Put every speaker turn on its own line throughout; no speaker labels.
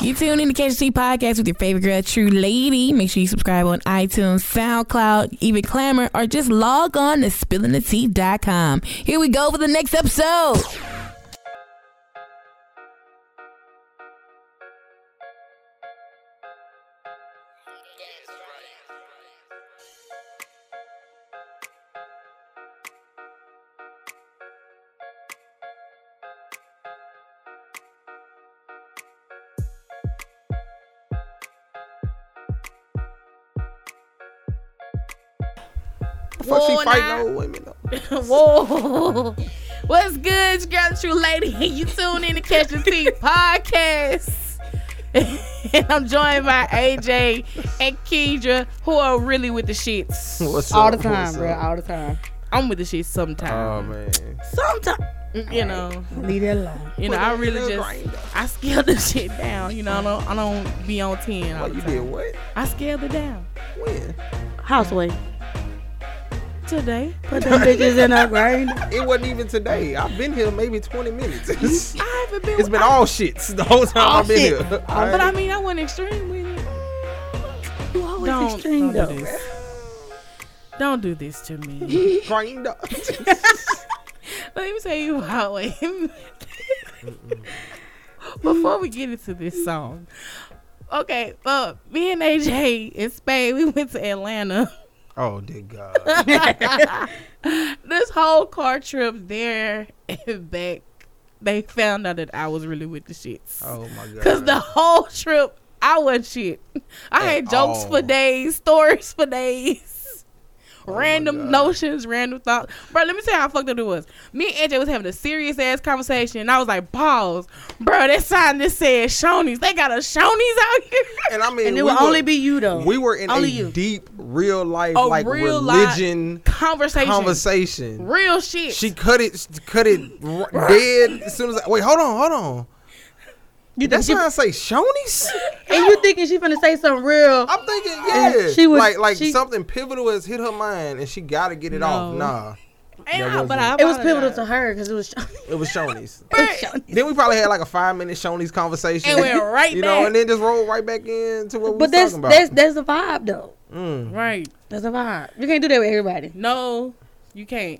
You tune in to Catch the Tea podcast with your favorite girl, True Lady. Make sure you subscribe on iTunes, SoundCloud, even Clamor, or just log on to spillingthetea.com. Here we go for the next episode.
Fuck, she
Whoa, nah.
fighting old women though.
Whoa. What's good, you girl, true lady? You tune in to Catch the Tea podcast. and I'm joined by AJ and Kendra, who are really with the shits.
What's
all
up?
the time,
What's
bro.
up?
All the time.
I'm with the shits
Oh
sometimes.
man. Oh.
sometimes, you know,
Leave it alone.
you know, I really just I scale the shit down. You know, I don't, I don't be on ten. all
What
the
you
time.
did? What?
I scaled it down
When?
Houseway.
today.
Put them bitches in a grinder.
It wasn't even today. I've been here maybe 20 minutes. it's
I haven't been.
been all shits the whole time
All
I've been
shit.
here.
All
Oh, but I mean, I went extreme with it.
You always
Don't,
extreme
don't
though.
do this. Don't do this to me.
grind up.
Let me tell you how I am. Before we get into this song, okay, uh, me and AJ in Spain, we went to Atlanta.
Oh dear God.
This whole car trip there and back, they found out that I was really with the shits.
Oh my God.
Cause the whole trip, I was shit. I
At
had jokes
all.
for days, stories for days,
Oh my
random
God.
notions, random thoughts. Bro, let me tell you how fucked up it was. Me and AJ was having a serious ass conversation, and I was like, "Pause, bro." That sign that said "Shoney's," they got a Shoney's out here.
and I mean,
And it
we
will
were,
only be you though.
We were in
only
a
you.
deep, real life,
A
like
real life
religion
Conversation,
conversation.
real shit.
She cut it, she cut it r- dead as soon as. I, wait, hold on, hold on.
you
That's
think
why I say Shoney's.
she, and you thinking she finna say something
Oh
real?
I'm thinking, yeah,
she was-
like like
she-
something pivotal has hit her mind, and she got to get it off.
No.
Nah,
And
That
I- but
wasn't-
I
It was
apologize.
pivotal to her because it was.
it was Shoney's.
Bruh,
then we probably had like a five minute Shoney's conversation,
And went right
you know,
back.
and then just rolled right back into what we
But
was
that's
talking about.
that's that's the vibe though.
Mm.
Right?
That's a vibe. You can't do that with everybody.
No, you can't.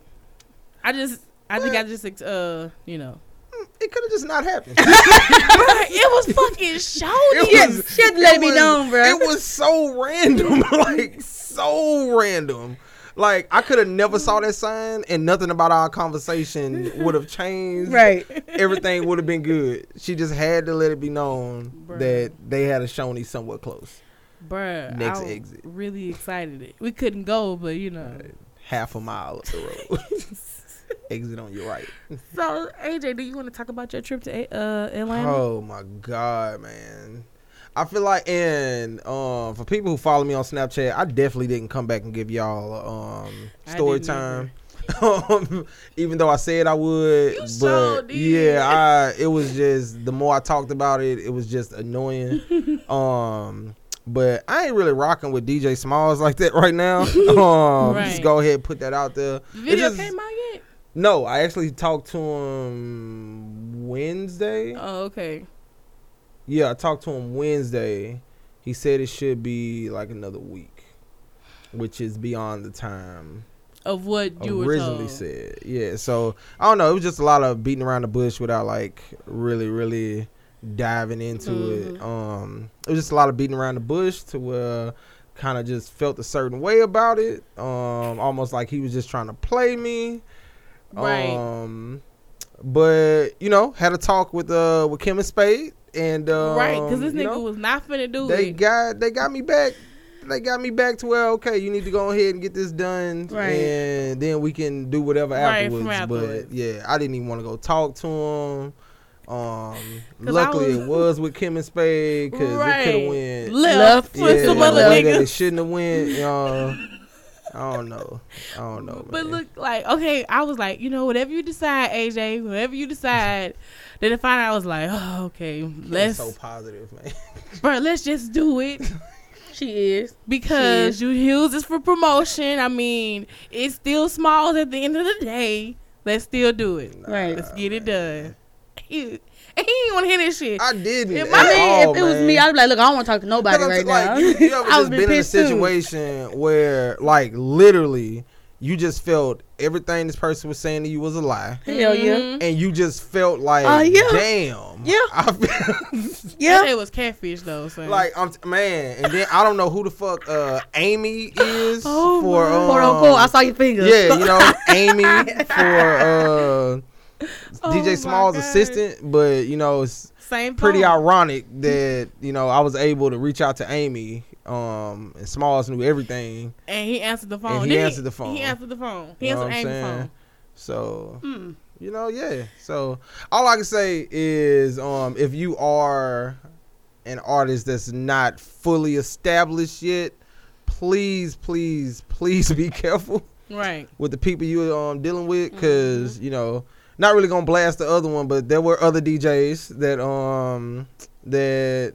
I just, I think I just, uh, you know,
Mm, It could have just not happened.
Bruh, it was fucking Shoney's.
It
Yeah,
was-
she had to let
it
it be
was-
known, bro.
It was so random, like so random. Like I could have never saw that sign, and nothing about our conversation would have changed.
right.
Everything would have been good. She just had to let it be known
Bruh.
that they had a Shoney somewhat close.
Bruh,
Next
I was
exit.
Really excited. We couldn't go, but you know.
Half a mile up the road. Exit on your right.
So AJ, do you want to talk about your trip to A- uh, Atlanta?
Oh my god, man. I feel like, and um, for people who follow me on Snapchat, I definitely didn't come back and give y'all a, um,
I
story
didn't either.
time. Um, even though I said I would,
You
but
sure did.
yeah, I it was just the more I talked about it, it was just annoying. um, but I ain't really rocking with DJ Smalls like that right now. Um,
Right.
just go ahead and put that out there.
The
It
video
just-
came out yet?
No, I actually talked to him Wednesday.
Oh, okay.
Yeah, I talked to him Wednesday. He said it should be like another week, which is beyond the time
Of what you
originally
were told.
said. Yeah, so I don't know. It was just a lot of beating around the bush without like really, really diving into
Mm-hmm.
it. Um, it was just a lot of beating around the bush to where kind of just felt a certain way about it. Um, almost like he was just trying to play me.
Right.
Um, but you know, had a talk with uh with Kim and Spade. And um,
right, because this
you
nigga
know,
was not finna do
they
it.
got they got me back. They got me back to where okay, you need to go ahead and get this done,
Right.
and then we can do whatever
Right,
afterwards.
from afterwards.
But yeah, I didn't even want to go talk to him. Um,
'Cause I
luckily
was-
it was with Kim and Spade because it could
right.
have went.
Left,
Left
with
yeah,
some
the
other
way that
niggas.
it shouldn't have went. Uh, I don't know. I don't know.
But
man.
look, like, okay, I was like, you know, whatever you decide, AJ, whatever you decide. then to find out, I was like, oh, okay,
He's
let's,
so positive, man.
bruh, let's just do it.
She is.
because you use this for promotion. I mean, it's still small at the end of the day. Let's still do it.
Right.
Let's get it done. He- He didn't want to hear this shit.
I didn't.
It
at
might-
I mean,
all,
if it was
man.
me, I'd be like, look, I don't want to talk to nobody
Because
right
I'm t-
now.
Like, you, you ever
I
just
would be
been in a
pissed too.
situation where, like, literally, you just felt everything this person was saying to you was a lie,
Hell yeah.
Mhm.
and you just felt like,
Uh, yeah.
damn,
Yeah.
I feel,
That
Yeah.
shit was catfish though. So.
like I'm t- man. And then I don't know who the fuck uh, Amy is
Oh
for
my-
um,
Quote unquote, I saw your fingers.
yeah, you know, Amy for uh,
Oh my
Oh
DJ Small's
God.
assistant, but you know, it's
same.
pretty
poem.
ironic that you know I was able to reach out to Amy. Um, and Smalls knew everything,
And he answered the phone.
he
Didn't
answered the phone.
He answered the phone. He
You know
answered
what I'm
Amy's
saying?
phone.
so
Mm.
you know, yeah. So all I can say is, um, if you are an artist that's not fully established yet, please, please, please be careful
Right.
with the people you um dealing with, because you know, not really gonna blast the other one, but there were other DJs that um that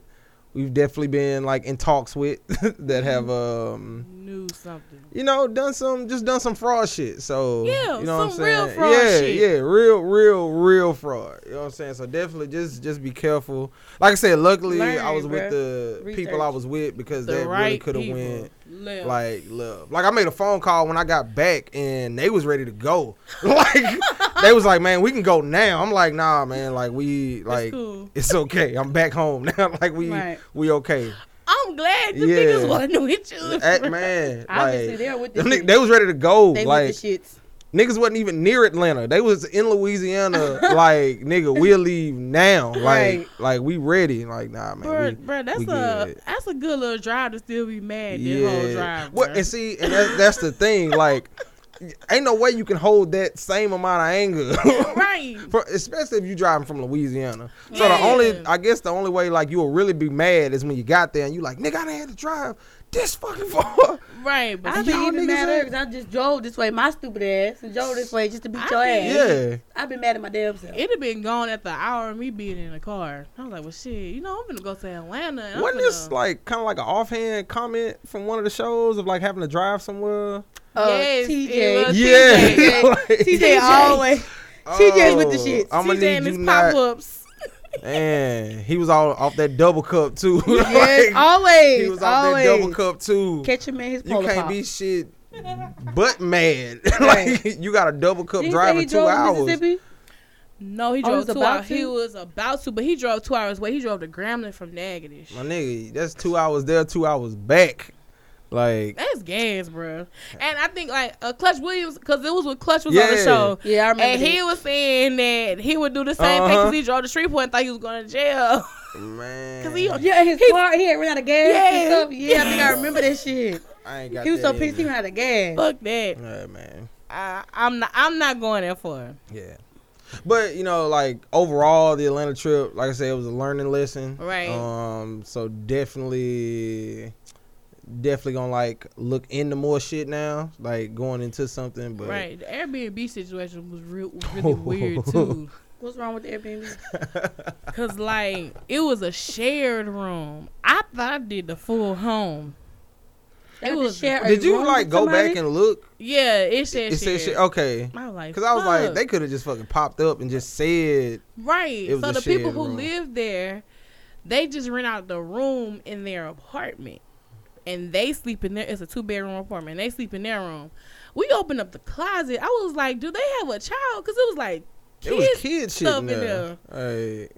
we've definitely been like in talks with that have um
Knew something.
you know, done some just done some fraud shit. So
Yeah,
you know what I'm
some real
saying?
fraud
yeah,
shit.
yeah, real, real, real fraud. You know what I'm saying? So definitely just just be careful. Like I said, luckily
Learn,
I was
bruh.
with the people I
Research.
was with because
The
they really
right
could have
people.
went
Left.
like love. Like I made a phone call when I got back and they was ready to go. Like they was like, man, we can go now. I'm like, nah, man. Like we like
cool.
it's okay. I'm back home now. like we
Right.
we okay.
I'm glad the
Yeah.
niggas wasn't with you.
Hey, man,
Obviously,
like.
they're with the
Them ni-
shits.
They was ready to go.
They
like
with the shits.
Niggas wasn't even near Atlanta. They was in Louisiana. like, nigga, we'll leave now. Like,
Right.
like we ready. Like, nah, man.
Bruh,
we-
bruh, that's
we
a
good.
that's a good little drive to still be mad this whole drive.
Well,
bruh.
and see, and that, that's the thing. Like, ain't no way you can hold that same amount of anger.
right.
For, especially if you driving from Louisiana. So the
Yeah.
only, I guess, the only way like you'll really be mad is when you got there and you like, nigga, I done had to drive this fucking far.
Right. But
I've
I've
been
y'all niggas
even madder
ain't-
because I just drove this way, my stupid ass, and drove this way just to beat
I
your
been-
ass.
Yeah,
I've been mad at my damn self.
it'd have been gone at the hour of me being in the car. I was like, well, shit, you know, I'm gonna go to Atlanta. And
wasn't
I'm
this
gonna,
like kind of like an offhand comment from one of the shows of like having to drive somewhere?
Uh,
Yes, it
TJ.
was.
Yeah.
eh,
TJ.
Like,
TJ always. TJ's with the
oh,
shits.
I'ma
TJ and
need
his
you
pop
not.
ups?
And he was all off that double cup too.
Yes,
Like,
always.
he was off
always.
that double cup too.
Catch him in his
you
polar
can't
pop.
be shit but mad.
Right.
like you got a double cup
Did he say he
driving two
drove to
hours.
Mississippi? Oh,
No, he
he
drove
was
two
about
hours. He
to?
was about to, but he drove two hours away. He drove to Grambling from Natchitoches.
My nigga, that's two hours there, two hours back. Like
That's gas, bro. And I think like uh, Clutch Williams, because it was when Clutch was on
Yeah.
the show.
Yeah, I remember.
And he
that.
was saying that he would do the same thing
Uh-huh.
because he drove to Shreveport and thought he was going to jail.
man,
'Cause he-
yeah, his car, he had run out of gas
Yeah.
and stuff. Yeah, I think I remember that shit.
I ain't got
He was
that
so
in
pissed he
me.
ran out of gas.
Fuck that.
Yeah, man.
I, I'm not. I'm not going there for it.
Yeah. But you know, like overall, the Atlanta trip, like I said, it was a learning lesson.
Right.
Um. So definitely, definitely gonna like look into more shit now, like going into something. But
Right. The Airbnb situation was real, was really weird too.
What's wrong with the Airbnb?
Cause like it was a shared room. I thought I did the full home.
They
It
would
was-
share a
did you
room
like
with
go
somebody?
back and look?
Yeah, it said
it said
shared.
shit. Okay.
I was like,
Cause I was like,
fuck.
they could have just fucking popped up and just said,
Right.
It was
So
a
the people
shared
who
room.
live there, they just rent out the room in their apartment. And they sleep in there. It's a two bedroom apartment. They sleep in their room. We opened up the closet. I was like, do they have a child? Because it was like
it was
kids.
kid shit
stuff
in
in
there. Right.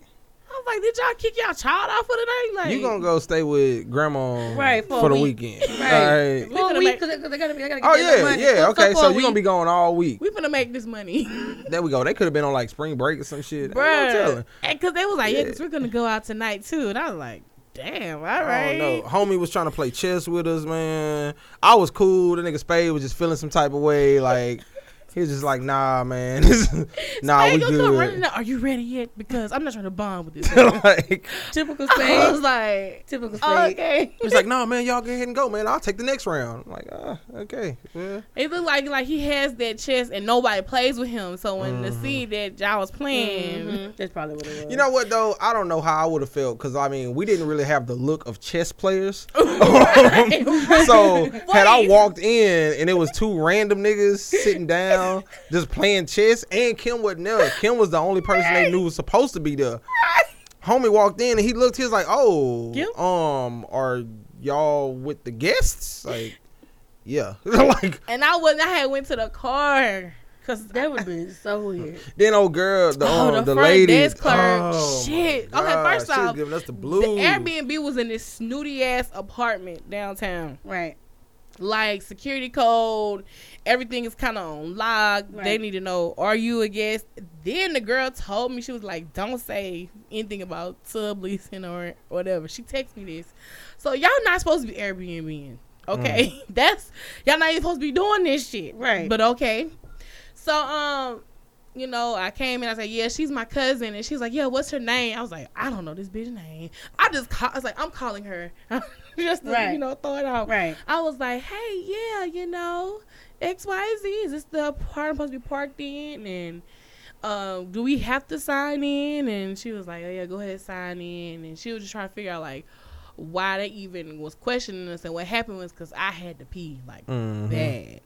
I was like, did y'all kick y'all child out for the night? Like,
you gonna go stay with grandma
Right, for
for,
a
the
week.
weekend?
Right.
All
Well,
right.
Look at
we,
the
cause they, cause they gotta, they gotta get
Oh
that
yeah,
money.
yeah.
Fuck, fuck
Okay,
for
so
a
you gonna be
week.
going all week.
we finna make this money,
There we go. They could have been on like spring break or some shit. Ain't no
bruh.
telling.
Because they was like, yeah,
Yeah.
because we're gonna go out tonight too. And I was like, damn, all right.
I don't know. Homie was trying to play chess with us, man. I was cool. The nigga Spade was just feeling some type of way. Like he was just like, nah, man. nah, we
Spade gonna come running
good.
out. Are you ready yet? Because I'm not trying to bond with this.
like
Typical
I was
Spade.
like,
Typical Spade.
okay.
he's like, nah, man. Y'all go ahead and go, man. I'll take the next round. I'm like, ah, okay. Yeah.
It looked like like he has that chest and nobody plays with him. So when
Mm-hmm.
the scene that y'all was playing,
Mm-hmm.
Mhm. That's probably what it was.
You know what though? I don't know how I would have felt because I mean we didn't really have the look of chess players. so had I
Right.
walked in and it was two random niggas sitting down just playing chess, and Kim wasn't there. Kim was the only person they knew was supposed to be there. homie walked in and he looked. He was like, "Oh,
Yeah.
um, are y'all with the guests?" Like, yeah. like
And I wasn't. I had went to the car. Cause
That would have been so weird.
then old girl, the
Oh,
um,
the
the,
front
lady,
desk clerk.
Oh, my
Shit. Okay,
God,
first
she was
off,
giving us the
the
blues.
Airbnb was in this snooty ass apartment downtown.
Right.
Like security code, everything is kind of on lock. They
Right.
need to know are you a guest. Then the girl told me she was like, "Don't say anything about subleasing or whatever." She texted me this, so y'all not supposed to be Airbnb. Okay, that's y'all not even supposed to be doing this shit.
Right.
But okay. So um, you know, I came in, I was like, Yeah, she's my cousin and she's like, Yeah, what's her name? I was like, I don't know this bitch name. I just call I was like, I'm calling her. just to,
Right.
you know, throw it out.
Right.
I was like, Hey, yeah, you know, XYZ, is this the part I'm supposed to be parked in and uh, do we have to sign in? And she was like, Oh yeah, go ahead sign in and she was just trying to figure out like why they even was questioning us and what happened was because I had to pee like
Mhm.
bad.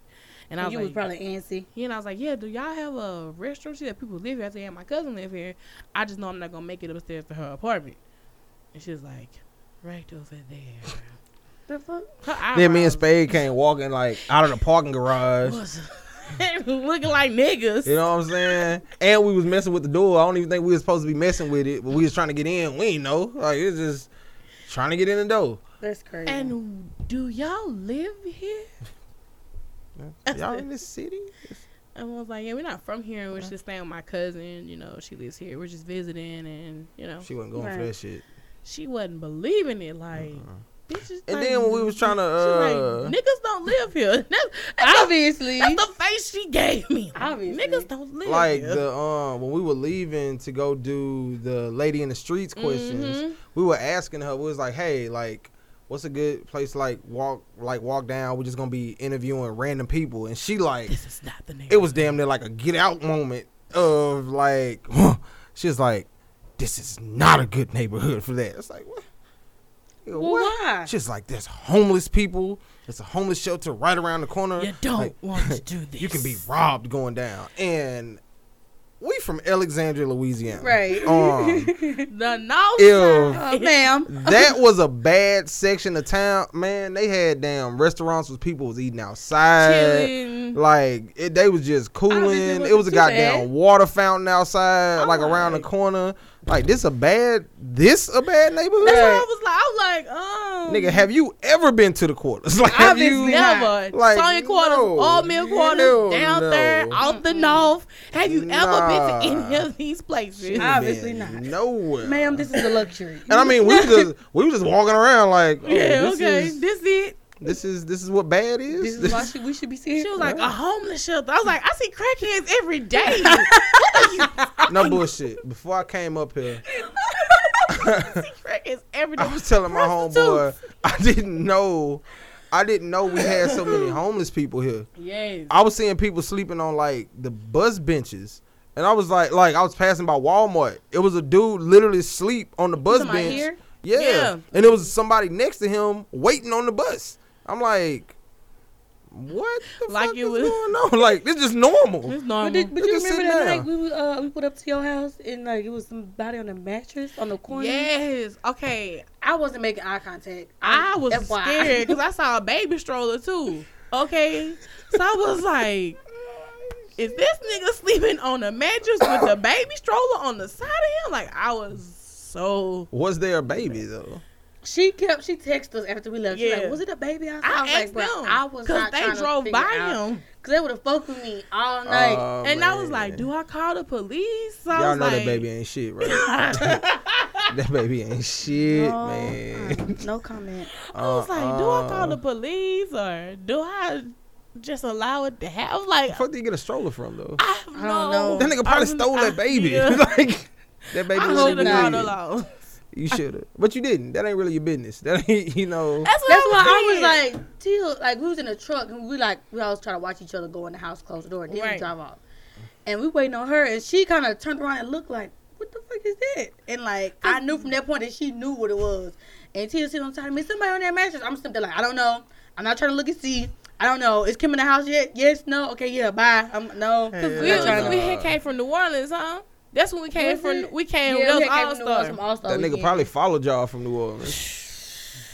And I was
you
like,
was probably antsy.
yeah, and I was like, yeah, do y'all have a restroom? She said, people live here. I said, yeah, my cousin live here. I just know I'm not going to make it upstairs to her apartment. And she was like, right over there.
The fuck?
Her
Then me and
eyebrows
Spade came walking like out of the parking garage.
was looking like niggas.
You know what I'm saying? And we was messing with the door. I don't even think we was supposed to be messing with it, but we was trying to get in. We ain't know. Like it's just trying to get in the door.
That's crazy.
And do y'all live here?
Y'all in this city?
And I was like, yeah, we're not from here. We're just staying with my cousin. You know, she lives here. We're just visiting. And, you know,
She wasn't going for
Right.
that shit.
she wasn't believing it. Like,
Uh-uh.
bitches.
And then when we was trying to, uh,
niggas don't live here. That's, that's the
obviously.
That's the face she gave me. Like,
Obviously.
Niggas don't live.
like
here.
the um when we were leaving to go do the lady in the streets questions,
Mhm.
we were asking her. We was like, hey, like. What's a good place to, like walk like walk down? We're just gonna be interviewing random people, and she like
This is not the name.
it was damn near like a get out moment of like she was like this is not a good neighborhood for that it's like what Yeah,
Well, why?
She's like, there's homeless people. There's a homeless shelter right around the corner.
You don't
Like,
want to do this.
You can be robbed going down. And we from Alexandria, Louisiana.
Right.
Um,
the no.
Ew.
sign.
Uh, ma'am.
that was a bad section of town, man. They had damn restaurants where people was eating outside.
Chilling.
Like it, they was just cooling.
Obviously, it
It
wasn't
was a
too
goddamn
bad.
water fountain outside,
I'm
like around the
like-
corner. Like this a bad, this a bad neighborhood.
That's why I was like, I was like, um,
Nigga, have you ever been to the quarters? Like have
Obviously
you?
never
Like,
Sonya quarters,
no.
all meal quarters,
Hell
down
no.
there, out the north? Have you ever been to
Nah.
any of these places?
Shit,
Obviously
man,
not.
Nowhere,
Ma'am, this is a luxury.
And I mean, we was just we was just walking around like, oh,
yeah,
this
okay,
is
this it.
this is this is what bad is.
this is why she, we should be seeing.
She was like "Oh,
Right.
a homeless shelter. I was like, I see crackheads every day. what are you?
no bullshit. Before I came up here,
I see crackheads every day.
I was telling my homeboy I didn't know, I didn't know we had so many homeless people here.
Yes.
I was seeing people sleeping on like the bus benches. And I was like, like I was passing by Walmart. It was a dude literally sleep on the bus
talking about
bench.
here?
Yeah.
Yeah.
And it was somebody next to him waiting on the bus. I'm like, what the
Like
fuck
it
is
was-
going on? Like this is normal.
It's normal.
But, did, but
Look
you
at
remember
sitting
that
down.
night we was, uh, we put up to your house and like it was somebody on a mattress on the corner.
Yes. Okay.
I wasn't making eye contact.
I was scared 'cause
FYI.
scared because I saw a baby stroller too. Okay. So I was like, is this nigga sleeping on a mattress with the baby stroller on the side of him? Like, I was so.
Was there a baby though?
She kept. She texted us after we left. Yeah.
Yeah.
like, was it a baby? I,
I,
was
asked
like, bruh,
them.
I was not
they
trying
drove
to figure
by
out.
him.
Cause they would have fucked with me all night.
Oh,
and I
man.
was like, do I call the police? So I
y'all
was
know
like,
that baby ain't shit, right? that baby ain't shit,
no,
man.
uh, no comment.
I was like, do I call the
Uh-uh.
police or do I just allow it to happen? Like,
The fuck did you get a stroller from though?
I don't know.
know.
That nigga probably
I-
stole that baby.
yeah.
like that baby.
I
was
should have
dead.
called the law.
You should have, but you didn't. That ain't really your business. That ain't you know.
That's, what
That's
I was
why
thinking.
I was like, till like we was in a truck and we like we always try to watch each other go in the house, close the door, then
Right.
we drive off. And we waiting on her, and she kind of turned around and looked like, "What the fuck is that?" And like I knew from that point that she knew what it was. And Tia sitting on top of me, somebody on that mattress. I'm sitting there like, I don't know. I'm not trying to look and see. I don't know. Is Kim in the house yet? Yes. No. Okay. Yeah. Bye. Um. No.
Hey,
We,
I'm not
yeah.
trying
we
to-
had came from New Orleans, huh? That's when we came
Was
from.
it?
We came.
yeah, we
that was
had
All
came from New Orleans from
Star.
All Star.
That nigga probably followed y'all from New Orleans.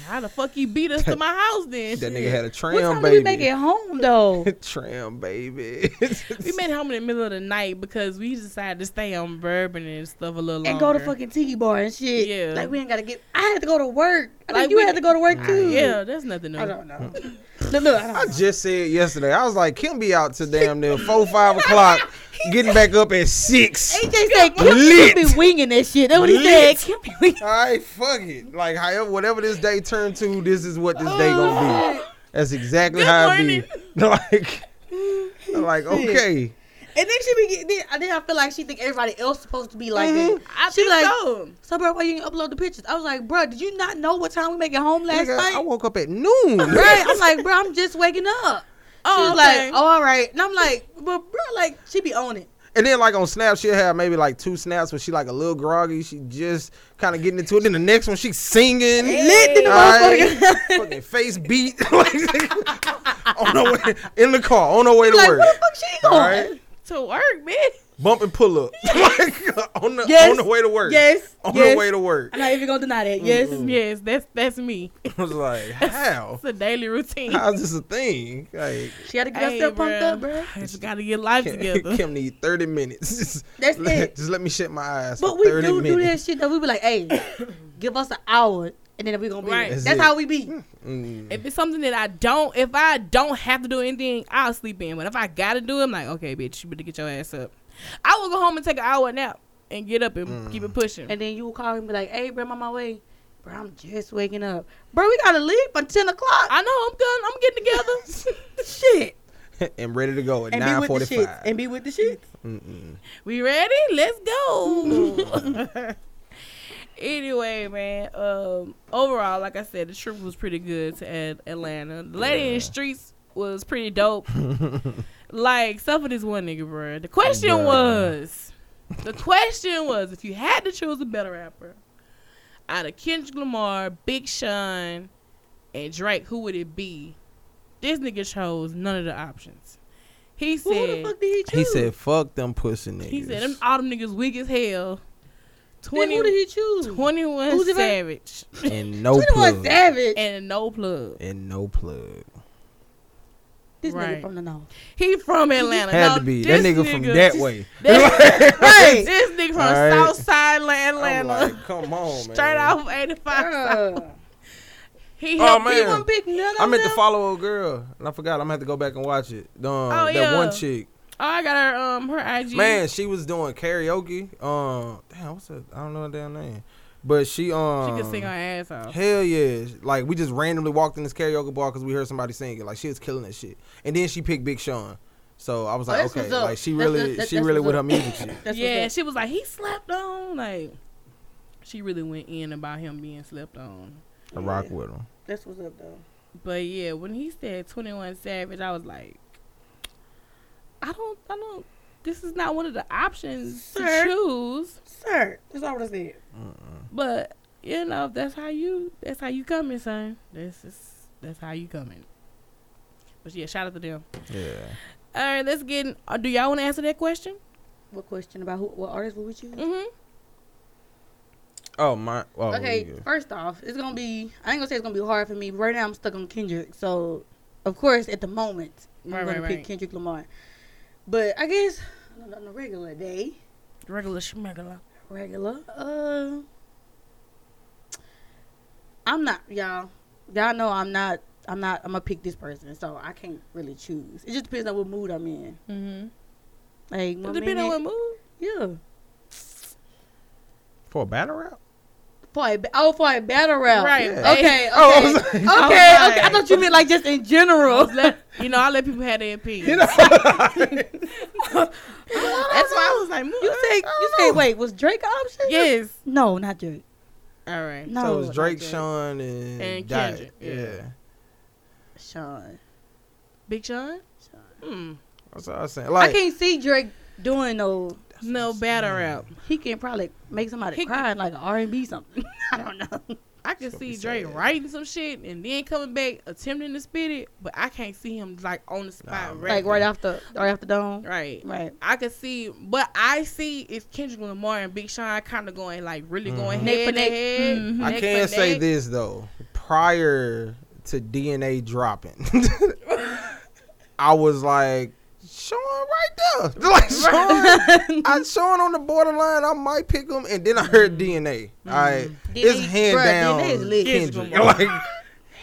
How the fuck you beat us to my house then?
That
Shit.
nigga had a
What time
tram
did we make
baby.
it home though?
Tram baby.
We made it home in the middle of the night because we decided to stay on bourbon and stuff a little longer.
and go to fucking tiki bar and shit.
Yeah.
Like we ain't gotta get. I had to go to work. I
Like
think you
we-
had to go to work too.
Yeah, that's nothing new.
I don't know. look, look, Mm. I
I
don't know.
just said yesterday. I was like, Kim be out to damn near four, five o'clock, getting back up at six.
AJ said Kim,
Lit.
Kim be winging that shit. That's what he
Lit.
said. Kim be winging.
All right, fuck it. Like, however, whatever this day turned to, this is what this day gonna be. That's exactly
Oh. Good
how it be. Like, like okay,
And then she be getting. Then, then I feel like she think everybody else supposed to be like
Mhm.
that.
I
She
think
like-
so.
So, bro, why you didn't upload the pictures? I was like, bro, did you not know what time we make it home last
nigga, I
night?
woke up at noon.
Right? I'm like, bro, I'm just waking up. She
Oh,
was
okay.
like, oh, all right. And I'm like, but bro, like, she be on it.
And then like on Snap, she'll have maybe like two snaps where she like a little groggy. She just kind of getting into it. Then the next one, she's singing.
Lit than the
Aight.
motherfucker.
Fucking face beat. Like, on her way, in the car, on her way to
Like, where
work.
the fuck she
All
going?
right.
to work, man.
Bump and pull up. like, on, the,
Yes.
on the way to work.
Yes.
On
yes.
the way to work.
I'm not even gonna deny that. Yes.
Mm-hmm. Yes, that's that's me.
I was like, how?
It's a daily routine.
How's this a thing? Like,
She had to get
Hey,
herself pumped
bruh.
up, bro.
I just gotta get life
Kim,
together.
Kim need 30 minutes. Just
That's
let,
it.
just let me shut my eyes.
But
for
we
30
do do that
minutes.
shit though. We be like, hey, give us an hour and then we gonna be
Right.
there.
That's
That's,
it.
how we be.
Mm.
If it's something that I don't, if I don't have to do anything, I'll sleep in. But if I gotta do it, I'm like, okay, bitch, you better get your ass up. I will go home and take an hour nap and get up and keep
Mm.
it pushing.
And then you will call and be like, hey, bro, I'm on my way. Bro, I'm just waking up. Bro, we gotta leave by ten o'clock.
I know I'm done. I'm getting together.
shit.
and ready to go at
And be with the shit.
9.45.
And be with the shit.
Mm-mm.
we ready? Let's go. anyway, man. Um, overall, like I said, the trip was pretty good to At- Atlanta. The lady in the streets was pretty dope. like, stuff with this one nigga, bruh. The question
Bruh.
was, the question was, if you had to choose a better rapper out of Kendrick Lamar, Big Sean, and Drake, who would it be? This nigga chose none of the options. He said,
Well, who the fuck did he choose?
He said, "Fuck them pussy niggas."
he said them autumn niggas weak as hell.
Then who did
20,
he choose?
21
Who's it?
Savage
and no
21
plug.
Savage.
and no plug.
And no plug.
this
Right.
nigga from the north.
He from Atlanta.
Had
No,
to be
this
that nigga, from that way.
This,
Right.
this nigga from
All right.
South Side La-
I'm
Atlanta.
like, come on, man.
Straight off of 85.
Bruh.
He
Oh,
helped
man.
me
He
with-
Damn.
one big nut
I meant to follow a girl, and I forgot. I'm gonna have to go back and watch it. Um, that
yeah.
one chick,
Oh, I got her um her IG.
man, she was doing karaoke. Um, damn, what's her? I don't know her damn name, but she
she
um.
could sing her ass off.
Hell yeah! Like we just randomly walked in this karaoke bar because we heard somebody singing. Like she was killing that shit, and then she picked Big Sean. So I was
Oh,
like,
that's
okay,
what's up.
like she
That's-
really,
that's-
she
that's
really
what's
with her
up.
music shit.
That's
yeah,
what's
she was like he slept on. Like she really went in about him being slept on.
I
up.
rock
Yeah,
with her.
That's what's up though.
But yeah, when he said Twenty One Savage, I was like, I don't, I don't. This is not one of the options
Sir.
to choose.
Sir, that's all what I said.
But you know, if that's how you, that's how you coming, son. This is that's how you coming. But yeah, shout out to them.
Yeah.
All right, let's get. In, uh, do y'all want to answer that question?
What question about who? What artist would we choose?
Mm-hmm.
Oh my. Oh,
okay,
yeah.
first off, it's gonna be. I ain't gonna say it's gonna be hard for me. Right now, I'm stuck on Kendrick, so of course, at the moment, I'm
Right,
gonna
right,
pick
right.
Kendrick Lamar. But I guess on a- on a regular day,
Regular schmegula.
regular. Uh, I'm not y'all. Y'all know I'm not. I'm not. I'm gonna pick this person, so I can't really choose. It just depends on what mood I'm in.
Mm-hmm.
Like, one
Depending on what
minute-
mood.
yeah.
For a battle rap?
For a, oh, for a battle rap.
Right.
Yeah.
Okay. Okay.
Oh, I
okay.
was like-
I
okay.
was
I
like-
thought you meant like just in
I
general.
was let- you know, I let people have their opinion.
You know?
That's why I was like,
You
"Mm,
say.
I
You
don't
say.
know."
Wait, was Drake an option?
Yes.
No, not Drake.
All right.
No.
so it was
not
Drake, Sean, and,
And
Dot.
Kendrick, yeah.
Yeah.
Sean.
Big Sean.
Sean.
Hmm.
That's what I was saying. Like,
I can't see Drake doing no.
No battle rap.
He can probably make somebody
He
cry in like R and B something. I don't know.
I can
That's what
see
we
Dre
said.
writing some shit and then coming back attempting to spit it, but I can't see him like on the
Nah,
spot.
man.
rapping.
Like right off the right off the dome.
right.
Right.
I could see, but I see if Kendrick Lamar and Big Sean kind of going like really going
Mhm.
head
Neck for
to
neck.
head.
Mhm.
I
neck
can
for
say
neck.
this though. Prior to DNA dropping, I was like, Sean right there. Like Sean, I Sean on the borderline. I might pick him, and then I heard DNA. I it's
DNA
hand
bruh,
down
DNA is lit.
Kendrick.
Kendrick
Like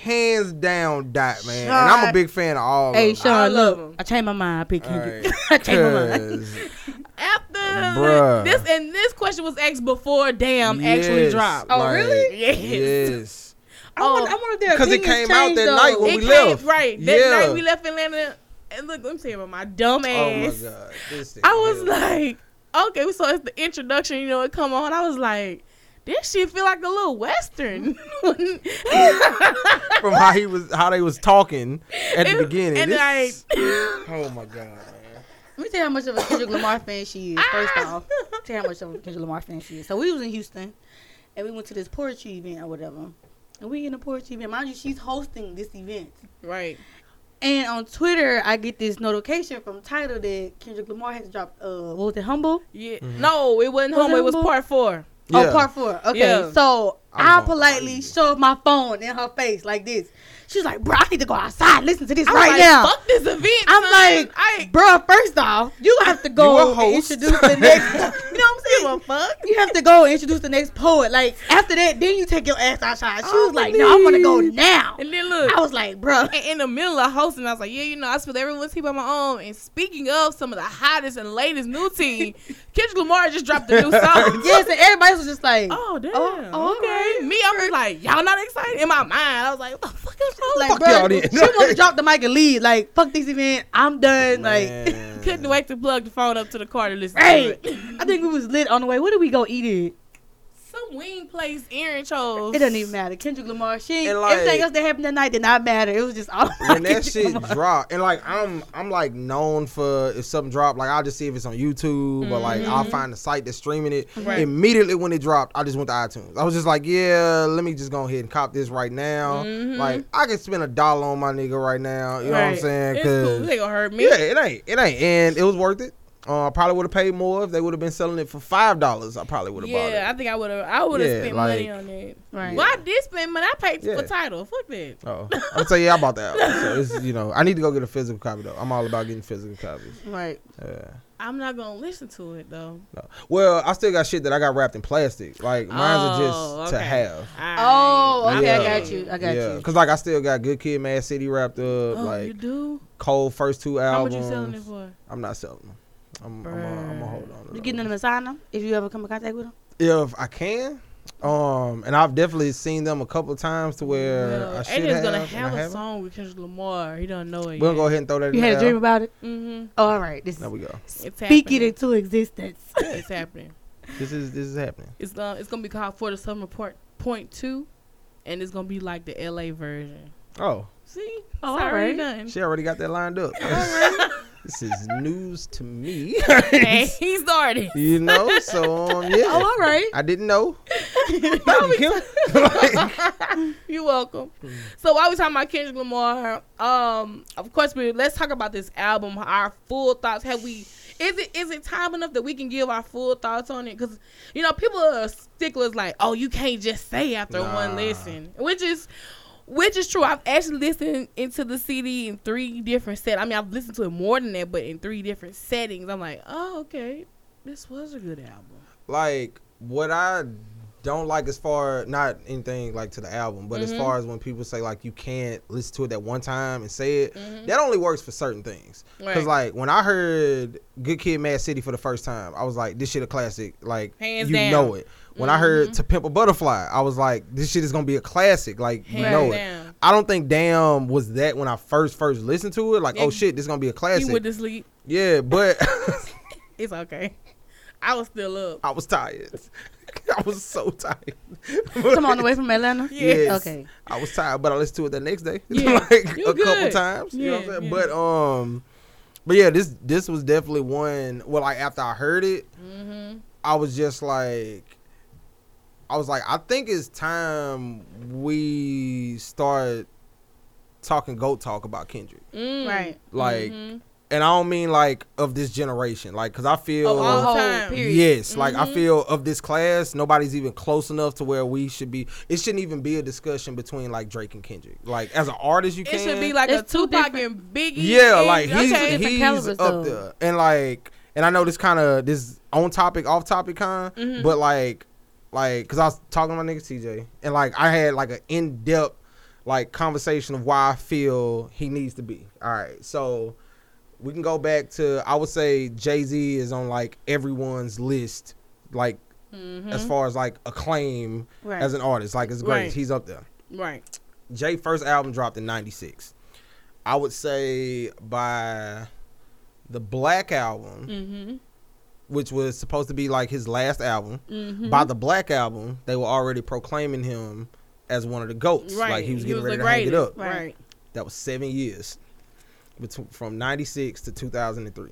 hands down, dot man. And I'm a
Sean.
big fan of all.
Hey
of them.
I
Sean,
love
look,
him.
I changed my mind. I picked
All
Kendrick.
right.
I changed my mind.
'Cause
After
Bruh.
this, and this question was asked before Damn actually
yes,
dropped.
Oh, really?
Yes.
Yes.
I wonder, I
Oh.
wonder if their
'Cause it
opinions
came out
changed,
that
though.
night when
it
we
came,
left.
Right. That
Yeah.
night we left Atlanta. And look, I'm saying about my dumb
Oh my
ass.
god. This
I was
nigga.
like, okay, so it's the introduction, you know, it come on. I was like, this shit feel like a little western.
from how he was how they was talking at the
It-
beginning.
and
This-
like-
oh my god, man.
Let me tell you how much of a Kendrick Lamar fan she is. First
Ah!
off, tell you how much of a Kendrick Lamar fan she is. So we was in Houston, and we went to this poetry event or whatever. And we in the poetry event, mind you, she's hosting this event.
right.
And on Twitter, I get this notification from Title that Kendrick Lamar has dropped. Uh, what was it, Humble?
Yeah.
Mhm.
No, it wasn't
Was
home.
it
It was
Humble?
part four.
Oh, part four. Okay,
Yeah.
so
I'm
I
going
politely
crazy.
shoved my phone in her face like this. She's like, "Bro, I need to go outside. Listen to this
I'm
right
like,
now."
Fuck this event.
I'm
son.
like,
I
Bro, first off, you have to
You a
go and
host.
introduce the next. You know what I'm saying?
ain't give a fuck.
You have to go introduce the next poet. Like after that, then you take your ass outside. She was
I'm
like, "No, I want to go
leave.
now."
And then
I
look.
was like, "Bruh,
and in the middle of hosting, I was like, yeah, you know, I spilled everyone's tea by my own. And speaking of some of the hottest and latest new tea, Kendrick Lamar just dropped a new song.
yes." And everybody was just like,
Oh damn.
Oh, oh,
okay.
alright.
Me, I'm just like, y'all not excited? In my mind, I was like, what the fuck is wrong?
"Like,
fuck
bruh,
y'all then.
she want to drop the mic and leave. Like, fuck this event. I'm done. Like,
Man.
Couldn't wait to plug the phone up to the car to listen
right."
to it.
I think we was lit on the way. What did we go eat
Some wing place Aaron chose.
at? It doesn't even matter. Kendrick Lamar, she
And, like-
everything else that happened that night did not matter. It was just all about
When that
Kendrick
shit
Lamar.
drop, and like I'm, I'm like known for if something drop, like I'll just see if it's on YouTube or like I'll find the site that's streaming it.
Mm-hmm. Right.
Immediately when it dropped, I just went to iTunes. I was just like, yeah, let me just go ahead and cop this right now.
Mhm.
Like I can spend a dollar on my nigga right now. You know what I'm
Right.
saying?
It's
'Cause-
cool. They gonna hurt me.
Yeah, it ain't. It ain't. And it was worth it. Uh, I probably would have paid more if they would have been selling it for five dollars. I probably would have bought it.
Yeah, I think I would have. I would have
Yeah,
spent money
like-
on it.
Right.
Well, I did spend money. I paid
Yeah.
for title. Fuck that.
Oh, I'll tell you I bought that. album. So it's, you know, I need to go get a physical copy though. I'm all about getting physical copies.
Right.
Yeah.
I'm not gonna listen to it though.
No. Well, I still got shit that I got wrapped in plastic. Like mine's
Oh,
are just
okay.
to have.
Alright.
Oh, okay,
Yeah.
I got you. I got you.
cause like I still got Good Kid, Mad City wrapped up.
Oh, you
like
do?
Cole first two
How
albums.
much you selling it for?
I'm not selling them. I'm, I'm, a, I'm a hold on. to
You
those.
getting them to sign them if you ever come in contact with them?
if I can. Um, and I've definitely seen them a couple of times to where
Well,
I should
Adrian's
have.
gonna
and I
have a
haven't.
song with Kendrick Lamar. He don't know it.
We're gonna go ahead and throw that.
You
in
had a
there.
dream about it?
Mm-hmm.
All right. This
There we go.
It's
speak it
happening.
into existence.
It's happening.
This is this is happening.
It's uh, it's gonna be called For the Summer Part Point Two, and it's gonna be like the LA version.
Oh,
See,
Oh,
it's already
alright.
done.
she already got that lined up. this is news to me.
hey, he started.
you know, so um, yeah.
Oh, all right.
I didn't know. Thank you, Kim. Like,
You're welcome.
Mm.
So while we talking about Kendrick Lamar, um, of course we let's talk about this album. Our full thoughts. Have we? Is it is it time enough that we can give our full thoughts on it? Because you know people are sticklers like, oh, you can't just say after one
Nah.
listen, which is. Which is true. I've actually listened into the CD in three different set. I mean, I've listened to it more than that, but in three different settings. I'm like, oh, okay, this was a good album.
like what I don't like as far not anything like to the album, but as
Mhm.
far as when people say like you can't listen to it that one time and say it,
Mm-hmm.
that only works for certain things. Cause like when I heard Good Kid, Mad City for the first time, I was like, this shit a classic. Like
Hands
you
down. Mm-hmm.
know it. When I heard To Pimp a Butterfly, I was like, this shit is gonna be a classic. Like you
Hands
know it.
down.
I don't think Damn was that when I first first listened to it. Like oh
Ex-
shit, this is gonna be a
he
classic.
went to sleep.
yeah, but
It's okay. I was still up.
I was tired. I was so tired.
Come on, away from Atlanta.
Yes.
Okay.
I was tired, but I listened to it the next day,
Yeah,
like
you
a couple
good.
times. You know what
Yeah,
I'm saying?
yeah.
But um, but yeah, this this was definitely one. Well, like after I heard it,
Mm-hmm.
I was just like, I was like, I think it's time we start talking goat talk about Kendrick.
Mm.
Right.
Mm-hmm. Like,
Mhm.
and I don't mean like of this generation. Like, cause I feel
Of all
Oh,
time.
period.
Yes, like I
Mhm.
feel of this class, nobody's even close enough to where we should be. It shouldn't even be a discussion between like Drake and Kendrick. Like as an artist, you
It
can.
should be like
It's
a
two
Tupac
different-
and Biggie.
yeah,
and-
like he's
okay.
different
he's
calibers,
up
though.
there, and like and I know this kind of this on topic, off topic kind,
Mhm.
but like like because I was talking to my nigga CJ, and like I had like an in depth like conversation of why I feel he needs to be. All right, so we can go back to I would say Jay Z is on like everyone's list, like
Mm-hmm.
as far as like acclaim
Right.
as an artist, like it's great.
Right.
He's up there.
right.
Jay first album dropped in '96. I would say by the Black album,
Mm-hmm.
which was supposed to be like his last album,
Mm-hmm.
by the Black album, they were already proclaiming him as one of the goats.
Right.
Like he was getting
the
ready to hang it
greatest.
up.
Right.
That was seven years, between, from '96 to 2003.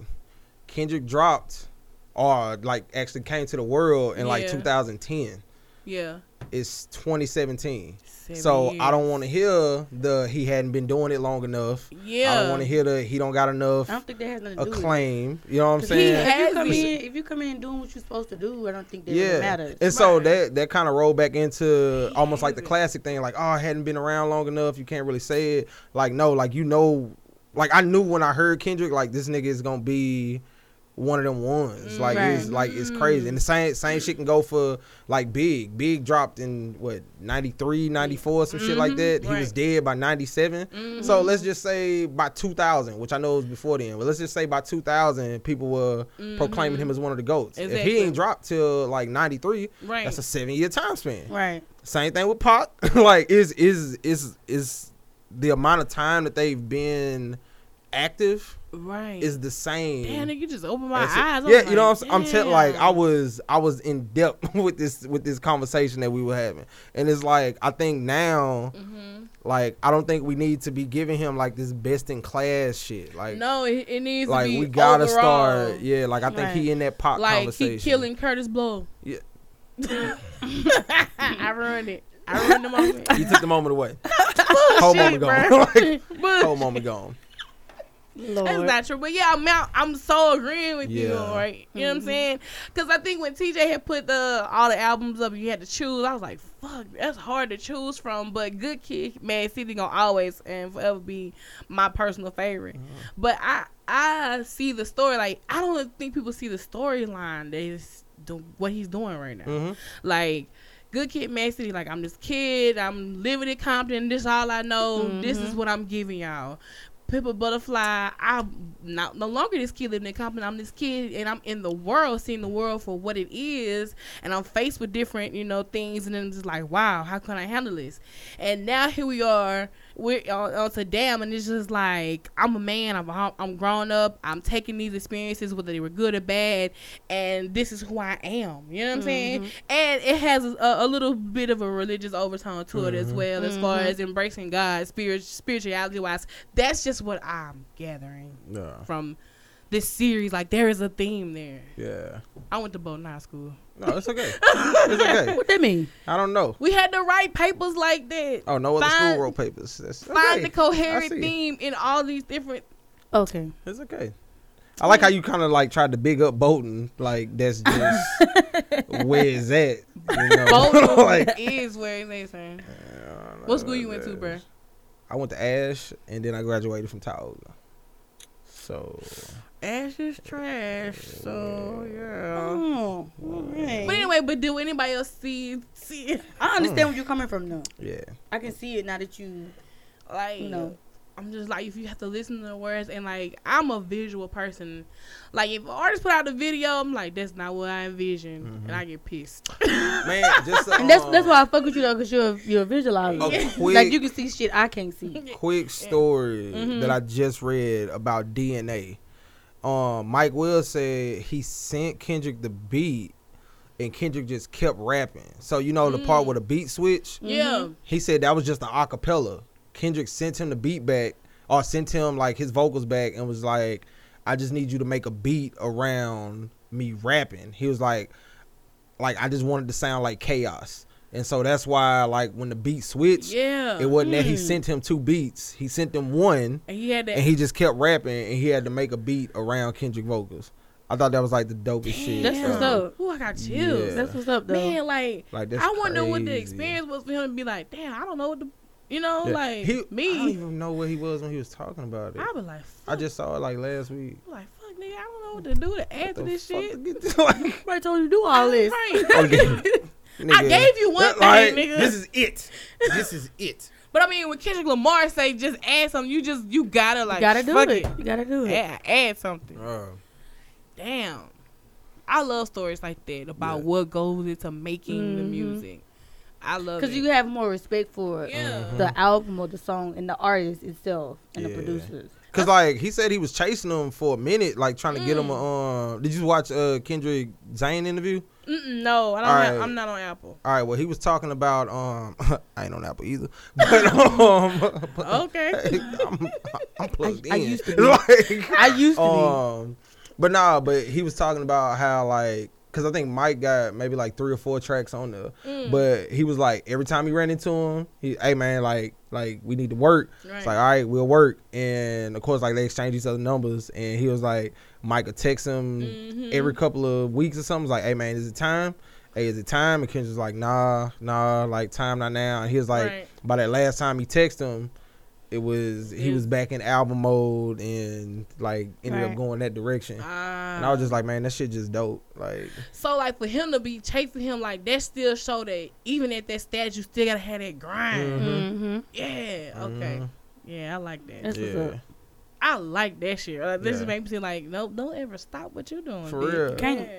Kendrick dropped, or like actually came to the world in like
Yeah.
2010.
Yeah.
It's 2017.
Seven
So I
years.
don't want to hear the he hadn't been doing it long enough.
Yeah.
I don't want to hear the he don't got enough
I don't think that has nothing to do with it.
acclaim. You know what I'm
If
He
saying?
had-
you come
has
in, if you come in doing what you're supposed to do, I don't think that really
yeah.
matters.
And so
Right.
that that kind of rolled back into almost like the
hated it.
classic thing, like oh, I hadn't been around long enough. You can't really say it. Like no, like you know, like I knew when I heard Kendrick, like this nigga is gonna be one of them ones. Like
Mm, Right.
it's like it's crazy. And the same same shit can go for like Big. Big dropped in what 93, 94, some shit
Mm-hmm.
like
Mhm.
that. He was
Right.
dead by 97.
Mhm.
So let's just say by 2000, which I know was before then, but let's just say by 2000, people were
Mm-hmm.
proclaiming him as one of the goats. If he
Exactly.
ain't dropped till like 93,
Right.
that's a seven year time span.
Right.
Same thing with Pac. like, is is is is the amount of time that they've been active
right.
is the same.
Damn, nigga, you just opened my
That's it.
eyes. I was
Yeah, you know what I'm saying? I'm
damn.
telling like I was I was in depth with this with this conversation that we were having. And it's like I think now
Mhm.
like I don't think we need to be giving him like this best in class shit. Like
No, it, it needs
like
to be
we gotta
overall.
start yeah, like I think
Right.
he in that pop
Like
conversation.
he killing Curtis Blow.
Yeah.
I ruined it. I ruined the moment.
You took the moment away. whole moment gone. like, whole moment gone.
That's
Lord.
not true. But yeah, I'm out, I'm so agreeing with you,
Yeah.
right? You know what I'm saying? Because I think when TJ had put the all the albums up, you had to choose. I was like, fuck, that's hard to choose from. But Good Kid, Man City, gonna always and forever be my personal favorite. But I I see the story. Like I don't think people see the storyline. They just do what he's doing right now.
Mhm.
Like. Good kid, man city. Like I'm this kid. I'm living in Compton. This all I know. This is what I'm giving y'all. Pippa Butterfly. I'm not no longer this kid living in Compton. I'm this kid, and I'm in the world, seeing the world for what it is, and I'm faced with different, you know, things, and then I'm just like, wow, how can I handle this? And now here we are, we're on, on to damn, and it's just like I'm a man, I'm a, I'm grown up, I'm taking these experiences, whether they were good or bad, and this is who I am. You know what I'm saying? And it has a, a little bit of a religious overtone to it as
Mhm.
well, as far as embracing God, spirit, spirituality wise. That's just what I'm gathering
Yeah.
from this series. Like there is a theme there.
Yeah.
I went to Bowdoin High School.
No, it's okay. it's okay.
What that mean?
I don't know.
We had to write papers like that.
Oh, no other
Find-
school wrote papers. That's okay.
Find the
I
coherent
see.
theme in all these different
Okay.
It's okay. I like how you kind of like tried to big up Bolton. Like that's just where is that? You know?
Bowdoin
like,
is where they saying.
I don't know
What school you went to,
that
bruh?
is. I went to Ash, and then I graduated from Tioga. So
Ash is trash. So yeah.
Oh, all right.
But anyway, but do anybody else see see
I understand where you're coming from now.
yeah,
I can see it now that you
like
you know.
I'm just like if you have to listen to the words and like I'm a visual person. Like if an artist put out a video, I'm like that's not what I envisioned,
Mm-hmm.
and I get pissed.
man. Just
And that's that's why I fuck with you though, cause you're you're visualizing.
a quick
like you can see shit I can't see.
quick story
Mhm.
that I just read about DNA. Um, Mike Will said he sent Kendrick the beat, and Kendrick just kept rapping. So you know the part with the beat switch.
Yeah,
He said that was just an acapella. Kendrick sent him the beat back, or sent him like his vocals back, and was like, "I just need you to make a beat around me rapping." He was like, "Like I just wanted to sound like chaos." And so that's why, like, when the beat switched,
Yeah.
it wasn't
Mm.
that he sent him two beats. He sent him one,
and he had that.
and he just kept rapping, and he had to make a beat around Kendrick vocals. I thought that was like the dopest shit.
That's what's
ever.
up.
Ooh, I got chills.
Yeah.
That's what's up though.
Man, like,
Like that's
I wonder what the
crazy.
experience was for him to be like, damn, I don't know what the, you know,
Yeah.
like
He- I don't
me.
even know what he was when he was talking about it.
I was like,
I
fuck,
just saw it like last week.
like, fuck, nigga, I don't know what to do to
The
answer this
fuck
shit.
to get this- like,
Everybody told you to do all this.
Right.
Okay.
I
nigga,
gave you one
that,
thing,
like,
nigga.
This is it. This is it.
but I mean, when Kendrick Lamar say just add something, you just you gotta like
you gotta do
fuck
it. You gotta do it.
Yeah, add something.
Bro,
Damn. I love stories like that about
Yeah.
what goes into making the
Mhm.
music. I love
Because
it.
you have more respect for um,
yeah. Mm-hmm.
Mhm.
the album or the song and the artist itself and
Yeah.
the producers.
Cause like he said he was chasing him for a minute, like trying to get him.
Mm.
A, um, did you watch uh Kendrick Zane interview?
Mm-mm, no, I don't.
All
have-
right.
I'm not on Apple.
All right, well he was talking about um I ain't on Apple either, but um but,
Okay.
I'm, I'm plugged in.
I used to
like,
I used to
Um, but nah, but he was talking about how like, cause I think Mike got maybe like three or four tracks on there,
Mm.
but he was like every time he ran into him, he, hey man, like like we need to work. It's like
Right.
all right, we'll work, and of course like they exchanged each other numbers, and he was like Mike would text him
Mhm.
every couple of weeks or something. He's like hey man, is it time? Hey, is it time? And Kendrick's like, nah, nah, like time not now. And he was like,
Right.
by that last time he texted him, it was he
Yeah.
was back in album mode and like ended up
Right.
going that direction.
Ah.
and I was just like, man, that shit just dope. Like,
so like for him to be chasing him like that still show that even at that stage you still gotta have that grind.
Mhm.
Mm-hmm.
Yeah. Okay.
mhm,
Yeah, I like that.
That's
yeah,
what's up.
I like that shit. Uh, this
Yeah.
just makes me like, nope, don't ever stop what you're doing.
For
bitch.
real.
Can't.
Yeah.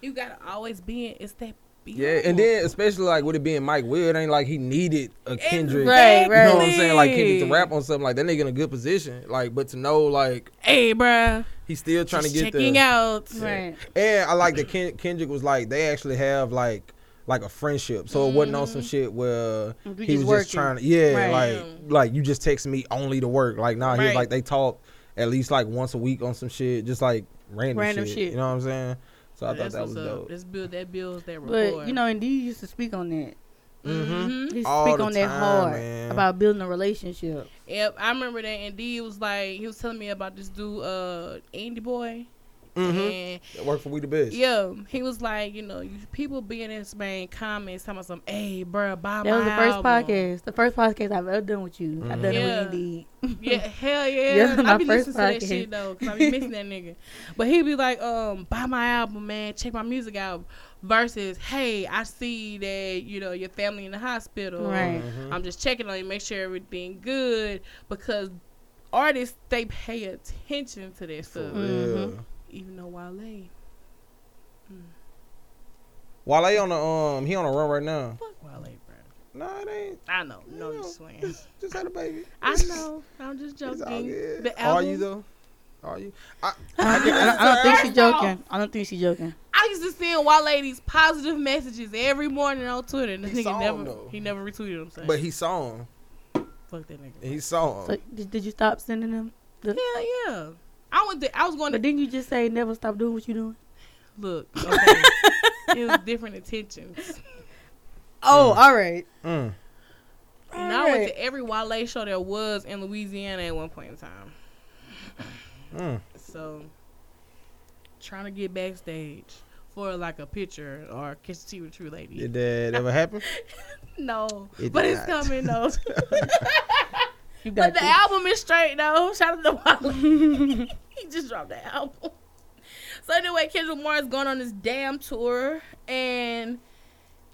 You gotta always be in. It's that.
yeah. And then especially like with it being Mike Will, it ain't like he needed a Kendrick.
Right,
You know
right.
what I'm saying? Like Kendrick to
Exactly.
rap on something like that nigga in a good position. Like, but to know like
Hey, bruh.
he's still trying
just
to get
checking
the
out.
Right.
And I like that Ken- Kendrick was like they actually have like like a friendship, so it wasn't on
Mm-hmm.
some shit where
You
he
just
was just
working.
trying to yeah,
Right.
like like you just text me only to work. Like nah, he was
Right.
like they talk at least like once a week on some shit, just like random,
Random
shit,
shit.
You know what I'm saying? So I thought
That's
that was
what's up.
dope.
This build that builds that rapport.
But you know, and D used to speak on that.
Mm-hmm.
Mhm.
He speak
All the
on that
time,
hard
man.
about building a relationship.
Yep, I remember that. And D was like, he was telling me about this dude, uh, Andy Boy.
Mm-hmm.
And
Work for we the best.
yeah, he was like, you know, you people being in Spain comments talking about some, hey, bruh, buy
That
my
was the first
album."
podcast. The first podcast I've ever done with you.
Mm-hmm.
I've done
Yeah.
it with Indeed.
Yeah, hell yeah.
Yeah,
I
my
be
first
listening to that
podcast.
shit though, 'cause I be missing that nigga. But he be like, um, buy my album, man. Check my music out. Versus, hey, I see that you know your family in the hospital.
Right.
Mhm.
I'm just checking on you, make sure everything good because artists they pay attention to that
For
stuff.
real.
Mm-hmm.
Mhm.
Even though Wale,
While they on the um, he on a run right now.
fuck Wale, bro.
Nah, it ain't.
I know, no,
Yeah.
you swearing.
Just had a baby.
I know. I'm just
It's all
joking.
good.
The
Are
album.
you though? Are you?
I, don't- I don't think she's
First off-
joking. I don't think she's joking.
I used to send Wale these positive messages every morning on Twitter, and this
He saw
nigga
'em,
never
though.
he never retweeted them. Saying,
But he saw him.
fuck that nigga.
He saw him.
So did, did you stop sending them?
Yeah, yeah. I went. To, I was going
But
to
didn't you just say never stop doing what you're doing?
look. Okay. it was different intentions.
Oh, all right.
Mm.
And I went to every Wale show there was in Louisiana at one point in time.
Mm.
So, trying to get backstage for like a picture or kiss tea with true lady.
Did that ever happen?
no,
It
but
did
it's
not.
coming though.
You
but
got
the
this.
album is straight though. Shout out to Wale. he just dropped the album. So anyway, Kendrick Lamar is going on this damn tour, and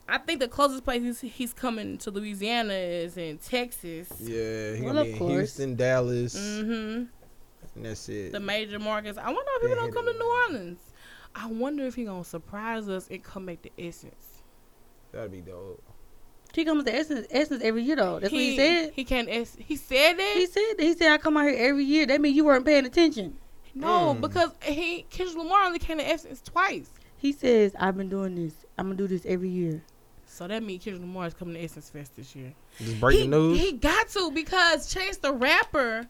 I think the closest place he's, he's coming to Louisiana is in Texas.
Yeah, he
Well,
gonna
of
be in
course.
Houston, Dallas,
hmm
and that's it.
the major markets. I wonder if people
They
don't
hit
come to
it.
New Orleans. I wonder if he gonna surprise us and come back to Essence.
That'd be dope.
She comes to Essence, Essence every year though. That's
he,
what he said.
He can't. es- He said that.
He said that. he said I come out here every year. That means you weren't paying attention.
no,
Mm.
because he Kendrick Lamar only came to Essence twice.
He says I've been doing this. I'm gonna do this every year.
So that means Kendrick Lamar is coming to Essence Fest this year.
Just breaking
he,
news.
He got to because Chance the rapper.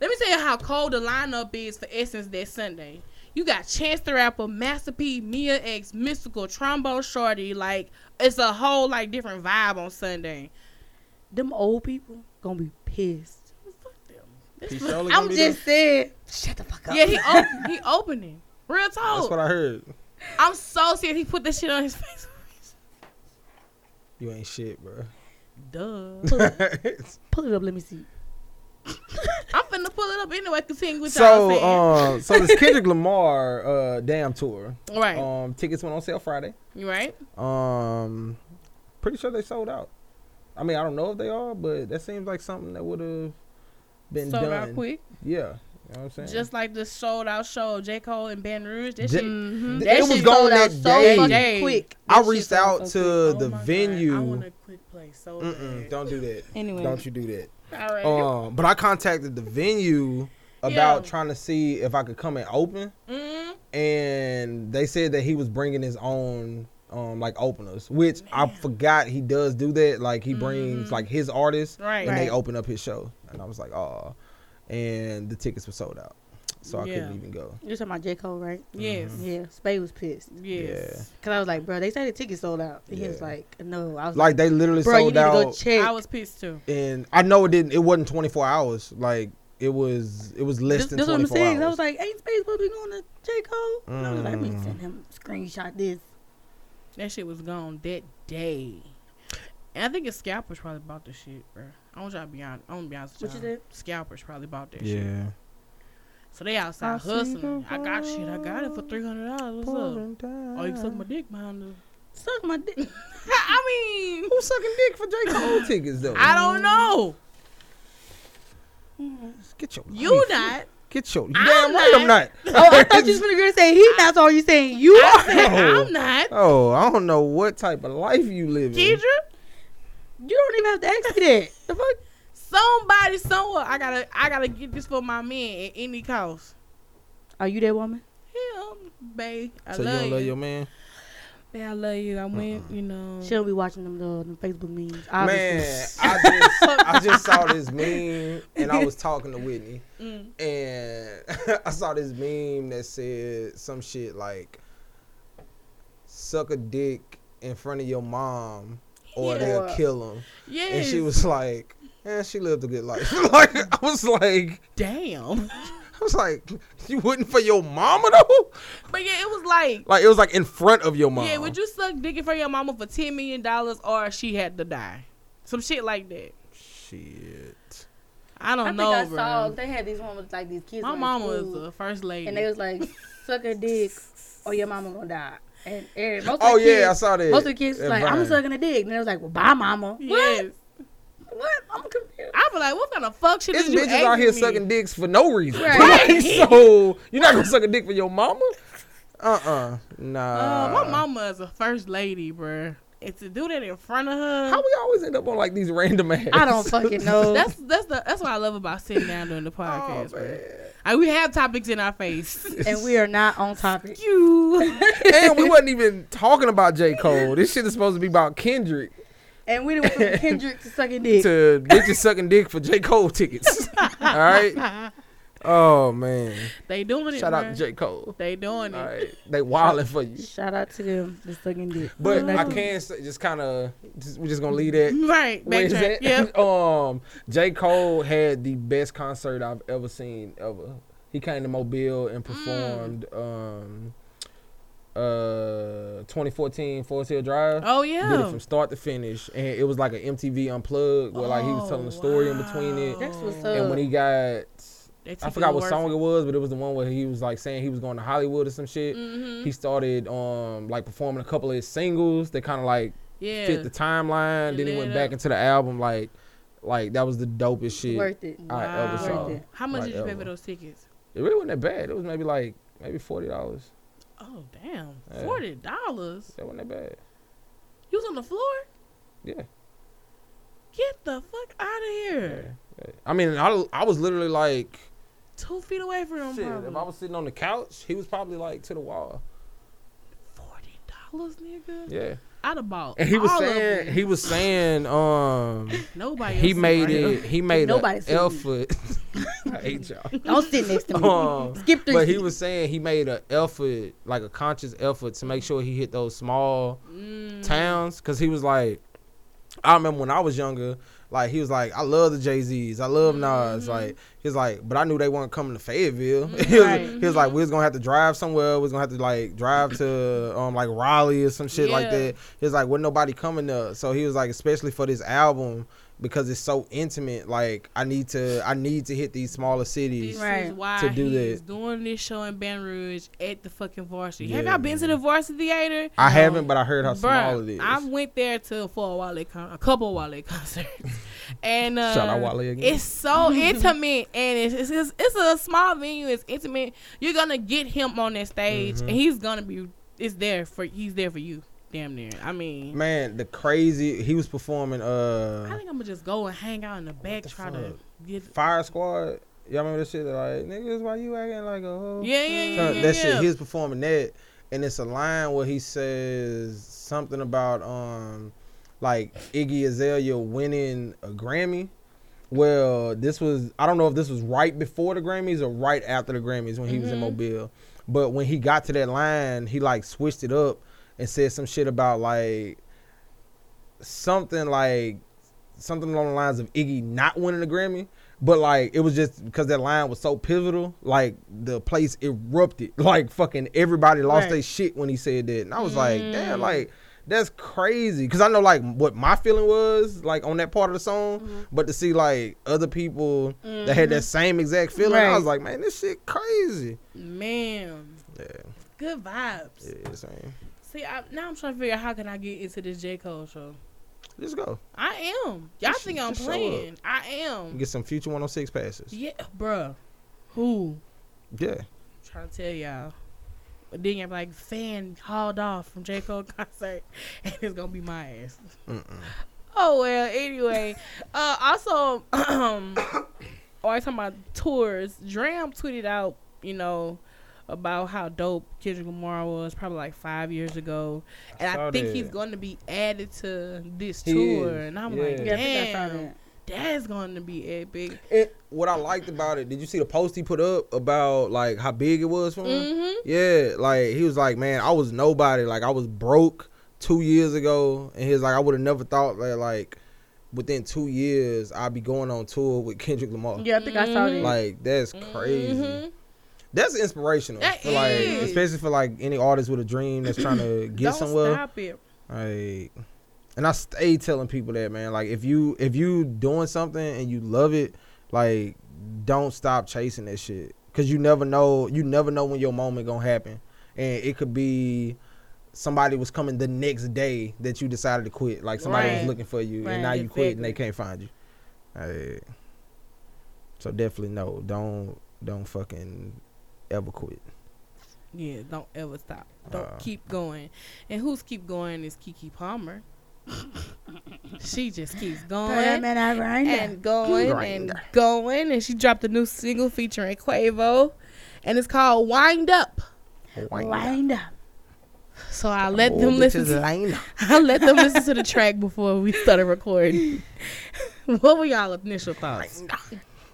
Let me tell you how cold the lineup is for Essence that Sunday. You got Chance the Rapper, Master P, Mia X, Mystical, Trombo Shorty. Like it's a whole like different vibe on Sunday. Them old people gonna be pissed. Fuck them. This
He
was-
surely gonna
I'm
be
just saying. Shut the fuck up.
yeah, he op- he opening. Real
there. That's what
talk.
I heard.
I'm so serious. He put this shit on his face.
You ain't shit, bro.
Duh.
Pull it up. Let me see.
I'm finna pull it up anyway. Continue with
so,
y'all saying.
um, so this Kendrick Lamar uh, damn tour.
right,
Um, tickets went on sale Friday.
you right.
Um, pretty sure they sold out. I mean, I don't know if they are, but that seems like something that would have been
Sold
done.
out quick,
Yeah, you know what I'm saying.
just like the sold out show of J Cole and Baton Rouge. That
J-
shit,
Mhm.
Th- mm-hmm.
That
it was
shit
gone
sold out
that
so
day.
fucking
Day.
quick.
I
That shit
reached
sold
out to
Oh
the
my God, I
venue.
want a quick play. So
Mm-mm,
bad.
don't do that.
Anyway.
Don't you do that.
All right.
Um, but I contacted the venue about
Yeah.
trying to see if I could come and open,
mm
and they said that he was bringing his own. Um, like openers, which I forgot he does do that. Like he brings
Mm-hmm.
like his artists,
Right.
and they
Right.
open up his show, and I was like, oh, and the tickets were sold out, so I
Yeah.
couldn't even go.
You're talking about J. Cole, right?
Yes.
Yeah. Spade was pissed.
Mm-hmm.
Yes.
Cause I was like, bro, they say the ticket sold out. And He was
Yeah.
like, no. I was like,
Like they literally
bro, you need
sold
to go
out,
check.
I was pissed too.
and I know it didn't. It wasn't 24 hours. Like it was, it was less
this,
than
this
24
what I'm saying.
hours.
I was like, ain't Spade supposed to be going to J. Cole? And I was like, we
Mm.
send him screenshot this.
That shit was gone that day. And I think his scalpers probably bought the shit, bro. I want y'all to be honest. I want to be honest with
What
y'all.
you said?
Scalpers probably bought that shit.
yeah.
So they outside
I see the
hustling. I got shit. I got it for
road
three hundred dollars. What's up? Oh, you suck my dick behind the.
Suck my dick.
I mean,
Who's sucking dick for J. Cole tickets though?
I don't know.
Oh,
Get your
You
life.
not.
Get your. You
I'm
damn right I'm not.
oh, I thought you was gonna say he not all you saying you
I
are.
said
No.
I'm not.
Oh, I don't know what type of life you live in.
Keidra,
You don't even have to ask me that. The fuck?
somebody somewhere. I gotta. I gotta get this for my man at any cost.
Are you that woman?
Him, babe. I
So you
love
don't
you.
love your man?
Babe, I love you. I went. You know.
She don't be watching them uh, them Facebook memes.
Man,
Obviously.
I just I just saw this meme and I was talking to Whitney
Mm.
and I saw this meme that said some shit like suck a dick in front of your mom or
Yeah.
they'll kill him.
Yes.
And she was like, "Yeah, she lived a good life." like I was like,
damn.
I was like, you wouldn't for your mama though.
but yeah, it was like.
Like it was like in front of your mom.
Yeah, would you suck dick in front of your mama for ten million dollars, or she had to die? Some shit like that.
Shit.
I
I
don't
think
know,
I
bro.
saw they had these ones like these kids.
My
in
mama
school,
is the first lady.
and they was like, suck a dick or your mama gonna die. And, and most of
Oh
the kids,
yeah, I saw that.
most of the kids was
That
like, I'm
Vine.
sucking a dick. And they was like, well, bye, mama.
yes.
What? What? I'm confused.
I be like, what kind of fuck shit
It's
is you
bitches out here
asking me?
sucking dicks for no reason.
Right.
Like, so you're not gonna suck a dick for your mama? Uh uh Nah.
Uh, my mama is a first lady, bruh. And to do that in front of her,
How we always end up on like these random ass?
I don't fucking know.
that's that's the that's what I love about sitting down doing the podcast,
Oh,
bruh. Like, we have topics in our face.
and we are not on topic.
you,
and we wasn't even talking about J. Cole. This shit is supposed to be about Kendrick
And we didn't want Kendrick to suck a dick.
to bitches sucking dick for J. Cole tickets. All right. Oh man.
they doing it.
Shout out to
bruh.
J. Cole.
They doing it.
All right. They wilding for you.
Shout out to them for sucking dick.
But I
Nothing.
can say just kind of just, we're just gonna leave that.
Right,
Where is
backtrack.
that?
Yep.
um, J. Cole had the best concert I've ever seen ever. He came to Mobile
Mm.
and performed um, uh, 2014 Forest Hill Drive.
Oh
Did it
yeah.
from start to finish, and it was like an MTV Unplugged where like he was
Oh,
telling a story in between it.
wow.
That's what's
They
And when he got,
took
I
it
forgot what
worth-
song it was, but it was the one where he was like saying he was going to Hollywood or some shit.
Mhm.
He started um like performing a couple of his singles that kind of like
Yeah.
fit the timeline.
It
then he
lit
went back
up.
into the album like, like that was the dopest shit
Worth it.
I ever
Wow.
saw.
Worth
It
it.
How much
Like
did you pay
ever.
for those tickets?
really wasn't that bad. It was maybe like maybe forty dollars.
Oh damn,
Yeah.
forty dollars.
That wasn't that bad.
You was on the floor.
Yeah.
Get the fuck out of here.
yeah. I mean, I, I was literally like,
Two feet away from him.
shit,
probably.
if I was sitting on the couch, he was probably like to the wall.
Forty dollars, nigga.
Yeah,
I'd have bought.
and he was
all of
saying
them.
he was saying um
nobody.
he
else
made
is right.
it he made
Nobody
an
seen it.
effort I hate y'all.
Don't sit next to me.
Um,
Skip three.
but he
feet.
was saying he made an effort, like a conscious effort, to make sure he hit those small
Mm, Mm-hmm.
towns. Cause he was like, I remember when I was younger, like he was like, I love the Jay Z's, I love Nas.
Mm-hmm.
Like he's like, but I knew they weren't coming to Fayetteville. he, was,
Right. Mm-hmm.
he was like, we was gonna have to drive somewhere. We was gonna have to like drive to um like Raleigh or some shit like
Yeah.
that. He was like, wasn't nobody coming to. So he was like, especially for this album. Because it's so intimate, like I need to, I need to hit these smaller cities.
This is
Right.
why
To do
he
that.
is doing this show in Baton Rouge at the fucking Varsity. Have
Yeah,
y'all been to the Varsity Theater?
I haven't, but I heard how small it
Bruh,
is.
I went there to for a Wale con- a couple Wale concerts, and uh,
Shout out Wale again.
It's so intimate, and it's it's, it's it's a small venue. It's intimate. You're gonna get him on that stage,
Mhm.
and he's gonna be. It's there for he's there for you. Damn near. I mean,
Man, the crazy he was performing
I
uh
think I'm gonna just go and hang out in the back,
the
try to
fuck?
get.
Fire Squad. Y'all remember that shit? They're Like niggas, why you acting like a hoe?
Yeah, yeah, yeah,
So
yeah,
that
yeah.
shit. He was performing that, and it's a line where he says something about um like Iggy Azalea winning a Grammy. Well, this was I don't know if this was right before the Grammys or right after the Grammys when he was in
Mm-hmm.
Mobile. But when he got to that line, he like switched it up and said some shit about like something like something along the lines of Iggy not winning a Grammy. But like it was just because that line was so pivotal, like the place erupted. Like fucking everybody lost
Right. Mm-hmm.
their shit when he said that. And I was like, damn, like that's crazy. Cause I know like what my feeling was like on that part of the song,
Mm-hmm.
but to see like other people that had that same exact feeling, I
Right.
was like, man, this shit crazy.
Man,
Yeah,
good vibes.
yeah, same.
See, I, now I'm trying to figure out how can I get into this J Cole show.
Just go.
I am. Y'all
Just-
think I'm
just show up.
playing? I am.
Get some future 106 passes.
Yeah, bruh. Who?
Yeah.
I'm trying to tell y'all. But then I'm like, fan hauled off from J. Cole concert, and it's gonna be my ass.
Mm-mm.
Oh well. Anyway, uh, also, um, always talking about tours. Dram tweeted out, you know, about how dope Kendrick Lamar was probably like five years ago, and I,
saw
think
that.
he's going to be added to this
He
tour.
is,
And I'm
yeah.
like,
Yeah,
damn,
I think I saw that.
that's going to be epic.
It, what I liked about it, did you see the post he put up about like how big it was for him?
hmm
Yeah, like he was like, man, I was nobody. Like I was broke two years ago, and he was like, I would have never thought that like within two years I'd be going on tour with Kendrick Lamar.
Yeah, I think I
Mm-hmm.
saw that.
Like that's crazy.
Mhm.
That's inspirational.
That
for, like,
is.
especially for like any artist with a dream that's trying to get
Don't
somewhere.
stop it.
Like, and I stay telling people that, man. Like, if you if you doing something and you love it, like, don't stop chasing that shit. Cause you never know, you never know when your moment gonna happen, and it could be somebody was coming the next day that you decided to quit. Like somebody was
Right.
looking for you,
Right,
and now you quit and
exactly.
they can't find you. Like, so definitely no, don't don't fucking ever quit.
Yeah, don't ever stop. Don't
Uh.
keep going. And who's keep going is Kiki Palmer. she just keeps
Throw that
going
man out right now.
and going and
Grinder.
going. And she dropped a new single featuring Quavo. And it's called Wind Up.
Lined up.
So I let
Oh,
them
bitches
listen to
lying down.
I let them listen to the track before we started recording. what were y'all initial thoughts?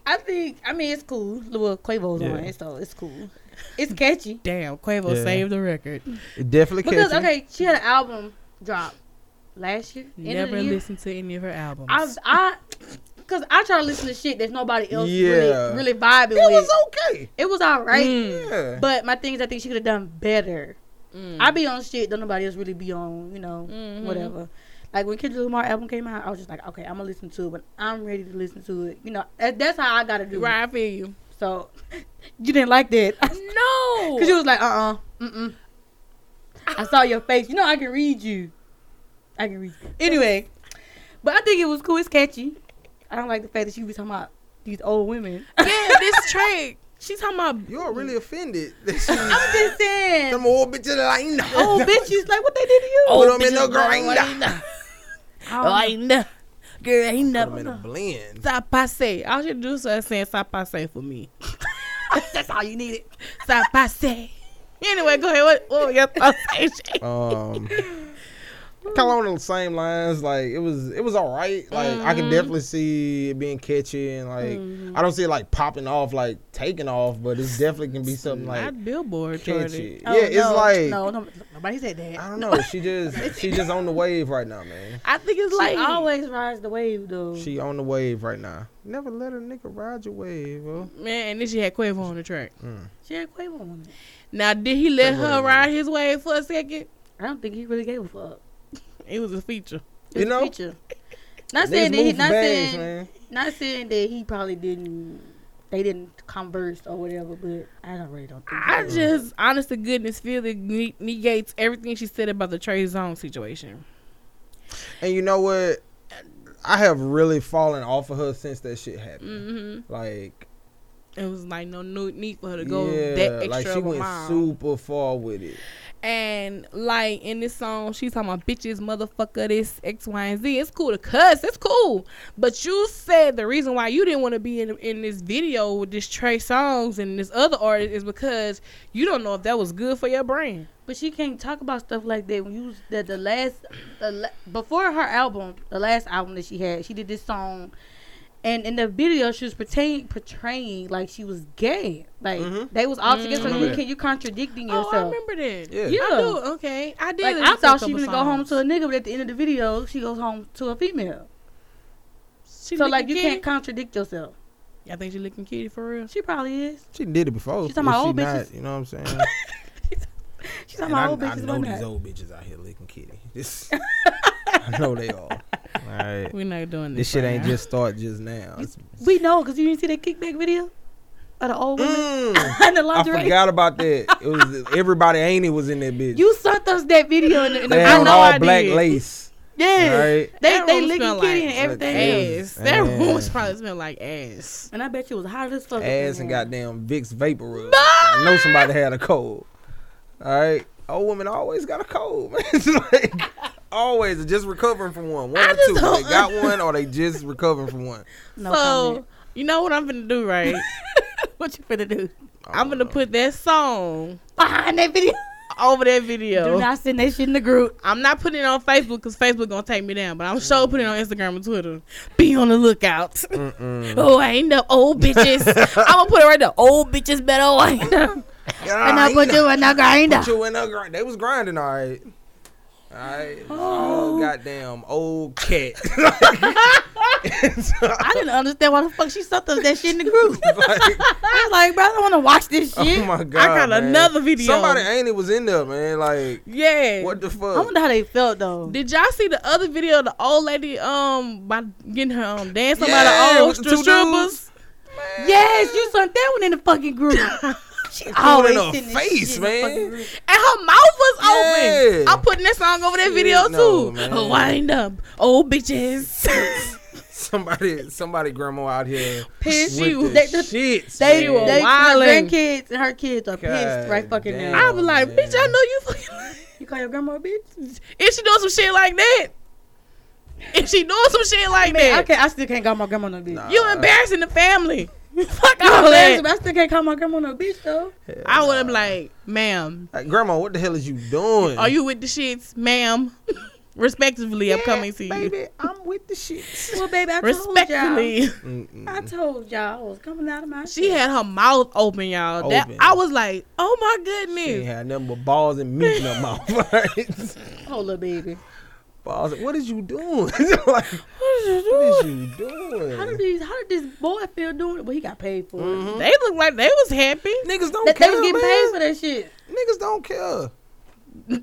I think. I mean, it's cool. Little Quavo's
Yeah.
on it, so it's cool. It's catchy.
Damn, Quavo
Yeah.
saved the record.
It definitely
Because
catchy.
okay, she had an album drop last year. end of the
Never
year.
listened to any of her albums.
I I because I try to listen to shit that's nobody else
Yeah.
really really vibing
It
with.
was okay.
it was all right.
Mm.
Yeah.
But my thing is, I think she could have done better.
Mm.
I be on shit that nobody else really be on, you know,
Mhm.
whatever. Like when Kendrick Lamar album came out, I was just like, okay, I'm gonna listen to it, but I'm ready to listen to it. You know, that, that's how I gotta do it.
right, I feel you.
So you didn't like that
No,
because you was like, uh, uh mm mm. I saw your face. You know, I can read you. I can read. You. Anyway, but I think it was cool. It's catchy. I don't like the fact that you be talking about these old women.
yeah, this track. She talking about
You're really offended.
I'm just saying.
Some old bitches lying down.
old bitches like what they did to oh, you.
Put 'em
bitches
in the
that
grinder.
Oh,
Linda. Girl, ain't
Put 'em in
nothing.
a blend.
Stop passe. All she do is saying stop passe for me.
that's all you needed.
Stop passe. Anyway, go ahead. What, what were your thoughts, AJ?
Um, kind of on the same lines. Like it was, it was all right. Like I
Mm-hmm.
can
Mhm.
definitely see it being catchy and like I don't see it like popping off, like taking off, but it's definitely can be something like
not Billboard
catchy.
charted.
Oh,
yeah, it's
no,
like
no, no, nobody said that.
I don't know. She just she just on the wave right now, man.
I think it's
She
like
always rides the wave
Oh.
though.
She on the wave right now. Never let a nigga ride your wave, bro.
man, and then she had Quavo on the track.
She had Quavo on it.
Now, did he let
Quavo
her
on
ride his wave for a second?
I don't think he really gave a fuck.
It was a feature.
It was
You know?
feature. Not
Niggas
saying that he
move
not
bags,
saying
man.
not saying that he probably didn't they didn't converse or whatever, but I don't really don't think
I
so.
just, honest to goodness, feel it ne- negates everything she said about the Trey Zone situation.
And you know what? I have really fallen off of her since that shit happened.
hmm
Like,
It was like no new- need for her to go
yeah,
that extra
like she
of a
went
mile.
super far with it.
And like in this song, she's talking about bitches, motherfucker, this X, Y, and Z. It's cool to cuss. It's cool. But you said the reason why you didn't want to be in in this video with this Trey Songs and this other artist is because you don't know if that was good for your brain.
But she can't talk about stuff like that when you was- that the last the la- before her album, the last album that she had, she did this song, and in the video she was portraying portraying like she was gay, like
Mhm.
they was all together.
Mhm.
So you can you contradicting
Mm-hmm. Oh, I
yourself?
remember that.
Yeah.
Yeah.
I do. Okay, I did.
like
listen
I thought
to a
she was
couple
gonna go home
songs.
to a nigga, but at the end of the video she goes home to a female.
She
so
licking
like you
kitty?
can't contradict yourself.
I think she licking kitty for real.
She probably is.
She did it before.
She's talking about
If she
old bitches.
Not, you know what I'm saying?
She's
And
talking about old
I, I
bitches
know
one
these
night.
old bitches out here licking kitty. This, I know they are. All right.
We're not doing
This
this.
shit
right
ain't
now.
just start just now. It's-
We know because you didn't see that kickback video of the old women
Mm,
in the
I
lingerie.
forgot about that. It was everybody ain't it was in that bitch.
You sent us that video in the, in the
they
I
had on
know
all
I
black
did.
lace.
yeah.
Right.
They
That
they
room
licking
smell
kitty
like
and everything.
ass.
ass. That
Ass.
room probably smelled like ass.
And I bet you was hot as fuck. up in
ass and
there.
goddamn Vicks vapor rub. I know somebody had a cold. All right, old women always got a cold, man. It's like always they're just recovering from one, one
I
or
just
two. They
don't
got one or they just recovering from one.
No
so
comment.
you know what I'm gonna do, right?
What you finna do?
I
I'm
don't
gonna
know.
put that song
Behind that video.
over that
Do
video.
not send that shit in the group.
I'm not putting it on Facebook because Facebook gonna take me down, but I'm sure putting it on Instagram and Twitter. Be on the lookout.
Mm. Mm-mm.
Oh, I ain't the old bitches. I'm gonna put it right there. Old bitches better wind up.
And I put you in the grinder.
Put you in a grind. They was grinding, all right. All right. Oh, goddamn old cat.
I didn't understand why the fuck she sucked us that shit in the group.
Like,
I was like, bro, I don't want to watch this shit.
oh my god.
got
man.
another video.
Somebody ain't it was in there, man. Like,
Yeah.
what the fuck?
I wonder how they felt though.
Did y'all see the other video of the old lady um by getting her um dancing
Yeah,
by the old
with the two
stri- strippers?
yes, you sent that one in the fucking group. she
Threw
always
it in her
sending
face,
shit in the
man.
fucking group.
And her mouth was open.
Yeah.
I'm putting that song over that video
Shit, no,
too.
man.
Wind up, old bitches.
Somebody, somebody, grandma out here.
Pissed
with the
you.
They- the-
shits,
They, they,
were
man.
my
wildin'.
grandkids and her kids are
God
pissed right fucking
damn.
now.
I was like,
Oh, man.
bitch, I know you fucking.
You call your grandma a bitch?
if she doing some shit like that, if she doing some shit like
Man, I,
that,
can't, I still can't call my grandma no bitch.
Nah.
you embarrassing the family. Fuck
You
all
hilarious,
that.
but I still can't call my grandma no bitch though.
Hell
I would have
nah.
been like, ma'am,
Like, grandma, what the hell is you doing?
are you with the shits, ma'am? Respectively, I'm coming to you.
baby? I'm with the shits.
Well, baby, I told y'all.
Respectfully.
I
Mm-mm.
told y'all I was coming out of my.
She had her mouth open, y'all. That
Open.
I was like, oh my
She ain't
goodness.
had nothing but balls and meat in her mouth. right?
hold up, baby.
balls. What is you doing? like, what is you doing?
How did these? How did this boy feel doing it? Well, he got paid for it.
Mhm.
They looked like they was happy.
Niggas don't
That they
care.
was
man.
getting paid for that shit.
Niggas don't care.
It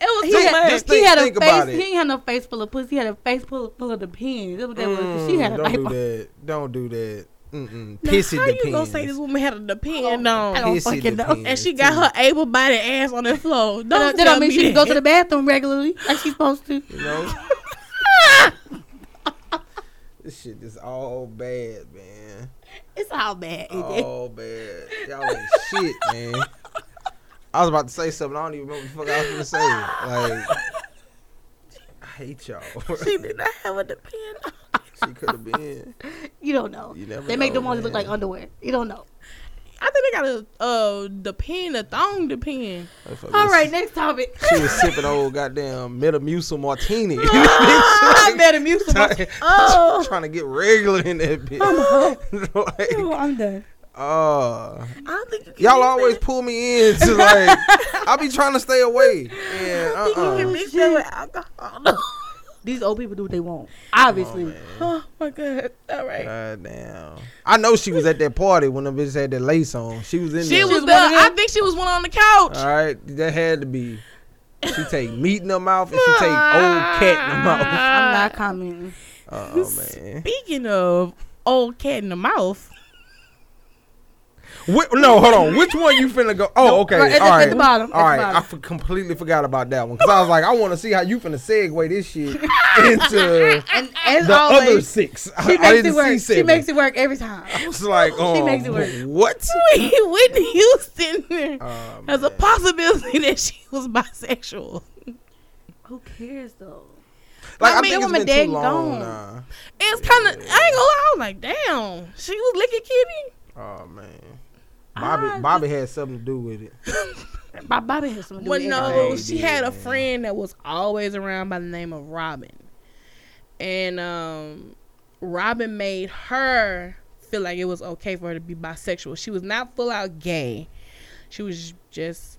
was
He
too
had,
much.
just think-
he had a
think about
face.
it.
He ain't had no face full of pussy. He had a face full of, full of the pins. That's what that was. 'cause She
Mm,
had a
don't do
diaper.
that. Don't do that. Mm-mm.
Now,
Pissy
how you gonna
depends.
say this woman had a depend
Oh, I
on?
don't
Pissy
fucking know.
depends,
And she got
too.
her able-bodied ass on the floor.
That
Don't
don't- that
tell
don't mean
me
she can go to
that.
the bathroom regularly like she's supposed to.
You know? this shit is all bad, man.
It's all bad. ain't it?
All bad. Y'all ain't shit, man. I was about to say something. I don't even remember what the fuck I was gonna say. Like, I hate y'all.
She did not have a depend.
she could have been.
You don't know.
You never
They make
know,
them ones look
man.
like underwear. You don't know.
I think they got a uh the pin, a thong the pin.
That fucker
All
was-
right, next topic.
She was sipping old goddamn Metamucil martini.
I better mute some.
trying,
Oh.
trying to get regular in that bitch. like,
Oh, I'm done.
uh,
I don't think you can
y'all
mix
always
that.
pull me in to like. I be trying to stay away. And
I think you
uh,
can mix that with alcohol.
These old people do what they want. Obviously.
oh my god! All right.
God damn. I know she was at that party when the bitch had that lace on. She was in
She
there.
was.
one
The,
of
I
them? Uh.
think she was one on the couch.
All right, that had to be. She take meat in her mouth and she take old cat in her mouth.
I'm not commenting.
Oh man.
Speaking of old cat in the mouth,
Wh- no, hold on. Which one you finna go? Oh, okay.
right, at the-
all
at
right.
the bottom, at
All
the
right.
bottom.
I f- completely forgot about that one because I was like, I want to see how you finna segue this shit into
And as
the other
always,
six.
she
I, I
makes
didn't
it work.
see seven.
She makes it work every time.
I was like, um,
makes it work.
what?
Whitney Houston
Oh,
Um,
has a possibility that she was bisexual.
Who cares though?
like,
I
I,
mean,
think it's been
woman
too
dang
long.
gone.
Nah.
It's kind of. I ain't gonna lie. I was like, damn, she was licking kitty.
Oh man. Bobby,
I
Bobby had something to do with it.
My Bobby has something to do
Well,
with everything.
no,
Hey,
she had a
dude.
friend that was always around by the name of Robin, and um, Robin made her feel like it was okay for her to be bisexual. She was not full out gay. She was just,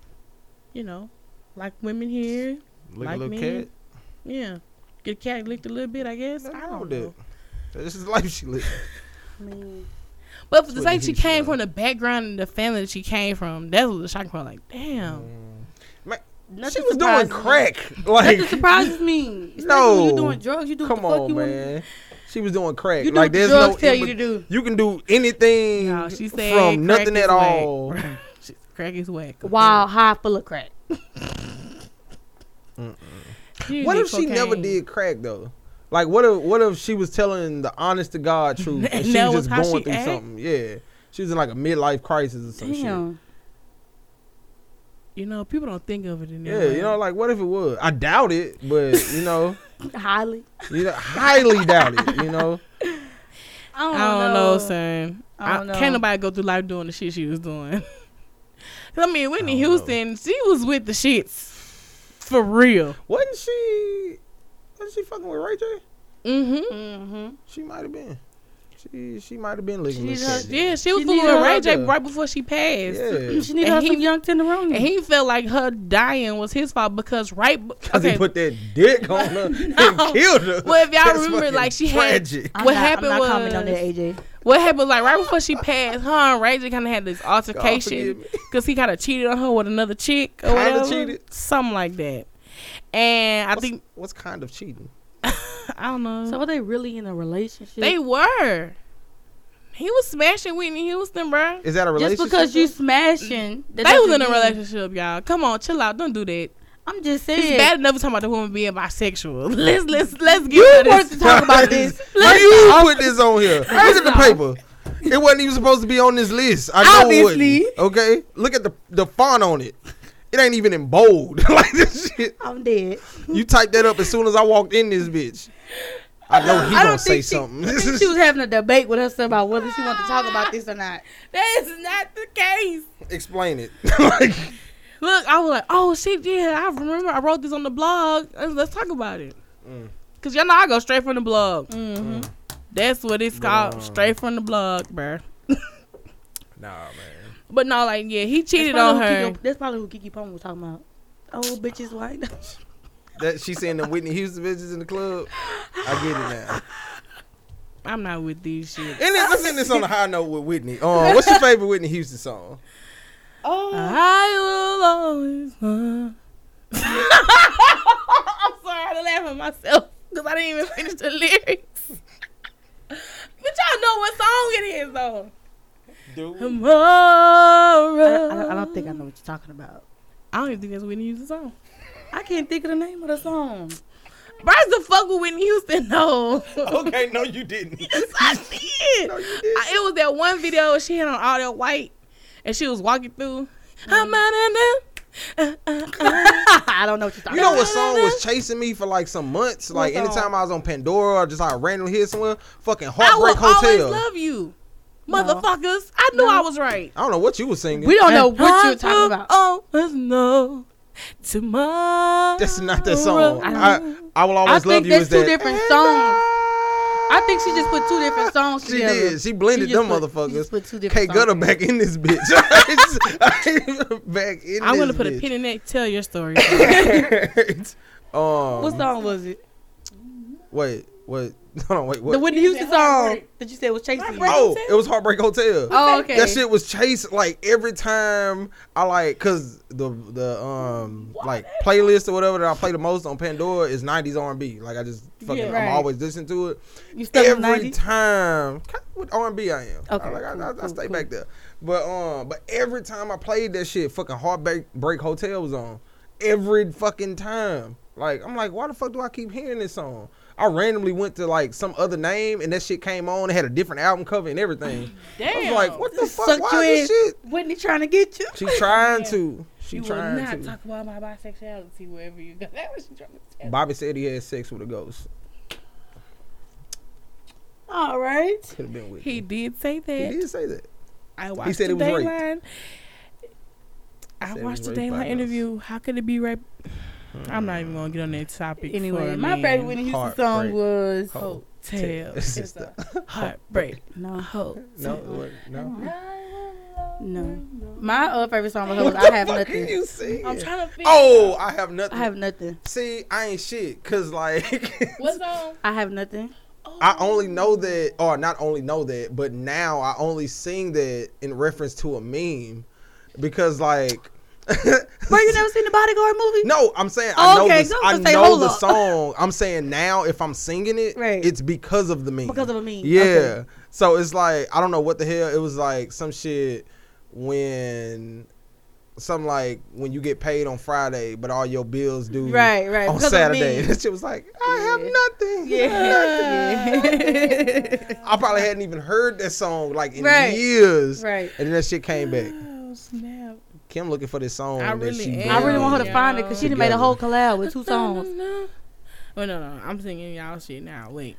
you know, like women here.
Look
Like
at little
me?
cat.
Yeah, get a cat licked a little bit, I guess.
Nothing
I
wrong
don't
with
know.
that. This is life she lived.
I mean,
But for the
That's what
fact
the
she
Houston
came
are.
from the background and the family that she came from, that was shocking part. Like,
Mm-hmm. Mm.
damn.
She
Oh. nothing
was doing
surprises me.
crack.
Nothing
Like,
surprises me. Especially when
No.
you doing drugs, you do
come
what the fuck
on,
you want.
man. She was doing crack.
You do
like,
what the
there's
drugs
no.
tell
in
you to
bet-
do.
You can do anything
Y'all, she said
from nothing at
crack is whack.
all.
She- Crack is whack.
Wow, high full of crack.
You
What
did
if she never
cocaine.
did crack though? Like, what if what if she was telling the honest to God truth and
And
she
that
was
was
just
how
going
she
through
act?
something? Yeah, she was in like a midlife crisis or some shit.
Damn.
You know, people don't think of it in
Yeah,
there.
you know, like what if it was? I doubt it, but you know,
Highly.
you know, highly doubt it. You know,
I don't,
I don't know, son.
I
I
don't
Can't
know.
nobody go through life doing the shit she was doing. 'Cause, I mean, Whitney
I don't know.
Houston, she was with the shits for real.
wasn't she? Wasn't she fucking with Ray J?
Mm-hmm.
Mm-hmm.
She might have been. She she might have been licking
She's
this
her-
cat.
Yeah, she was
She
fooling
needed
with Ray
her
J
to-
right before she passed.
Yeah.
She need to
And
have
he-
some young tenderoni.
And he felt like her dying was his fault because right. b-
Cause he put that dick on her
No.
and killed her.
Well, if y'all
That's
remember,
fucking
like, she had-
tragic.
I'm
what
not,
happened
I'm not
was-
commenting on that, AJ.
What happened like right before she passed, her and Ray J kind of had this
God forgive
altercation
me.
because he kind of cheated on her with another chick or
Kinda
whatever,
cheated?
something like that. And I
What's-
think
what's kind of cheating?
I don't know.
So are they really in a relationship?
they were. He was smashing Whitney Houston, bro.
Is that a
just
relationship?
because you smashing. that
They
doesn't
was in a
mean-
relationship, y'all. Come on, chill out. Don't do that.
I'm just saying.
It's bad enough talking about the woman being bisexual. Let's let's let's get
You
rid of
want
this.
to talk about this?
Why you put this on here? Look at the paper. It wasn't even supposed to be on this list. I know
Obviously.
it wasn't. Okay, look at the the font on it. It ain't even in bold. like this shit.
I'm dead.
You typed that up as soon as I walked in this bitch. I know he
I
gonna
don't
say
think she,
something.
I think she was having a debate with us about whether she wanted to talk about this or not.
That is not the case.
Explain it. like,
Look, I was like, oh shit, yeah, I remember I wrote this on the blog. Uh, Let's talk about it.
Mm.
Cause y'all know I go straight from the blog.
Mm-hmm.
That's what it's
But,
called,
um,
straight from the blog, bruh.
nah, man.
But no, like yeah, he cheated
That's
on
probably
her.
who Kiki- that's probably who Kiki Palmer was talking about. Oh, bitches, white.
That she seeing them Whitney Houston bitches in the club. I get it now.
I'm not with these shit.
And then, let's end this on a high note with Whitney. Um, what's your favorite Whitney Houston song?
oh,
I will always. love- I'm sorry, I laugh at myself because I didn't even finish the lyrics. but y'all know what song it is though.
Dude.
I,
Tomorrow.
I, I don't think I know what you're talking about.
I don't even think that's Whitney Houston song.
I can't think of the name of the song.
Bryce the fuck with Whitney Houston though.
Okay, no, you didn't.
I did.
No, you didn't.
I, it was that one video she had on all that white, and she was walking through.
Mm-hmm.
I'm out of
I don't know what you're talking
You know
about.
what song was chasing me for like some months? Like
song?
anytime I was on Pandora or just like randomly hit somewhere, fucking
I will
Heartbreak
always
Hotel.
love you. Motherfuckers, I knew
No.
I was right.
I don't know what you was singing.
We don't know what you're talking about.
Oh, no. Tomorrow.
That's not that song.
I
I, I, will
I
always
think
love you.
that's
Is
two
that
different songs. I think she just put two different songs
She
together.
did. She blended
just
them
put- she
motherfuckers.
just put two
K
different
Gutter
songs.
back in this bitch. back in. this
I'm going to put
bitch.
a pin in that. Tell your story.
um,
What song was it?
Wait, wait. Hold on. Wait. What?
The Whitney Houston song
Heartbreak.
that you said was chasing. You.
Heartbreak.
oh,
Hotel?
it was Heartbreak Hotel.
Oh, okay.
That shit was chased like every time I like cause the the um like playlist or whatever that I play the most on Pandora is nineties R and B. Like I just fucking
Yeah,
I'm
right.
always listening to it.
You stuck in
Every
90s?
time Kinda with R and B I am.
Okay,
Like, I,
cool,
I, I
cool,
stay
cool.
back there. But um but every time I played that shit, fucking Heartbreak Break Hotel was on. Every fucking time. Like I'm like, why the fuck do I keep hearing this song? I randomly went to like some other name and that shit came on and had a different album cover and everything.
Damn.
I was like, what the fuck?
Sucked
Why
you
this
in.
shit?
Whitney trying to get you.
She trying to. She
You will
trying
not
to.
talk about my bisexuality wherever you go. That was trying to tell.
Bobby said he had sex with a ghost.
All right.
Could have been with.
He
He,
did say that.
he did say that.
I watched
said
the
it was rape.
Dateline. I
Said it
watched
was
the
rape by
Dateline
us.
interview. How could it be rape? I'm not even gonna get on that topic.
Anyway,
for
my favorite Whitney Houston song
Heartbreak.
was
Hotel.
Hotel
It's just the-
heartbreak.
Oh, No.
Hotel.
no, it wasn't- no.
No. My uh, favorite song was I have
What did
nothing.
you see?
I'm trying to figure.
Oh, I have nothing.
I have nothing.
see, I ain't shit. Cause like,
What's on?
I have nothing.
I only know that, or not only know that, but now I only sing that in reference to a meme, because like.
Bro, you never seen the Bodyguard movie?
No, I'm saying
Oh,
I know
okay,
this.
so I'm
I
gonna say,
know
hold
the
up.
song. I'm saying now, if I'm singing it,
Right.
it's because of the meme.
Because of a meme.
Yeah.
Okay.
So it's like I don't know what the hell it was like. Some shit when. Something like when you get paid on Friday, but all your bills due
Right, right,
on
because of
Saturday.
me.
That shit was like, I
Yeah.
have nothing. I have nothing.
Yeah.
I probably hadn't even heard that song like in
Right.
years.
right.
And then that shit came back.
Oh snap!
Kim looking for this song.
I
that
really
she
am.
I really want her to
Yeah.
find it because she done made a
Together.
whole collab with two songs.
No, no, no. I'm singing y'all shit now. Wait.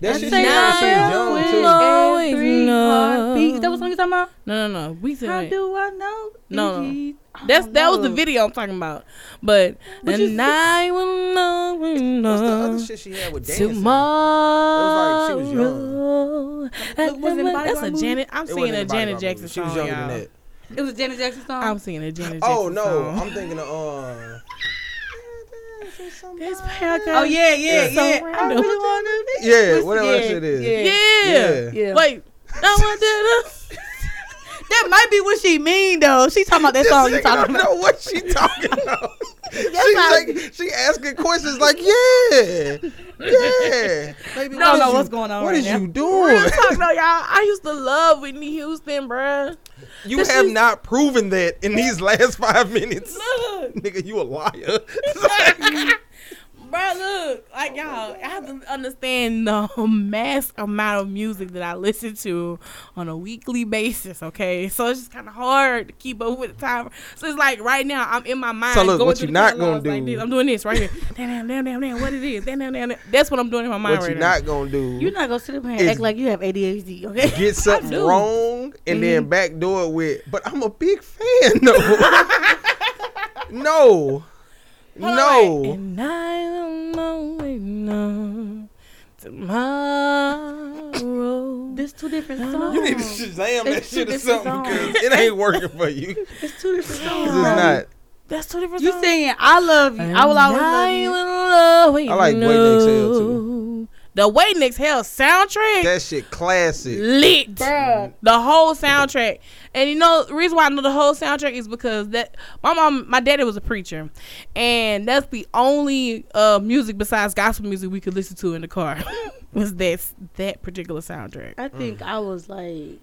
That
I
shit
say
she
I
did when
am
she was
with
young too.
Always
every
know.
heartbeat. Is that what song you talking about?
No, no, no. We said
How
it.
do I know?
No, no.
Gigi? I
That's
don't
that
Oh,
was the
know.
video I'm talking about. But
But you
and I will know, will
What's the
know
other shit she had with dancing?
tomorrow.
It was like she
was
Look, was it in
That's a
Bodyguard
Janet. I'm
It
singing
wasn't
a
in Body
Janet
Rock
Jackson
movie.
song.
She was younger
y'all.
than that.
It was a Janet Jackson song.
I'm singing a Janet Jackson
Oh no,
song.
I'm thinking of uh.
This podcast.
oh yeah, yeah,
So
yeah. I
random.
really wanna be.
Yeah,
Listen,
whatever that
yeah,
shit is.
yeah.
Yeah.
Yeah.
Yeah.
Wait. I want to.
That might be what she mean though. She talking about that
This
song you
nigga
talking
don't
about.
know what she talking about. She's
I-
like, she asking questions like, yeah, yeah. Baby,
I
what
don't know
is
what's
you-
going on
What
right
is
now.
you
Real
doing?
talk though, y'all. I used to love Whitney Houston, bruh.
You
This
have
is-
not proven that in these last five minutes,
Look,
nigga. You a liar.
bruh, look. Like y'all, I have to understand the mass amount of music that I listen to on a weekly basis. Okay, so it's just kind of hard to keep up with the time. So it's like right now, I'm in my mind.
So look,
going
what
through
you
the
not gonna
catalogs like
do-
this. I'm doing this right here. Damn, damn, damn, damn. What it is? Damn, damn, damn. damn. That's what I'm doing in my mind
what
right
you
now.
not gonna do?
You not gonna sit up here and
Is-
act like you have ADHD, okay?
get something
do.
wrong and
Mm-hmm.
then backdoor it with, but I'm a big fan though. no.
Hold
no.
on, wait. And I will know enough tomorrow.
There's two different
You
songs.
you need to Shazam that
It's two
shit or
different
something
songs.
because it ain't working for you. 'Cause
It's two different songs.
It's not.
That's two different
You
songs.
saying I love you. I will always love you.
always love you.
I like Wait and Exhale,
too. The Wait and Exhale soundtrack
That shit classic.
lit.
Bruh.
The whole soundtrack. And you know, the reason why I know the whole soundtrack is because that my mom, my daddy was a preacher, and that's the only uh, music besides gospel music we could listen to in the car was that that particular soundtrack.
I think I was like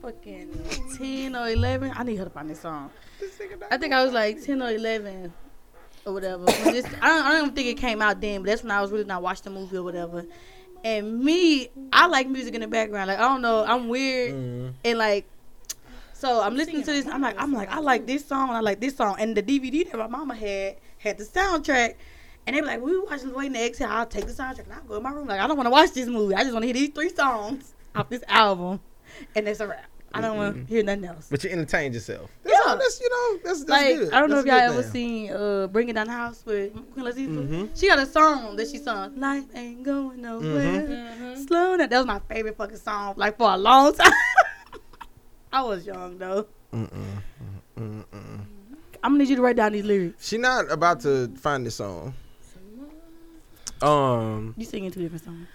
fucking 10 or 11. I need her to find this song. I think I was like 10 or 11 or whatever. When this- I, don't, I don't even think it came out then, but that's when I was really not watching the movie or whatever. And me, I like music in the background. Like, I don't know, I'm weird.
Mhm.
And like, so I'm listening to this. I'm like, I'm like, I like this song. I like this song. And the DVD that my mama had had the soundtrack. And they be like, we watch Lil Wayne next. I'll take the soundtrack and I'll go in my room. Like, I don't want to watch this movie. I just want to hear these three songs off this album. And that's a wrap. I don't want to
Mm-mm.
hear nothing else.
But you entertained yourself. That's
Yeah.
all. That's you know. That's, that's
Like,
good.
I don't know
That's
if y'all
a
ever
good thing.
seen uh, Bring It Down the House with Queen Latifah.
Mhm.
She got a song that she sung. Life ain't going nowhere.
Mm-hmm.
Slow down. That was my favorite fucking song, like for a long time. I was young though.
Mm-mm. Mm-mm. Mm-mm.
I'm gonna need you to write down these lyrics.
She not about to find this song. Um.
You singing two different songs.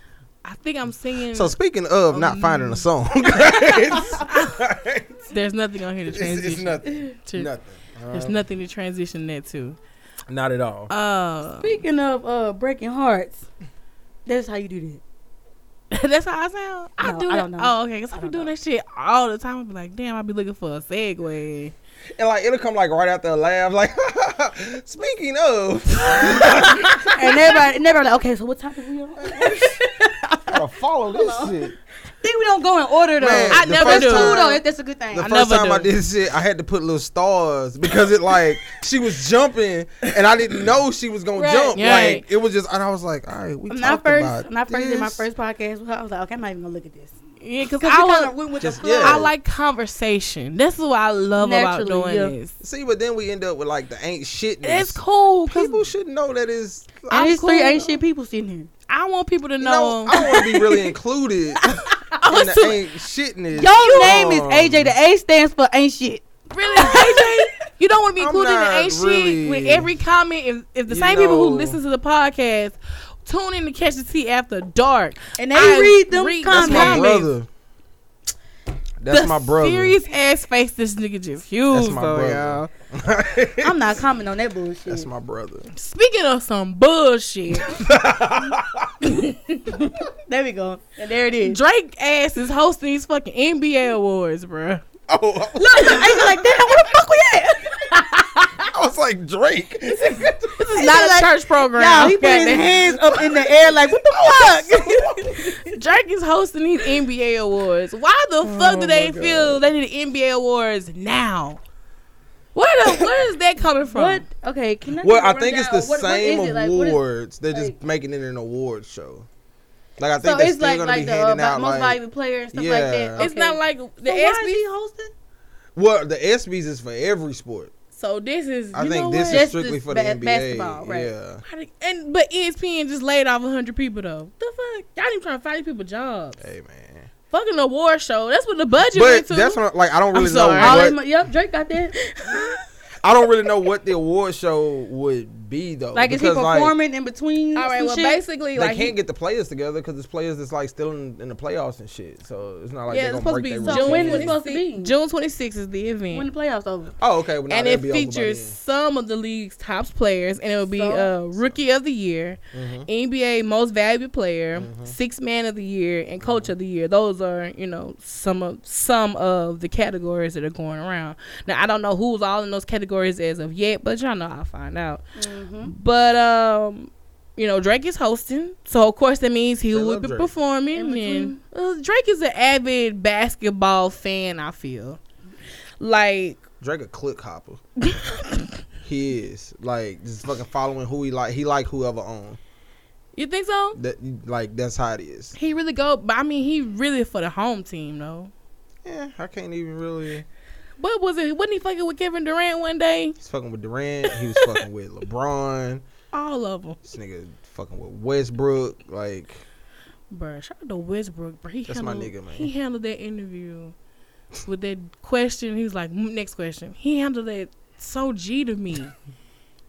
I think I'm singing.
So speaking of not finding a song, it's,
there's nothing on here to transition.
it's nothing.
to-
Nothing.
There's
Uh,
nothing to transition that to.
not at all.
Uh,
Speaking of uh breaking hearts, that's how you do that.
that's how I sound. I
No,
do.
I
that.
don't know.
Oh, okay. Cause I,
I
be
don't
doing
know.
that shit all the time. I be like, damn, I be looking for a segue.
And like it'll come like right after a laugh. Like speaking of,
and everybody, and everybody like, okay, so what topic we on?
gotta follow this shit.
think we don't go in order though.
Man,
I
the
never
first
do.
Cool
time-
though, if that's a good thing.
The
I
first
never
time I
do.
did this shit, I had to put little stars because it like she was jumping and I didn't know she was gonna
Right.
jump.
Right.
Like it was just, and I was like, all right, we
When I
talked
first,
about
when I first did my
this.
first podcast, I was like, okay, I'm not even gonna look at this.
Yeah, cause,
Cause
I
you
was.
kind of went with
Just-
the flow.
yeah.
I like conversation. That's what I love about
Naturally,
doing
yeah.
this.
See, but then we end up with like the ain't shit.
It's cool because
People should know that is.
And
I'm
these three
cool.
ain't shit people sitting here.
I want people to
You know,
know.
I want to be really included
I
in
was
the
too-
ain't shitness.
Your name is
Um,
AJ. The A stands for ain't shit.
Really, AJ? You don't want to be
I'm
included in
not
the ain't
really-
shit with every comment. If, if the
You
same people who
know.
listen to the podcast tune in to catch the tea after dark,
And they
I
read them
read-
That's
That's
comments.
my
my
Comments.
brother. That's
the
my brother.
Serious ass face this nigga just huge.
That's my brother.
I'm not commenting on that bullshit.
That's my brother.
Speaking of some bullshit,
There we go. And there it is.
Drake ass is hosting these fucking NBA awards, bruh.
Oh,
Look, look, I was like, damn, where the fuck we at?
I was like Drake.
This is not a
like,
church program.
Y'all, he put
Okay,
his
man.
hands up in the air like, what the fuck?
Drake is hosting these NBA awards. Why the fuck do
my
they
God.
feel they need the NBA awards now? Where the where is that coming from?
what? Okay, can I?
Well,
get a
I think it's the
rundown of what- what
same
is it? Like, what is-
awards. They're just
like-
making it an award show. Like I
so
think they're
it's
still
like
gonna
like
be
the uh,
handing out
most
like
valuable player and stuff
Yeah.
like that.
It's not like the
the so why is
SB.
he hosting?
well the ESPYS is for every sport.
So this is
I
you know
think this
what?
is
Just
strictly
this
for the
ba-
NBA.
basketball, right.
Yeah,
and but E ESPN just laid off hundred people though. The fuck, y'all even trying to find these people jobs?
hey man.
Fucking award show. That's what the budget went
But
to.
that's what I- like I don't
I'm
really know
sorry.
All
what
his mo- yep, Drake got that.
Oh, I don't really know what the award show would be though.
like, is he
because, like,
performing in between?
All right.
some
Well,
shit?
basically,
They
like
can't
he-
get the players together because it's players that's like still in, in the playoffs and shit. So it's not like
yeah,
they're
it's
gonna
supposed to be
break
June
their
So when is it
routine.
supposed to be?
26th. June 26th is the event.
when the playoffs over.
Oh, okay. Well, now
and
they'll
it
be over by
features
then.
some of the league's top players, and it will be uh,
So-
Rookie of the Year,
Mhm.
NBA Most Valuable Player,
Mhm.
Sixth Man of the Year, and
Mm-hmm.
Coach of the Year. Those are you know some of some of the categories that are going around. Now I don't know who's all in those categories as of yet, but y'all know I'll find out.
Mm-hmm.
But um. You know Drake is hosting, so of course that means he
They
will
love
be
Drake.
performing.
In
And uh, Drake is an avid basketball fan. I feel like
Drake a click hopper. he is like just fucking following who he like. He like whoever on
you think so.
that. Like that's how it is.
He really go, but I mean, he really for the home team though.
Yeah, I can't even really.
What was it? Wasn't he fucking with Kevin Durant one day?
He's fucking with Durant. He was fucking with LeBron.
All of them,
This nigga fucking with Westbrook. Like
bruh. Shout out to Westbrook, bruh. He
That's my
handled-
nigga, man.
He handled that interview with that question. He was like, "Mm, "Next question." He handled that so G to me.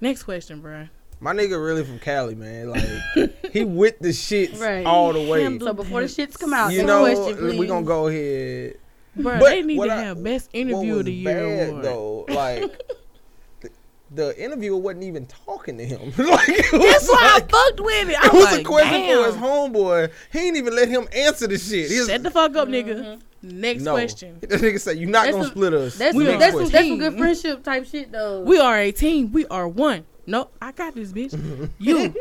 Next question, bruh.
my nigga really from Cali, man. Like he with the shits
Right.
all the way.
Handle-
So before the shits come out,
You
next
know,
question, please.
we gonna go ahead.
Bruh,
But
they need
what
to
I-
have best
What
interview
was
of the year
bad,
award.
though, like. the- The interviewer wasn't even talking to him. like, it was
That's why
like-
I fucked with it. I
It
was
was
like,
a question
Damn.
for his homeboy. He ain't even let him answer the shit. He was-
Shut the fuck up, nigga. Next
no.
question.
The nigga said, "You're not
That's
gonna
some-
split us."
Mm-hmm. That's
We
some,
next
that's, some,
question.
that's some good friendship type shit though.
We are a team. We are one. No, I got this, bitch. You.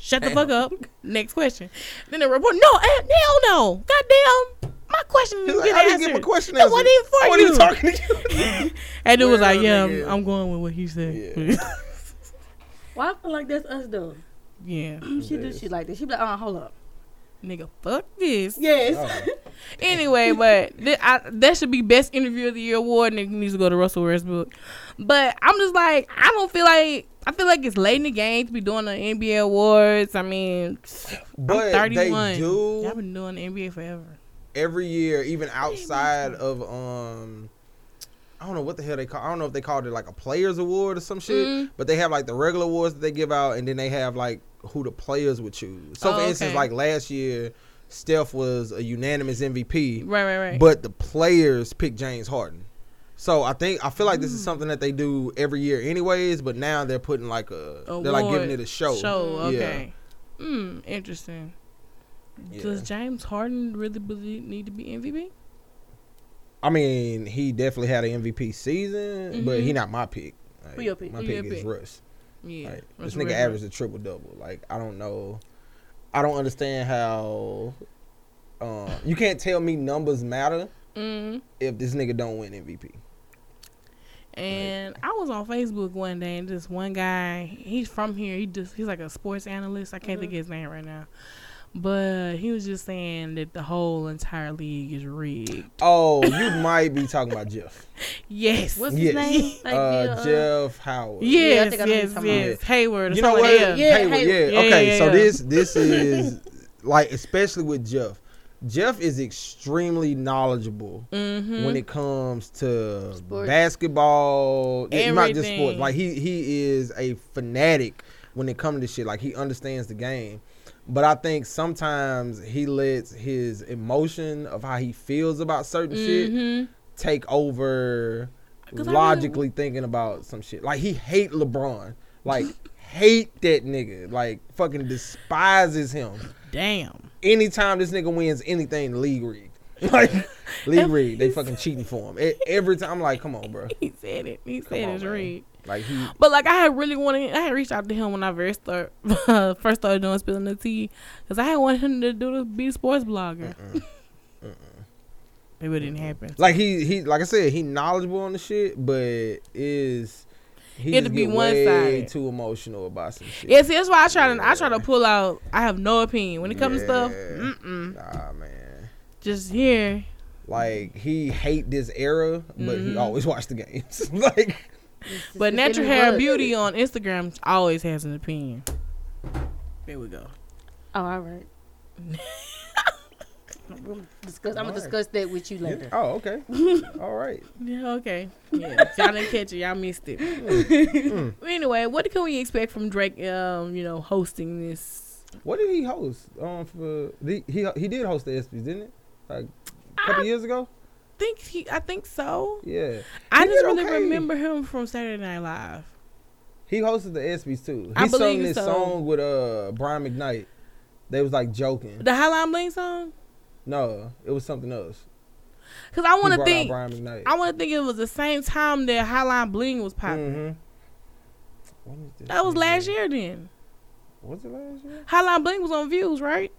Shut the fuck up. Next question. Then the report. No, eh, hell no. Goddamn. My question
He's
didn't
like,
get
I didn't
answered.
get my question
It
answered.
wasn't even for
I wasn't
you.
even talking to you.
and it was
Well,
like, yeah,
nigga.
I'm, I'm going with what he said.
Yeah.
Well, I feel like that's us though.
Yeah,
she do
Yes.
shit like that. She be like, uh, hold up.
nigga, fuck this.
Yes.
Oh,
Anyway, but th- I, that should be best interview of the year award. Nigga needs to go to Russell Westbrook. But I'm just like, I don't feel like I feel like it's late in the game to be doing the NBA awards. I mean,
but
I'm 31.
they
I've
do
been doing the NBA forever.
every year, even outside of um. I don't know what the hell they call. I don't know if they called it like a players award or some shit,
Mm.
but they have like the regular awards that they give out, and then they have like who the players would choose. So,
Oh,
for instance,
okay.
like last year, Steph was a unanimous MVP,
Right, right, right.
but the players pick James Harden. So I think I feel like
Mm.
this is something that they do every year, anyways. But now they're putting like a they're like
Award.
giving it a show.
Show,
Yeah.
okay. Hmm, interesting.
Yeah.
Does James Harden really believe, need to be MVP?
I mean, he definitely had an MVP season, but
Mhm.
he not my pick. Like,
Who your pick?
My
Who
pick
your
is
pick?
Russ.
Yeah,
Like, this
Russell
nigga
Westbrook.
averaged a triple double. Like I don't know, I don't understand how. Um, you can't tell me numbers matter
Mm.
if this nigga don't win MVP.
And I was on Facebook one day, and this one guy, he's from here. He just he's like a sports analyst. I can't think of his name right now, but he was just saying that the whole entire league is rigged.
Oh, you might be talking about Jeff.
Yes,
What's
yes.
his name? Like,
uh,
the,
Jeff Howard.
yes,
think I know
yes,
who you're talking
yes. Hayward. or
You know
something
what?
like
Yeah,
that.
Yeah,
Hayward,
Hayward.
yeah.
Yeah,
Okay,
yeah,
so
yeah.
this this is like especially with Jeff. Jeff is extremely knowledgeable
Mm-hmm.
when it comes to
Sports.
basketball, yeah, not just sports.
Everything.
Like he he is a fanatic when it comes to shit. Like he understands the game. But I think sometimes he lets his emotion of how he feels about certain shit
Mhm.
take over
'Cause I
logically thinking about some shit. Like he hate LeBron. Like hate that nigga. Like fucking despises him.
Damn.
Anytime this nigga wins anything, the league rigged. Like league rigged. They fucking cheating for him. E- every time I'm like, come on, bro.
He said it. He
Come
said
on,
it's
man.
rigged.
Like he
But like I had really wanted, I had reached out to him when I first start, first started doing spilling the tea, because I had wanted him to do the be a sports blogger. Maybe it didn't happen.
like he he like I said, he knowledgeable on the shit, but is he
It'll
just
be
get way
one-sided.
too emotional about some shit.
Yeah, see, that's why I try to I try to pull out. I have no opinion when it comes to stuff.
Yeah.
Mm-mm.
Nah man.
Just here.
Like he hate this era, but he
Mhm.
always watch the games. like
But
the
natural
feeling
hair and
good.
beauty on Instagram always has an opinion. There we go.
oh, all right. I'm gonna discuss, I'm
All
gonna
right.
discuss that with you later.
Oh, okay. All right.
Yeah, okay. Yeah, if y'all didn't catch it. Y'all missed it.
Mm.
anyway, what can we expect from Drake? Um, you know, hosting this.
What did he host? Um, for the, he he did host the ESPYS, didn't it? Like a couple
I-
years ago.
Think he? I think so.
Yeah,
I
He
just
did
really
okay.
remember him from Saturday Night Live.
he hosted the ESPYS too. He
I
sung
believe
this
so.
song with uh Brian McKnight. They was like joking.
The Highline Bling song.
No, it was something else.
Cause I
He
want to
brought out
think.
Brian McKnight.
I want to think it was the same time that Highline Bling was popping.
Mhm. Mm-hmm. When is this
That was
thing
last
due?
year then.
Was it last year?
Highline Bling was on Views, right?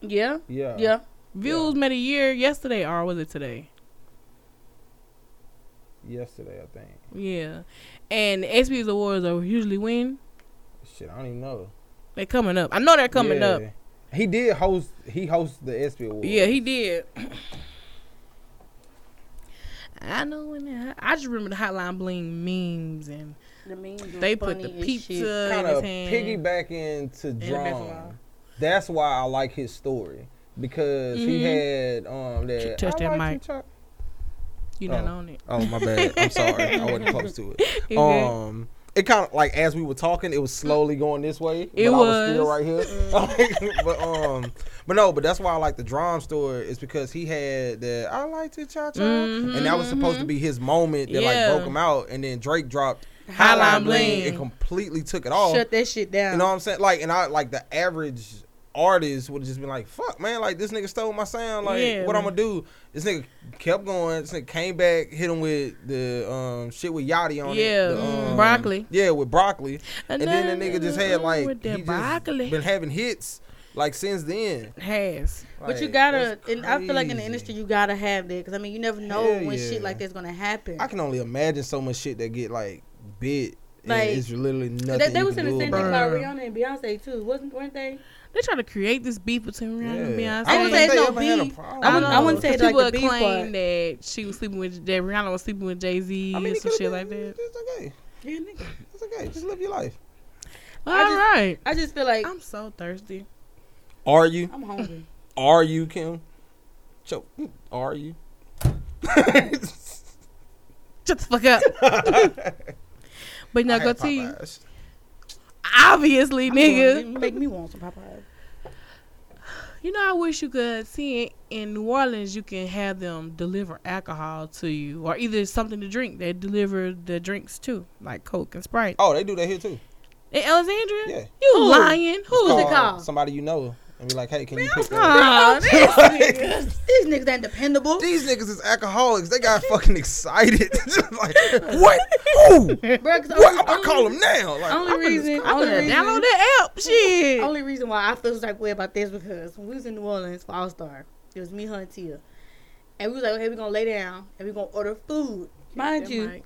Yeah,
Yeah.
yeah.
Views made a year yesterday, or was it today?
Yesterday, I think.
Yeah. And the SB's awards are usually when?
Shit, I don't even know.
They're coming up. I know they're coming up.
Yeah. He did host. He hosts the ESPYS Awards.
Yeah, he did. I know when the, I just remember the Hotline Bling memes and
The memes were
they put the
funny as
pizza
shit.
in
kind
his
of
hand.
piggyback into
the
Drum.
basketball.
That's why I like his story because
Mhm.
he had um that.
She touched
I
that
like
mic.
you, Chuck.
You not
Oh.
on it.
Oh my bad. I'm sorry. I wasn't close to
You
it.
good?
Um, it kind of like as we were talking, it was slowly going this way.
It
but I was still
was. Mm-hmm.
right here. but um, but no, but that's why I like the Drum story is because he had that. I like to cha cha, and that was supposed to be his moment that
Mm-hmm. Yeah.
like broke him out, and then Drake dropped.
Highline
Highline Bling
Bling.
and completely took it off.
Shut that shit down.
You know what I'm saying? Like, Oh. and I like the average artist would have just been like, "Fuck, man! Like this nigga stole my sound. Like,
Yeah.
what I'm gonna do?" This nigga kept going. This nigga came back, hit him with the um shit with Yachty on
Yeah,
it. the,
mm,
um,
broccoli.
Yeah, with broccoli. And, then the nigga just had like
with
he
that
just
broccoli.
been having hits like since then.
has.
Like,
But you gotta,
that's
and I feel like in the
crazy.
industry you gotta have that because I mean you never know
Hell
when shit
yeah.
like that's gonna happen.
I can only imagine so much shit that get like bit Like,
Like,
it's literally nothing.
They, they
you
was
can
in the
do
same thing
about it.
about
Bruh.
Rihanna and Beyonce too, wasn't weren't they?
They trying to create this beef between Rihanna
Yeah.
and Beyonce.
I don't
Beyonce.
think they
No
ever had a
beef.
problem.
I wouldn't- I wouldn't say
Cause
it's like
people
the beef
claim
part.
that she was sleeping with that Rihanna was sleeping with Jay Z
I mean,
and
it
some
could've
shit
been-
like that.
It's okay.
Yeah, nigga.
It's okay. Just live your life.
All
I just-
right.
I just feel like
I'm so thirsty.
Are you?
I'm hungry.
Are you Kim? Choke. Are you?
Shut the fuck up. but no,
I
go
had
to you.
Popeyes.
Obviously, nigga.
You make me want some Popeyes.
You know, I wish you could see it in New Orleans. You can have them deliver alcohol to you, or either something to drink. They deliver the drinks too, like Coke and Sprite.
Oh, they do that here too.
In Alexandria,
Yeah.
you
Who?
lying? Who's
Call
it called?
Somebody you know and be like, hey, can you pick that up?
Aw, this-
Like,
These niggas ain't dependable.
These niggas is alcoholics. They got fucking excited. Just like, what? Who?
Bruh, 'cause
What? I'm
only-
about to call them now. Like,
Only
I'm finna-
reason,
I'm
only
gonna
reason,
download the app. Shit.
only reason why I feel this type of way about this because when we was in New Orleans for All Star, it was me, her, and Tia, and we was like, okay, we gonna lay down and we gonna order food. Mind you,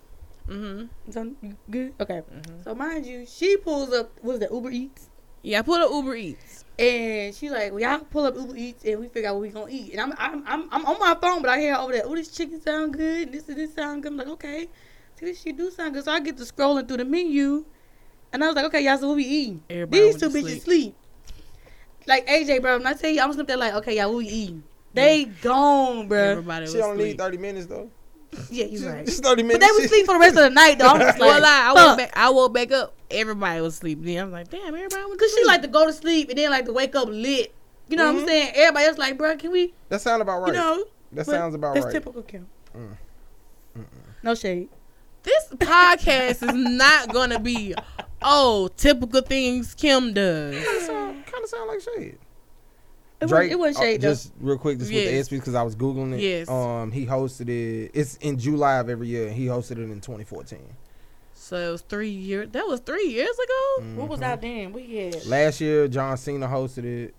Mm-hmm.
so- you good? Okay. So mind you, she pulls up. Was that Uber Eats?
Yeah, I put up Uber Eats.
And she's like, well, y'all pull up Uber Eats and we figure out what we gonna eat. And I'm, I'm, I'm, I'm on my phone, but I hear over there, oh, this chicken sound good, and this and this sound good. I'm like, okay, see, this shit do sound good. So I get to scrolling through the menu, and I was like, okay, y'all, so what we eating?
Everybody
These
went
two
to
bitches
sleep.
sleep. Like AJ, bro, when I tell you, I'm sitting there like, okay, y'all, what we eating? They gone, bro.
Everybody was
She only need
asleep.
30 minutes, though.
Yeah, you
Just-
right.
Just 30
But
minutes.
they was
She-
sleep for the rest of the night, though. I'm just
Well,
like,
I, I woke
fuck.
back. I woke back up. Everybody was asleep. Then I was like, damn, everybody was.
Cause she like to go to sleep and then like to wake up lit. You know what
Mm-hmm.
Mhm.
I'm saying? Everybody else like, bro, can we?
That sound about right.
You know,
that
but
sounds about
that's
right.
typical Kim.
Mm.
No shade.
this podcast is not gonna be oh typical things Kim does.
That sound, kind of sound like shade.
It wasn't- it wasn't
uh,
shade, though.
just real quick, just with
Yes.
the ESPYS because I was googling it.
Yes.
Um, he hosted it. It's in July of every year, and he hosted it in 2014.
So it was three years. That was three years ago.
What was out then? We had
Mm-hmm. Last year, John Cena hosted it.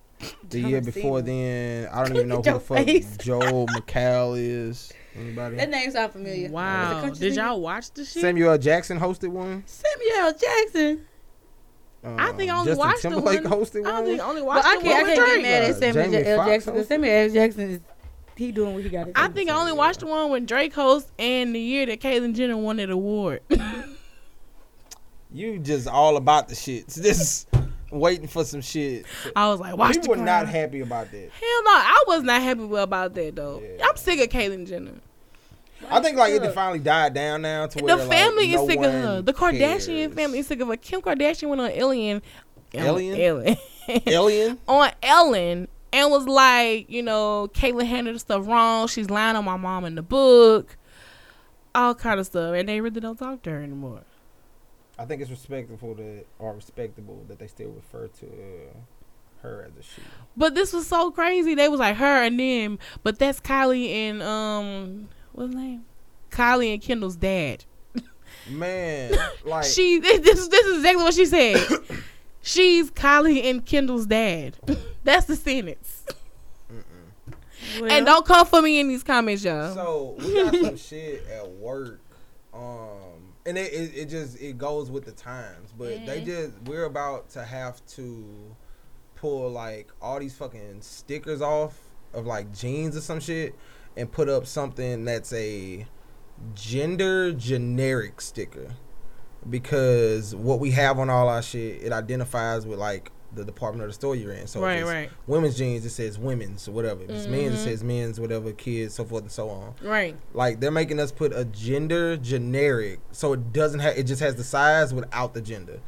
The
John
year before
Cena.
then, I don't even know who
Your
the fuck
face.
Joel McCall is. Anybody?
that name sound familiar. Was it
Wow.
country
Did
singer?
y'all watch the shit?
Samuel Jackson hosted one.
Samuel Jackson?
I think I
Um,
only
Justin
watched the
Timberlake
one-
hosted
I
one.
don't think I only
Well,
watched
I
the
can't.
one
I
with
can't get
Drake.
mad at
Uh,
Samuel
Jamie
J- L.
Foxx
Jackson.
hosted?
Cause Samuel L. Jackson is he doing what he got to do.
I think I only
Yeah.
watched the one when Drake hosts and the year that Caitlyn Jenner won that award.
You just all about the shits. Just waiting for some shit.
I was like, watch
we
the
were not
crowd.
happy about that.
Hell no, I was not happy with- about that though.
Yeah.
I'm sick of Caitlyn Jenner.
I think like it
Look.
finally died down now to
the
where like,
family
no
is sick of her.
one
The Kardashian
cares.
family is sick of her. Kim Kardashian went on Alien,
Ellen?
Ellen,
Alien.
on Ellen, and was like, you know, Caitlyn handled the stuff wrong. She's lying on my mom in the book, all kind of stuff, and they really don't talk to her anymore.
I think it's respectful that or respectable that they still refer to uh, her as a she.
But this was so crazy. They was like her and them, but that's Kylie and um, what's his name? Kylie and Kendall's dad.
Man, like
she this this this is exactly what she said. She's Kylie and Kendall's dad. That's the sentence. And don't come for me in these comments, y'all.
so we got some shit at work. Um and it, it, it just it goes with the times. But they just we're about to have to pull like all these fucking stickers off of like jeans or some shit and put up something that's a gender generic sticker. because what we have on all our shit, it identifies with like the department of the store you're in. So if
Right,
it's
right.
women's jeans, it says women's or whatever. If it's
Mm-hmm.
men's, it says men's, whatever, kids, so forth and so on.
right.
Like they're making us put a gender generic, so it doesn't have it just has the size without the gender.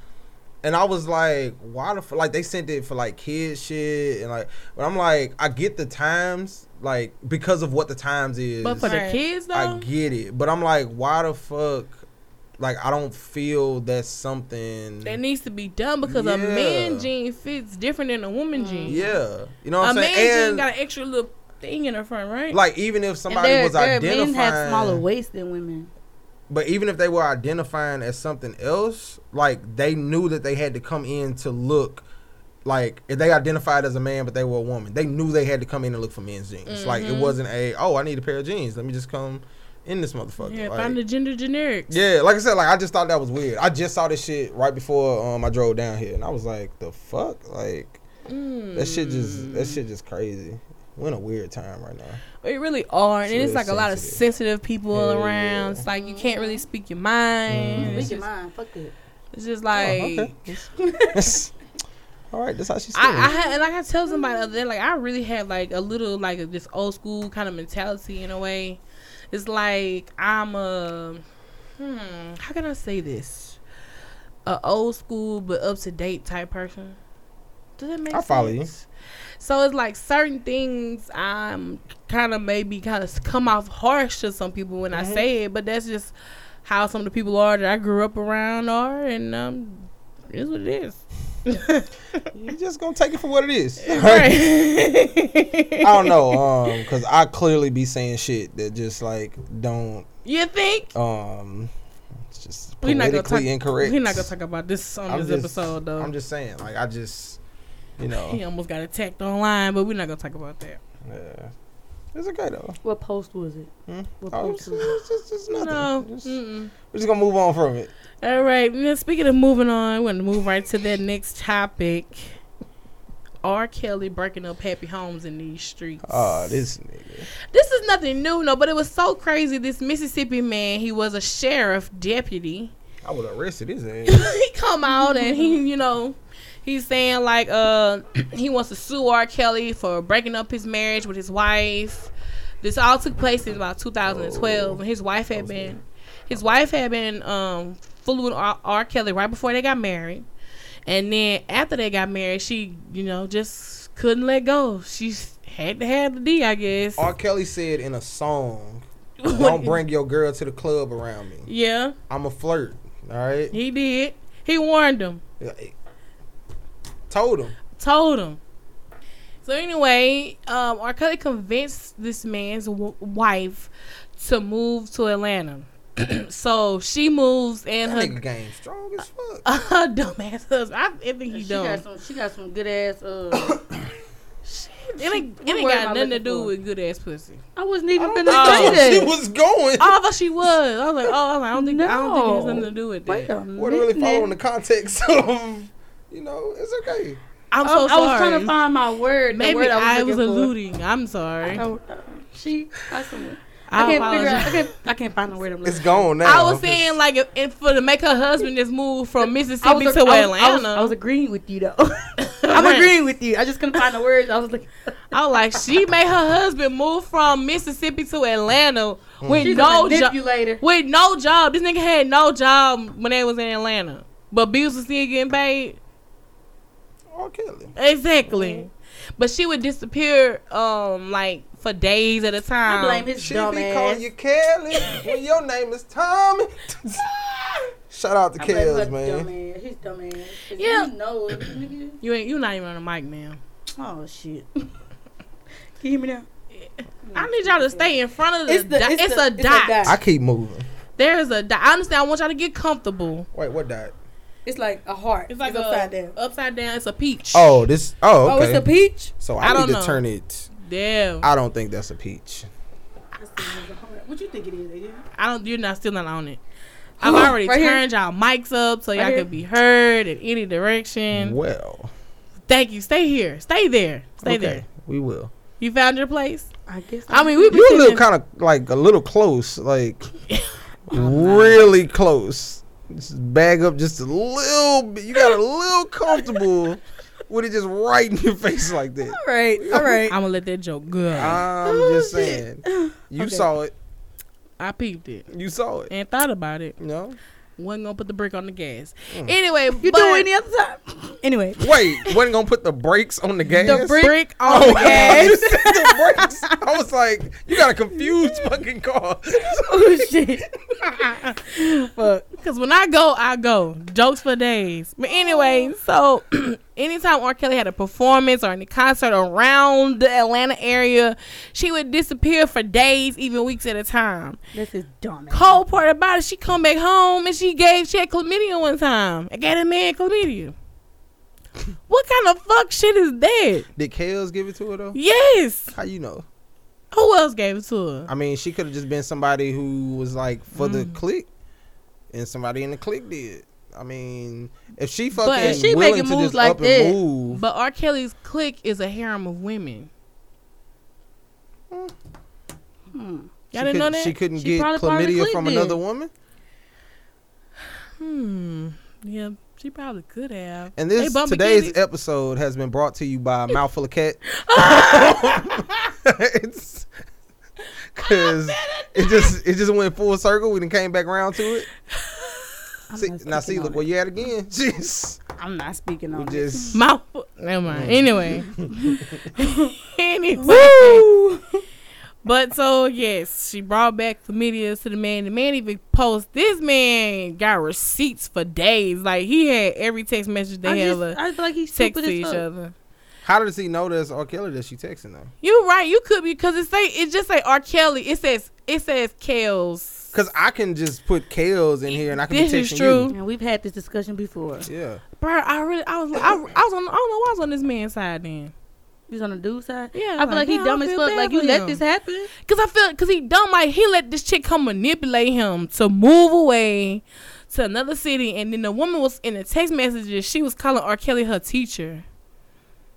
And I was like, why the f-? like they sent it for like kids shit and like, but I'm like, I get the times like because of what the times is.
But for the
Right.
kids though,
I get it, but I'm like, why the fuck? Like, I don't feel that's something.
that needs to be done because a man
Yeah.
jean fits different than a woman jean.
yeah, you know
A
what I'm
man
saying.
jean
And,
got an extra little thing in her front, right?
like, even if
And
somebody
their-
was
their
identifying,
men have smaller waists than women.
but even if they were identifying as something else, like they knew that they had to come in to look. Like if they identified as a man but they were a
Mm-hmm.
woman, they knew they had to come in and look for men's jeans. Like it wasn't a oh I need a pair of jeans. Let me just come in this motherfucker.
Yeah,
like,
find the gender generics.
yeah, like I said, like I just thought that was weird. I just saw this shit right before um I drove down here, and I was like, the fuck, like
Mm.
that shit just that shit just crazy. We're in a weird time right now.
We really are, and
It's really
it's like a lot of
sensitive.
sensitive people
Hell
around.
yeah.
It's like you can't really speak your mind.
Mhm.
It's,
Speak your
just,
mind. Fuck it.
it's just like
okay. All right, that's how she
I, I
said.
had, like I tell somebody the other day, like I really have like a little like of this old school kind of mentality in a way. It's like I'm a hmm, how can I say this? A old school but up to date type person. Does that make
I
sense?
follow you.
So it's like certain things I'm kind of maybe kind of come off harsh to some people when
Mm-hmm.
I say it, but that's just how some of the people are that I grew up around are, and um, it's what it is.
You just gonna take it for what it is.
Right.
I don't know, um, cause I clearly be saying shit that just like don't
You think?
um, it's just
We're not gonna
politically
talk.
incorrect.
We're not gonna talk about this on
I'm
this
just-
episode, though.
I'm just saying, like I just, you know,
he almost got attacked online, but we're not gonna talk about that.
yeah. it's okay though.
What post was it?
Hmm?
What
Oh,
post
it's,
was it?
it's just, it's nothing.
No. Mm.
Just-
Mm-mm.
we're just gonna move on from it.
All right. Now, speaking of moving on, we're gonna move right to that next topic. R. Kelly breaking up happy homes in these streets.
Oh, this nigga.
This is nothing new, no, but it was so crazy. This Mississippi man, he was a sheriff deputy.
I would arrested his ass.
he come out and he, you know, he's saying like uh he wants to sue R. Kelly for breaking up his marriage with his wife. This all took place in about 2012, and his wife had been, his wife had been um fooling with R. R. Kelly right before they got married, and then after they got married, she, you know, just couldn't let go. She had to have the D, I guess.
R. Kelly said in a song, "Don't bring your girl to the club around me.
yeah,
I'm a flirt." All right,
he did. He warned him.
told him.
told him. So anyway, um, R. Kelly convinced this man's w- wife to move to Atlanta. so she moves and
That
her,
nigga game strong as fuck.
her dumbass husband. I, I think he
She got
dumb.
some. She got some good ass. Uh,
It ain't, it
what
ain't
word am
got
I
nothing to
looking
do
for?
with good ass pussy.
I wasn't even
I
gonna
think
say
that
That's where she
that.
was going.
Although she was, I was like, oh, I, was like, I don't think I don't think it has
No.
nothing to do with
Wait
that.
a
wasn't really following the
minute.
context of, you know, it's okay.
I'm
Oh,
so
I was
sorry.
trying to find my word. the
Maybe
word
I was,
looking for.
alluding. I'm sorry. I,
Oh, She, I, somewhere. I can't
apologize.
figure out. I can't, I can't find the word I'm
It's
looking.
gone now.
I was saying like, if, if for to make her husband just move from Mississippi
I was,
to
I, was,
Atlanta.
I, was, I was agreeing with you though. I'm
Right.
agreeing with you. I just couldn't find the words. I was like,
I was like, she made her husband move from Mississippi to Atlanta with
she's
no job.
no manipulator.
With no job. This nigga had no job when they was in Atlanta. But bills was still getting paid.
R. Kelly.
Exactly. But she would disappear um like for days at a time.
I blame his
She
dumb
be
ass.
calling you Kelly when your name is Tommy. Shout out to
I blame her
Kells,
dumb
man.
ass. He's dumb ass.
Yeah.
Yeah. You know it, nigga.
You ain't you not even on the mic, man.
Oh shit. Can you hear me now?
I need y'all to stay in front of the,
It's the-
dot.
it's
It's,
the-
a
it's a
dot.
dot.
I keep moving.
There's a dot. I understand I want y'all to get comfortable.
Wait, what dot?
It's like a heart. It's like upside down.
upside down. It's a peach.
Oh, this. Oh,
Oh,
okay.
it's a peach.
so
I
I,
don't
need
know.
to turn it.
damn.
I don't think that's a peach.
What you think it is? Nigga?
I don't. You're not still not on it. I've already
Oh, Right here.
turned y'all mics up so y'all
Right here.
can be heard in any direction.
Well,
Thank you. Stay here. Stay there. Stay
okay,
there.
we will.
You found your place.
I guess.
I mean, we been
You look
sitting-
kind of like a little close, like
Oh,
really close. Just bag up just a little bit. You got a little comfortable with it just right in your face like that.
all right. All right.
I'm gonna let that joke go.
Uh,
I'm
Oh,
just saying. You saw it.
I peeped it
You saw it.
and thought about it.
You know?
Wasn't gonna put the brick on the gas. Anyway,
mm. You
but
do any other time? Anyway.
Wait, wasn't gonna put the brakes on the gas.
The brick-
brick on
Oh,
the gas.
you said the brakes. I was like, you got a confused fucking car.
Oh shit. Fuck.
Cause when I go, I go. Jokes for days. But anyway, so anytime R. Kelly had a performance or any concert around the Atlanta area, she would disappear for days, even weeks at a time.
This is dumb.
Cold part about it, she come back home and she gave she had chlamydia one time. I gave a man chlamydia. What kind of fuck shit is that?
Did Kales give it to her though?
Yes.
How you know?
Who Who else gave it to her?
I mean, she could have just been somebody who was like for the click, and somebody in the click did. I mean, if she fucking
if
she
she
willing
making
to
moves
just
like
up
that,
and move,
But R. Kelly's clique is a harem of women.
Hmm.
she,
Y'all didn't know
couldn't-
that?
she couldn't
She
get
probably part of the
chlamydia
clique
from
then.
another woman.
hmm. Yeah, she probably could have.
And
They
this
bump
today's
bikinis.
episode has been brought to you by Mouthful of Cat. it's because it just it just went full circle. We then came back around to it. See,
not
now see,
speaking
look
on
where you at again. Jeez,
I'm not speaking
we
on this.
just
Mouth. Never mind. Anyway. anyway. But so yes, she brought back chlamydia to the man. The man even post this man got receipts for days. Like he had every text message
I,
they
just,
ever
I feel like he's
text
stupid
to each
as fuck.
other.
how does he know that's R. Kelly that she texting though?
You right? You could be because it say it just say R. Kelly. It says it says Kels.
Because I can just put Kales in here and I can
This
be
is
texting
true,
And we've had this discussion before.
you. Yeah,
bro. I really I was I, I was on I don't know why I was on this man's side then.
He's on the dude's side.
Yeah,
I feel
like,
like he
damn,
dumb
I
as
feel
fuck.
bad
Like
for
you let
him.
this happen.
Cause I feel, cause he dumb. Like he let this chick come manipulate him to move away to another city, and then the woman was in the text messages. She was calling R. Kelly her teacher.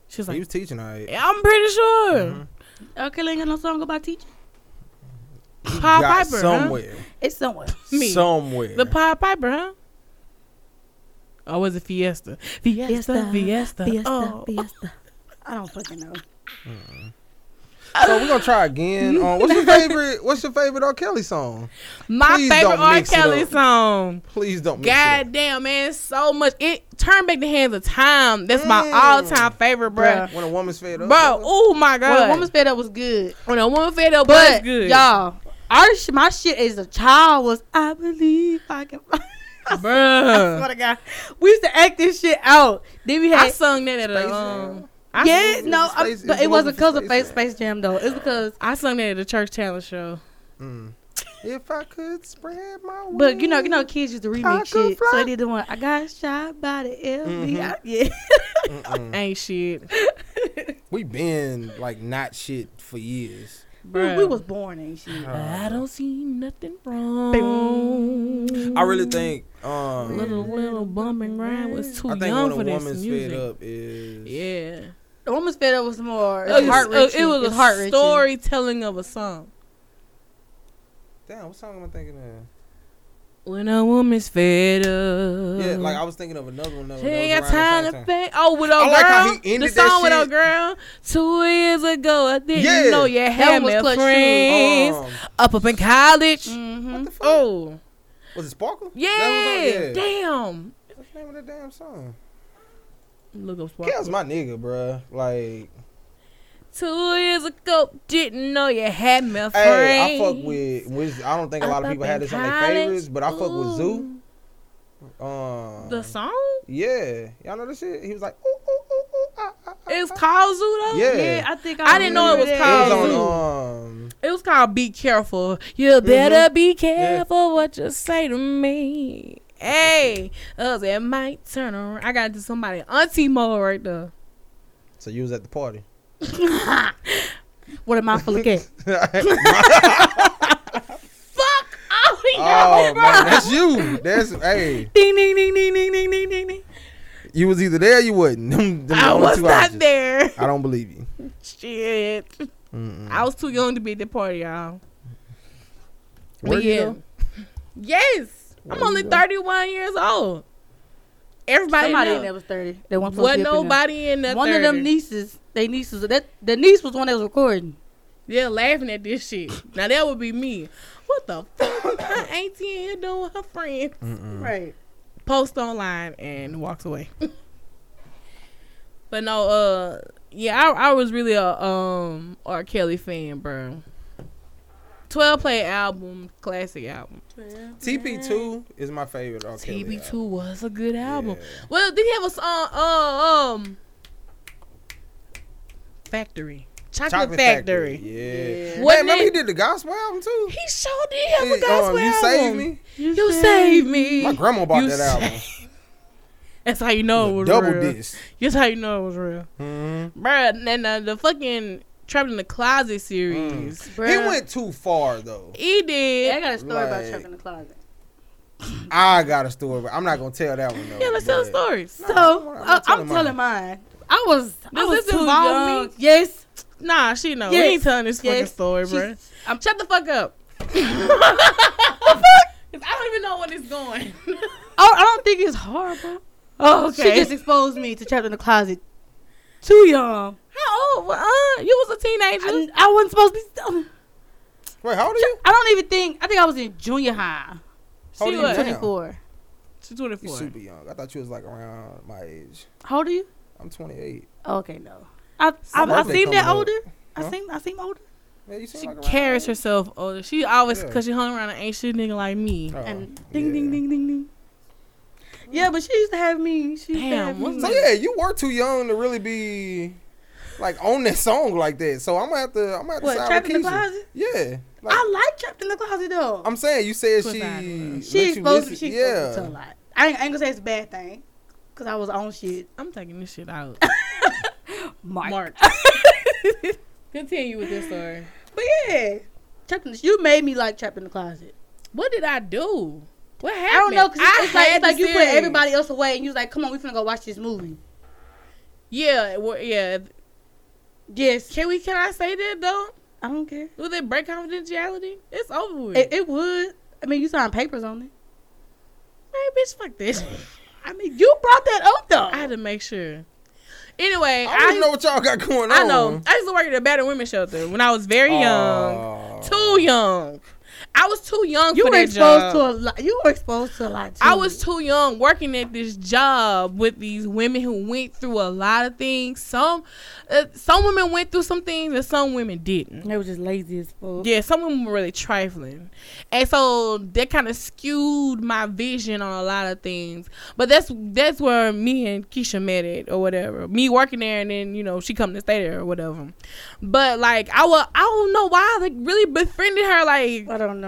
She was
he
like,
was teaching. I
"I'm pretty sure
Mhm.
R. Kelly ain't got no song about teaching.
Paul
got
Piper, huh?
somewhere,
It's somewhere.
Me.
somewhere.
the Pied Piper, huh?" Or was it Fiesta? Fiesta, Fiesta,
Fiesta,
Fiesta.
Fiesta,
oh.
fiesta. I don't fucking know.
so we're gonna try again. Um, what's your favorite? What's your favorite R. Kelly song?
My
Please
favorite
don't
R.
mix it
Kelly
up.
song.
Please don't. mix it up.
God damn, man, so much. It turned back the hands of time. That's my
Mm.
all-time favorite, bro.
When a woman's fed up.
Bro, oh my god.
Well, Woman's Fed Up was good,
When a woman fed up,
but
but good.
y'all, our sh- my shit as a child was I believe I can. I swear
Bruh.
to God, we used to act this shit out. Then we
I
had
sung that at
Space
a um.
Jam.
I,
yeah, no,
Space-
I'm-
it's
but it wasn't
because
because
of
of Face
Space
Space Jam though. It's because
I sung that at a church talent show.
Mm. If I could spread my wings.
But you know, you know, kids used to
I
remix
could
shit. So
fly.
they did the one. I got shot by the LB.
Mhm.
Mm-hmm.
Yeah,
Mm-mm.
Ain't shit,
we been like not shit for years.
Bruh.
we, we was born and shit.
I don't see nothing wrong.
I really think um
little little bump and grind was too
I think
young
when a
for this
woman's
music.
fed up is
Yeah,
The woman's fed up was more.
it was,
heart
a, it was a
heart
storytelling of a song.
Damn, what song am I thinking
Uh-huh.
of?
When a woman's fed up,
Yeah, like I was thinking of another one. that was-
She
that
ain't
was
got
around
time
the
to
same time.
fake. Oh, with old
I like
girl.
how he ended
the
that
song with
shit.
old girl. Two years ago, I didn't
Yeah.
know you had
one was
me
clutch, too.
friends.
Um,
Up up in college.
Mm-hmm.
what the fuck?
Oh,
Was it Sparkle?
yeah.
That was on- yeah.
Damn.
What's the name of that damn song?
Look up Sparkle.
Kel's my nigga, bruh. Like,
Two years ago, didn't know you had me a friend.
hey, I fuck with. Wiz- I don't think a lot
Up
of people
up
had
in
this on their
college.
favorites, but I fuck with Zoo.
Ooh.
Um,
The song?
Yeah, y'all know this shit. He was like, ooh, ooh, ooh, ooh, ah, ah, ah,
It was
ah."
called Zoo though.
Yeah.
Yeah, I think
I didn't know it
remember
was
It was
called
that.
Oh, Zoo.
on. Um,
It was called Be Careful. You better
Mm-hmm.
be careful what you say to me. Hey, us it might turn around. I got to somebody auntie mode right there.
so you was at the party.
What am I for looking?
Fuck! Oh,
oh man, that's you. That's hey.
ding ding ding ding ding ding ding ding ding.
You was either there, or you wasn't. Them- them the
I
only
was
two
not
options.
there.
I don't believe you.
Shit,
Mm-mm.
I was too young to be at the party, y'all. But
Were you
yeah.
though?
Yes, I'm
Were
only
you though?
31 years old. Everybody,
Somebody
know.
in there was thirty. They want
Wasn't nobody in that
One of them nieces. They nieces. That the niece was one that was recording.
They're laughing at this shit. Now that would be me. What the fuck? My auntie in here doing with her friend.
Right.
Post online and walks away. but no, uh, yeah, I, I was really a um R. Kelly fan, bro. Twelve play album, classic album.
TP2 is my favorite. R. Kelly
TB
album.
Two was a good album.
Yeah.
Well, did he have a song? Uh, um, Factory, Chocolate,
Chocolate Factory.
Factory.
Yeah. Man,
Wasn't
remember
it-
he did the gospel album too.
He sure did have a
Shit,
gospel
um, you
album.
saved me.
You saved me.
My grandma bought
You
that album.
That's how you know it
It was
was
double
real.
disc.
That's how you know it was real,
Mm-hmm.
bruh. And uh, the fucking Trapped in the Closet series.
He
Bruh.
went too far though.
He
Yeah, I
did.
got a story about
Like-
Trump in the closet.
I got a story, but I'm not gonna tell that one though.
Yeah, let's tell
but-
stories.
No,
So
I'm not
uh, I'm
telling mine.
telling mine. I was. I
Does
was
this
too
involve
young.
me?
Yes.
Nah, she know.
Yes.
We ain't telling this fucking
Yes.
story,
She's-
bro. I'm shut the fuck up. 'Cause I don't even know where it's going.
Oh, I don't think it's horrible.
oh,
She just exposed me to trapped in the closet. Too young.
How old? Uh, you was a teenager.
I, I wasn't supposed to be.
Wait, how old are you?
I don't even think. I think I was in junior high.
How old
she
are you
was.
now?
24.
She's 24.
You super young. I thought you was like around my age.
How old are you?
I'm 28.
Oh, Okay, no. I I,
Some
I
birthday
seem that
coming up.
older. I
Huh?
seem I seem older.
Yeah, you seem
She
like around
carries
my age.
herself older. She always,
Yeah.
because she hung around an ancient nigga like me.
Oh,
and ding
yeah.
ding ding ding ding. Yeah, but she used to have me. She used to
Damn,
have
what's
me.
So yeah, you were too young to really be like on that song like that. So I'm gonna have to. I'm gonna have to
What,
side
Trapped
with
in the
Keisha.
Closet?
Yeah. Like,
I like trapped in the closet though.
I'm saying you said
Put
she.
that in.
let
she
you
exposed me.
listen-
She
yeah.
exposed me to a lot. I ain't, I ain't gonna say it's a bad thing, cause I was on shit.
I'm taking this shit out.
Mark.
Mark. Continue with this story.
But yeah, trapped in the, you made me like trapped in the closet.
What did I do? What happened?
I don't know, cause it's, it's like
had
it's like
the
you put
series.
everybody else away, and you was like, come on, we finna go watch this movie.
Yeah, it wa- yeah.
Yes,
Can we? Can I say that though?
I don't care.
Will it break confidentiality? It's over with.
It, it would. I mean, you signed papers on it.
hey, bitch, fuck this.
I mean, you brought that up though.
I had to make sure. Anyway,
I don't
I
even know what y'all got going on.
I know. I used to work at a battered women's shelter when I was very young.
Oh.
Too young. I was too young
you
for
were
that job.
exposed to a lot. You were exposed to a lot.
I
too.
was too young working at this job with these women who went through a lot of things. Some uh, some women went through some things that some women didn't.
They were just lazy as fuck.
Yeah, some women were really trifling. And so that kind of skewed my vision on a lot of things. But that's that's where me and Keisha met it or whatever. Me working there and then, you know, she come to stay there or whatever. But like I wa I don't know why I like really befriended her like
I don't know.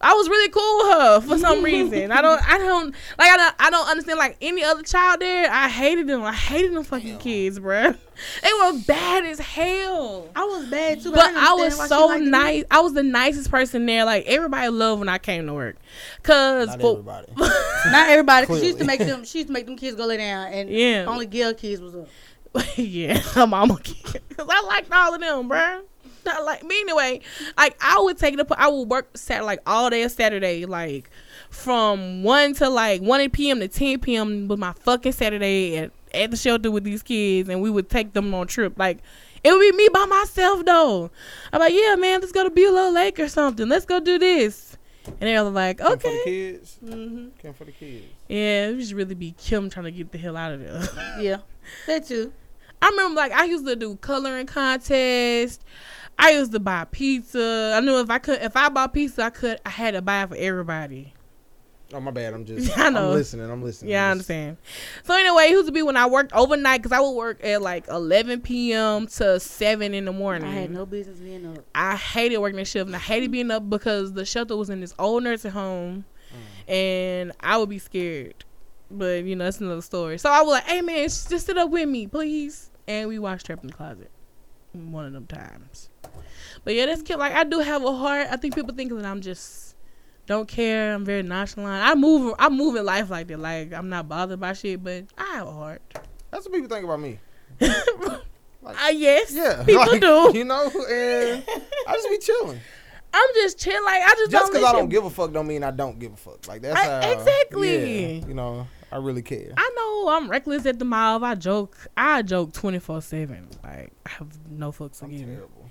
I was really cool with her for some reason. I don't, I don't, like, I don't, I don't understand. Like any other child there, I hated them. I hated them fucking kids, bruh. They were bad as hell.
I was bad too.
But I
understand
was
why she
so
liked me.
nice. I was the nicest person there. Like everybody loved when I came to work, cause
Not
for-
everybody.
Not everybody. 'cause she used to
Clearly.
make them. She used to make them kids go lay down, and
Yeah.
only girl kids was up.
yeah, her mama kid. Cause I liked all of them, bruh. Not like me anyway. Like I would take it up. I would work sat like all day Saturday, like from one to like one p.m. to ten p.m. with my fucking Saturday at, at the shelter with these kids, and we would take them on trip. Like it would be me by myself though. I'm like, yeah, man, let's go to Beulah Lake or something. Let's go do this. And they were like,
Came For the
okay,
kids.
hmm
Came for the kids.
yeah, it was really be Kim trying to get the hell out of there.
Yeah, that too.
I remember like I used to do coloring contests. I used to buy pizza. I knew if I could, if I bought pizza, I could, I had to buy it for everybody.
Oh my bad. I'm just.
I
I
know.
am listening. I'm listening.
Yeah, I understand. So anyway, it used to be when I worked overnight because I would work at like 11 p.m. to 7 in the
I
morning.
had no business being up.
I hated working that shift and I hated being up because the shelter was in this old nursing home and I would be scared. But you know, that's another story. So I was like, hey man, s- just sit up with me, please. And we watched Trap in the Closet one of them times. But yeah, that's kept like I do have a heart. I think people think that I'm just don't care. I'm very nonchalant. I move I move in life like that. Like I'm not bothered by shit, but I have a heart.
That's what people think about me.
I yes.
Yeah.
People
like,
do.
You know, and I just be chilling.
I'm just chill. Like I just,
Just
don't
because I
let
don't
shit
give a fuck, don't mean I don't give a fuck. Like that's
I-
how,
exactly.
yeah, you know, I really care.
I know I'm reckless at the mall. I joke. I joke 24 7. Like, I have no fucks
I'm
again.
terrible.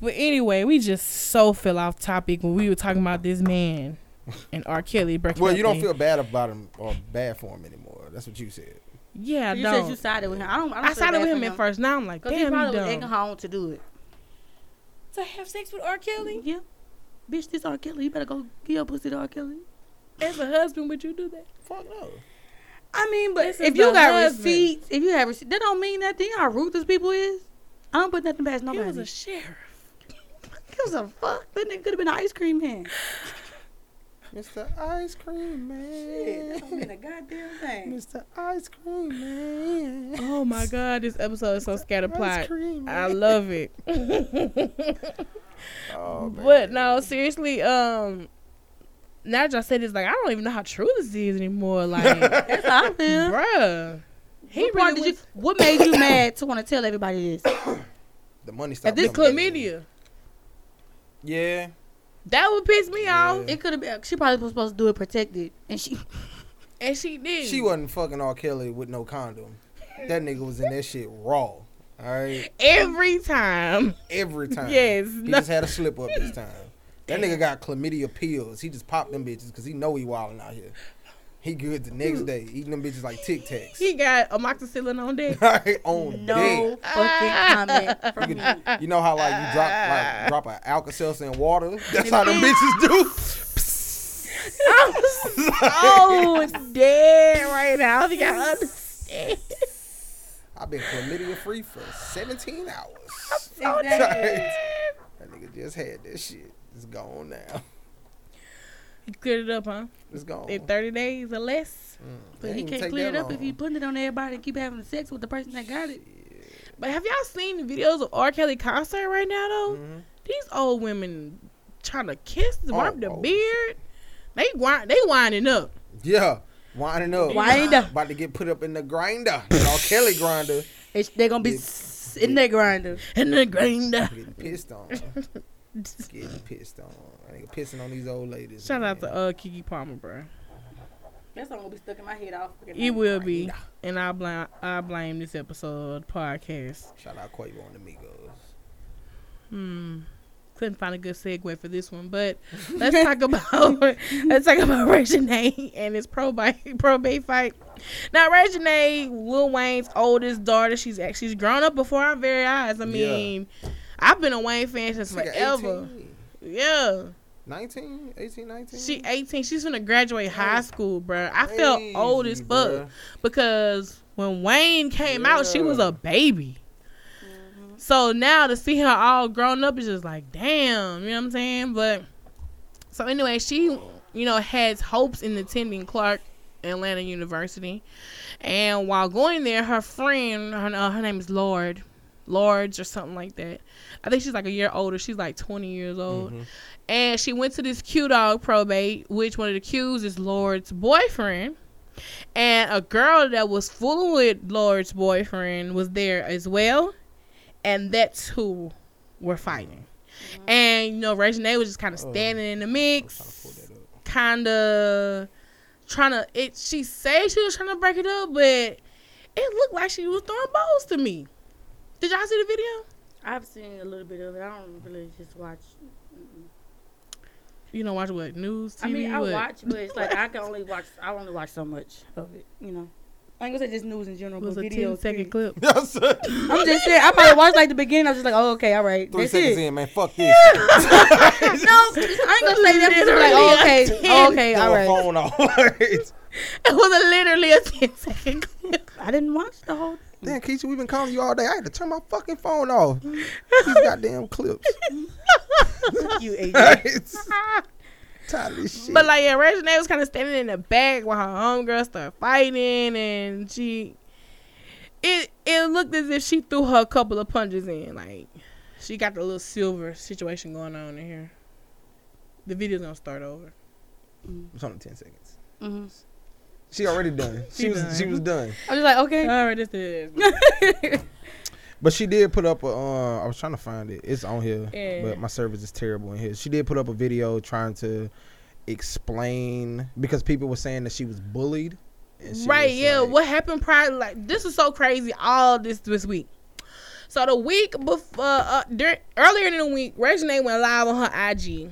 But anyway, we just so fell off topic when we were talking about this man and R. Kelly breaking
Well,
up
you don't
in-
feel bad about him or bad for him anymore. That's what you said.
Yeah, I
you
don't.
said you sided with him. I don't. I, don't
I
feel
sided
bad
with
for
him at first. Now I'm like,
Cause
damn,
he probably was
you
egging
dumb.
her on to do it.
To have sex with R. Kelly?
Yeah, bitch, this R. Kelly. You better go give your pussy to R. Kelly.
As a husband, would you do that?
Fuck no.
I mean, but
This is
if you
the
got
husband.
receipts, if you have receipts, that don't mean nothing. You know how ruthless people is. I don't put nothing past
He
nobody.
was a sheriff.
Gives a fuck. That nigga could have been an ice cream man.
Mr. Ice Cream
Shit, that don't mean
Man.
a goddamn thing.
Mr. Ice Cream Man.
Oh my God, this episode is so
Ice
scatterplot.
cream,
I
man.
love it.
Oh, man.
but no, seriously, um, now that I said this, like, I don't even know how true this is anymore. Like,
That's how I feel.
bruh, he
what, part
really
did you,
was
what made you mad to want to tell everybody this?
the money
at
stopped.
this
coming in.
chlamydia.
Yeah.
That would piss me off,
Yeah.
It could have been. She probably was supposed to do it protected, and she.
and she did.
She wasn't fucking R. Kelly with no condom. That nigga was in that shit raw. All right.
every time.
Every time.
Yes,
He
no-
just had a slip up this time. That nigga got chlamydia pills. He just popped them bitches because he know he wilding out here. He good the next day, eating them bitches like Tic Tacs.
He got amoxicillin on deck.
Right on
No Uh,
deck.
fucking comment from
You,
me.
could- you know how like you drop
uh,
like drop an Alka Seltzer in water? That's how them bitches do.
I'm
Oh.
so dead right now. I don't think I understand.
I've been chlamydia free for 17 hours.
Exactly.
That nigga just had that shit. It's gone now.
You cleared it up, huh?
It's gone.
In 30 days or less.
But he can't clear it up if you putting it on everybody and keep having sex with the person that got it.
But have y'all seen the videos of R. Kelly concert right now though?
hmm
These old women trying to kiss, the wipe the
oh.
beard. They wind, they winding up.
Yeah. Winding up.
Wind up.
About to get put up in the grinder. Y'all Kelly grinder.
It's, they're gonna be
Yeah.
s- in their grinder.
And the grinder.
Getting pissed on. Getting pissed on. That nigga pissing on these old ladies.
Shout out
man.
to uh Kiki Palmer, bro.
That song will be stuck in my head all fucking
It
night.
will be. And I blame I blame this episode podcast.
Shout out Quavo and Amigos.
Hmm. Couldn't find a good segue for this one, but let's talk about let's talk about Regine and his probate probate fight. Now Regine, Lil Wayne's oldest daughter, she's actually she's grown up before our very eyes. I mean, I've been a Wayne fan since
This nigga
forever.
18,
Yeah,
19? 18, 19?
she 18. She's gonna graduate high school, bruh. I felt
Crazy,
old as fuck
bruh.
because when Wayne came out, she was
Yeah.
a baby. So now to see her all grown up is just like, damn, you know what I'm saying? But so anyway, she, you know, has hopes in attending Clark Atlanta University, and while going there, her friend, her, uh, her name is Lord, Lords or something like that. I think she's like a year older. She's like 20 years old,
Mhm.
and she went to this Q dog probate, which one of the Qs is Lord's boyfriend. And a girl that was fooling with Lord's boyfriend was there as well. And that's who were fighting. And, you know, Regine was just kind of
Oh.
standing in the
I'm trying to pull
mix,
that up.
kind of trying to. It. She said she was trying to break it up, but it looked like she was throwing balls to me. Did y'all see the video?
I've seen a little bit of it. I don't really just watch.
You don't watch what news? TV,
I mean, I
what?
watch, but it's like I can only watch. I only watch so much of it. You know, I ain't gonna say just news in general,
It was
but
a
video.
10 second
too.
clip.
Yes, sir.
I'm just saying. I probably watched like the beginning. I was just like, oh, okay, all right,
Three
that's
seconds
it.
in, man. Fuck this.
No, I ain't gonna say that. but it's Like, oh, okay,
Literally a
oh, okay, all
Throw a
right.
phone off.
It was a, literally a 10 second clip.
I didn't watch the whole.
Damn, Keisha, we've been calling you all day. I had to turn my fucking phone off. These goddamn clips.
You ate.
Tired of this shit.
But like yeah, Regine was kind of standing in the back while her homegirl started fighting, and she, it it looked as if she threw her a couple of punches in. Like she got the little silver situation going on in here. The video's gonna start over.
it's only ten seconds.
Mm-hmm.
She already done. She,
She
was
done.
she was done.
I was like, okay.
All right, this is
But she did put up a. Uh, I was trying to find it. It's on here,
Yeah.
but my service is terrible in here. She did put up a video trying to explain because people were saying that she was bullied. And she
right.
was
Yeah,
like-
what happened prior? Like this is so crazy. All this this week. So the week before, uh, during, earlier in the week, Regine went live on her IG,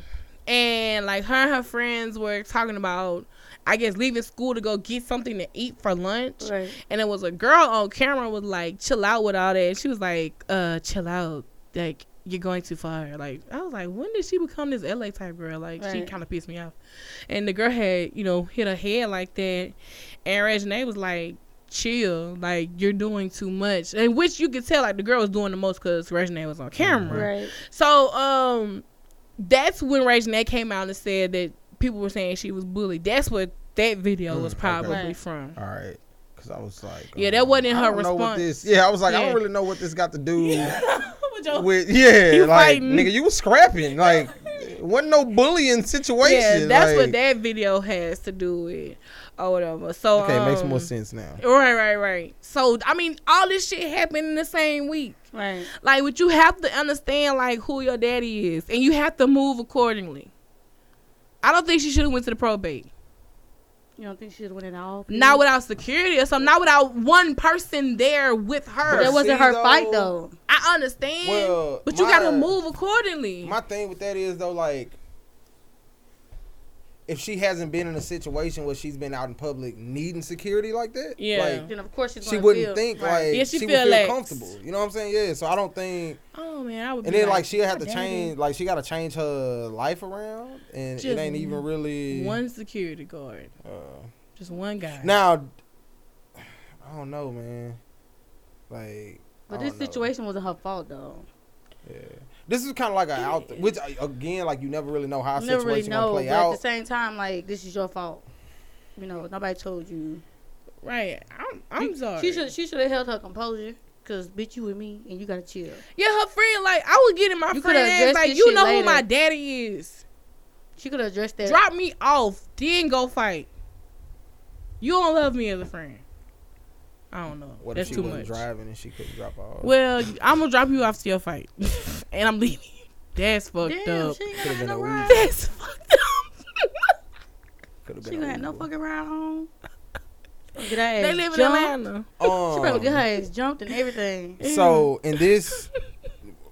and like her and her friends were talking about, I guess leaving school to go get something to eat for lunch.
Right.
And it was a girl on camera was like, "Chill out with all that." She was like, "Uh, chill out, like you're going too far." Like I was like, "When did she become this LA type girl?" Like she
Right.
kind of pissed me off. And the girl had, you know, hit her head like that, and Regine was like, "Chill, like you're doing too much." And which you could tell, like the girl was doing the most because Regine was on camera.
Mm-hmm. Right.
So um, that's when Regine came out and said that people were saying she was bullied. That's what that video was
Mm, okay.
probably
Right.
from.
All right. Cause I was like,
Yeah, that wasn't in
I
her
don't know what
response.
this- yeah, I was like, I
Yeah.
don't really know what this got to do
With your-
with. Yeah,
You
like
fighting.
nigga, you was scrapping. Like, wasn't no bullying situation.
yeah, that's what
like-
that video has to do with or whatever. So
Okay, makes more
um,
sense now.
Right, right, right. So I mean, all this shit happened in the same week.
Right.
Like, what you have to understand, like who your daddy is, and you have to move accordingly. I don't think she should have went to the probate.
You don't think she should win it all?
Not without security or something. Not without one person there with her.
But
That wasn't her
See,
fight
though-
though.
I understand,
Well,
but you
my-
gotta move accordingly.
My thing with that is though, like, if she hasn't been in a situation where she's been out in public needing security like that,
Yeah.
like,
Then of course she's
she
gonna
wouldn't
feel-
think
right.
like
Yeah, she
she,
feel
would feel
like-
comfortable. You know what I'm saying? Yeah. So I don't think,
oh man, I would.
and
be
then like she'll have
my
to
daddy
change, like she got to change her life around, and
Just
it ain't even really.
one security guard,
uh,
just one guy.
now, I don't know, man. Like, I
But this
don't know.
situation wasn't her fault though.
Yeah. This is kind of like an out, which uh, again, like you never really know how a
You never
situation
really know.
gonna
But
play
at
out.
the same time, like this is your fault. You know, nobody told you.
right? I'm, I'm
You-
sorry.
She should she should have held her composure. Cause bitch, you with me, and you gotta chill.
Yeah, her friend, like, I would get in my
You
friend
coulda
ass,
addressed
like,
this
you
shit
know who
later.
my daddy is.
She could have addressed that.
Drop me off, then go fight. You don't love me as a friend. I don't know.
What
That's
if she
too
was
much.
driving and she couldn't drop off?
Well, I'm gonna drop you off to your fight, and I'm leaving. That's fucked
Damn,
up.
she ain't
Coulda
gonna have
been
no
a
ride.
That's fucked up.
Could have
She gonna have no
fucking.
fucking ride home. Get her ass
they live in
jumped.
Atlanta.
She probably get her ass jumped and everything.
Um, so in this,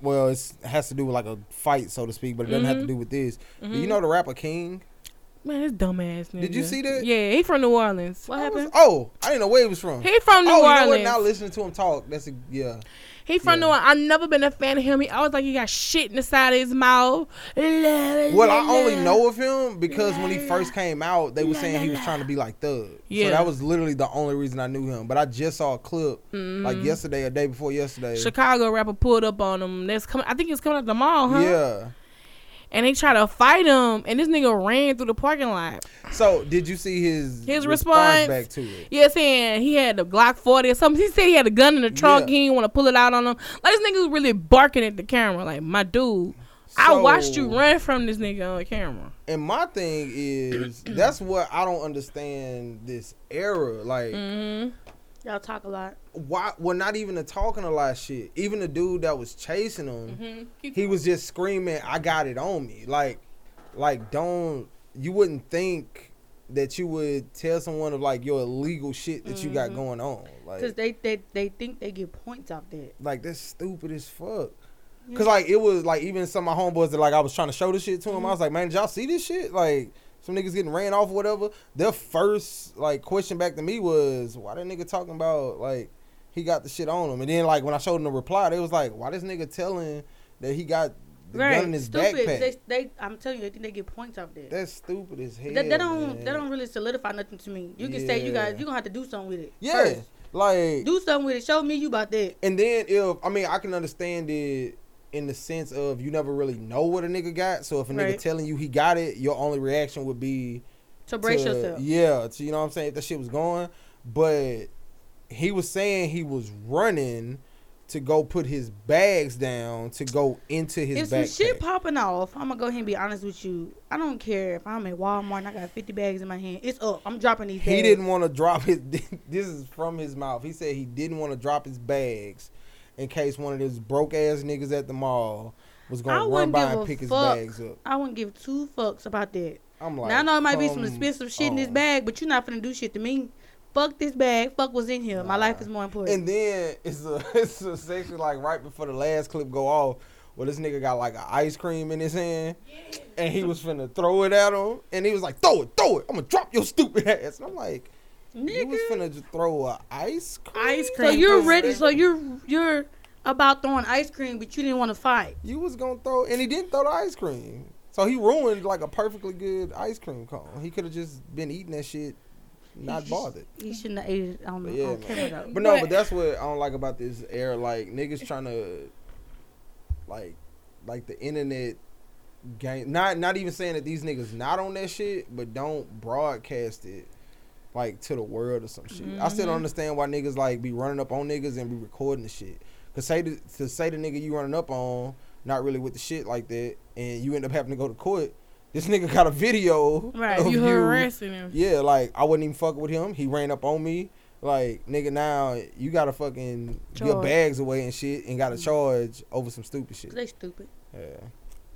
well, it's, it has to do with like a fight, so to speak, but it doesn't have
Mhm.
to do with this. Do you
Mhm.
know the rapper King?
man, this dumbass nigga.
Did you see that?
Yeah, he from New Orleans.
What
I was-
happened?
oh, I didn't know where he was from.
He from New
oh, you know what?
Orleans.
Now listening to him talk, that's a yeah.
He
Yeah.
from New Orleans. I've never been a fan of him. He always like he got shit in the side of his mouth. Well,
Well, I only know of him because when he first came out, they were saying he was trying to be like Thug.
Yeah.
So that was literally the only reason I knew him. But I just saw a clip like yesterday or day before yesterday.
Chicago rapper pulled up on him. That's coming. I think it's coming out the mall, huh?
Yeah.
And they tried to fight him, and this nigga ran through the parking lot.
So did you see his
His response-
back to it?
Yeah, saying he had the Glock 40 or something. He said he had a gun in the trunk.
Yeah.
He didn't want to pull it out on him. Like this nigga was really barking at the camera. Like my dude, I watched you
So-
run from this nigga on the camera.
And my thing is that's what I don't understand this era. Like
Mm-hmm.
Y'all talk a lot.
why well not even the talking a lot of shit. Even the dude that was chasing him,
Mm-hmm.
he was just screaming, I got it on me. Like like don't you wouldn't think that you would tell someone of like your illegal shit that you
Mm-hmm.
got going on.
Cause
Like
they, they they think they get points off that.
like that's stupid as fuck. Cause like it was like even some of my homeboys that like I was trying to show this shit to him.
Mm-hmm.
I was like, man, did y'all see this shit? Like some niggas getting ran off or whatever. Their first like question back to me was, why that nigga talking about like he got the shit on him? And then like when I showed them the reply, they was like, why this nigga telling that he got the gun in his
Stupid.
backpack?
They, they I'm telling you, they think they get points off that.
that's stupid as hell.
That, that don't
man.
that don't really solidify nothing to me. You can say you guys
Yeah.
you gonna have to do something with it.
Yeah,
First.
like
Do something with it. Show me you about that.
And then if I mean I can understand it in the sense of you never really know what a nigga got. So if a nigga
Right.
telling you he got it, your only reaction would be
To brace
to-
yourself.
Yeah, to, you know what I'm saying? If that shit was going. But he was saying he was running to go put his bags down to go into
If
his
some shit
backpack.
popping off, I'm gonna go ahead and be honest with you. I don't care if I'm at Walmart and I got 50 bags in my hand. It's up. I'm dropping these.
He
bags.
didn't want to drop his. This is from his mouth. He said he didn't want to drop his bags in case one of those broke ass niggas at the mall was
I
gonna run
wouldn't
by
give
and
a
pick his
fuck.
bags up.
I wouldn't give two fucks about that.
I'm like,
now I know it might be some
come
expensive shit in this
on.
bag, but you're not finna do shit to me. Fuck this bag. Fuck what's in here. My
Nah.
life is more important.
And then it's a it's a section like right before the last clip go off, where this nigga got like an ice cream in his hand, and he was finna throw it at him, and he was like, throw it, throw it, I'm gonna drop your stupid ass, and I'm like, you was
Nigga.
finna just throw a ice cream.
Ice
So
cream.
you're ready. So you're you're about throwing ice cream, but you didn't want to fight.
You was gonna throw, and he didn't throw the ice cream, so he ruined like a perfectly good ice cream cone. He could have just been eating that shit, not
just-
bothered.
You shouldn't have ate it on,
But yeah,
on
man.
camera though.
But no,
But-
but that's what I don't like about this era. Like niggas trying to, like, like the internet gang. Not not even saying that these niggas not on that shit, but don't broadcast it like to the world or some shit. I
Mm-hmm.
still don't understand why niggas like be running up on niggas and be recording the shit. Cause say the, to say the nigga you running up on not really with the shit like that, and you end up having to go to court. This nigga got a video
Right.
of
you harassing him.
yeah, like I wasn't even fucking with him. He ran up on me. Like nigga, now you gotta fucking your
Charge. Mm-hmm.
bags away and shit, and gotta charge over some stupid shit.
They stupid.
Yeah,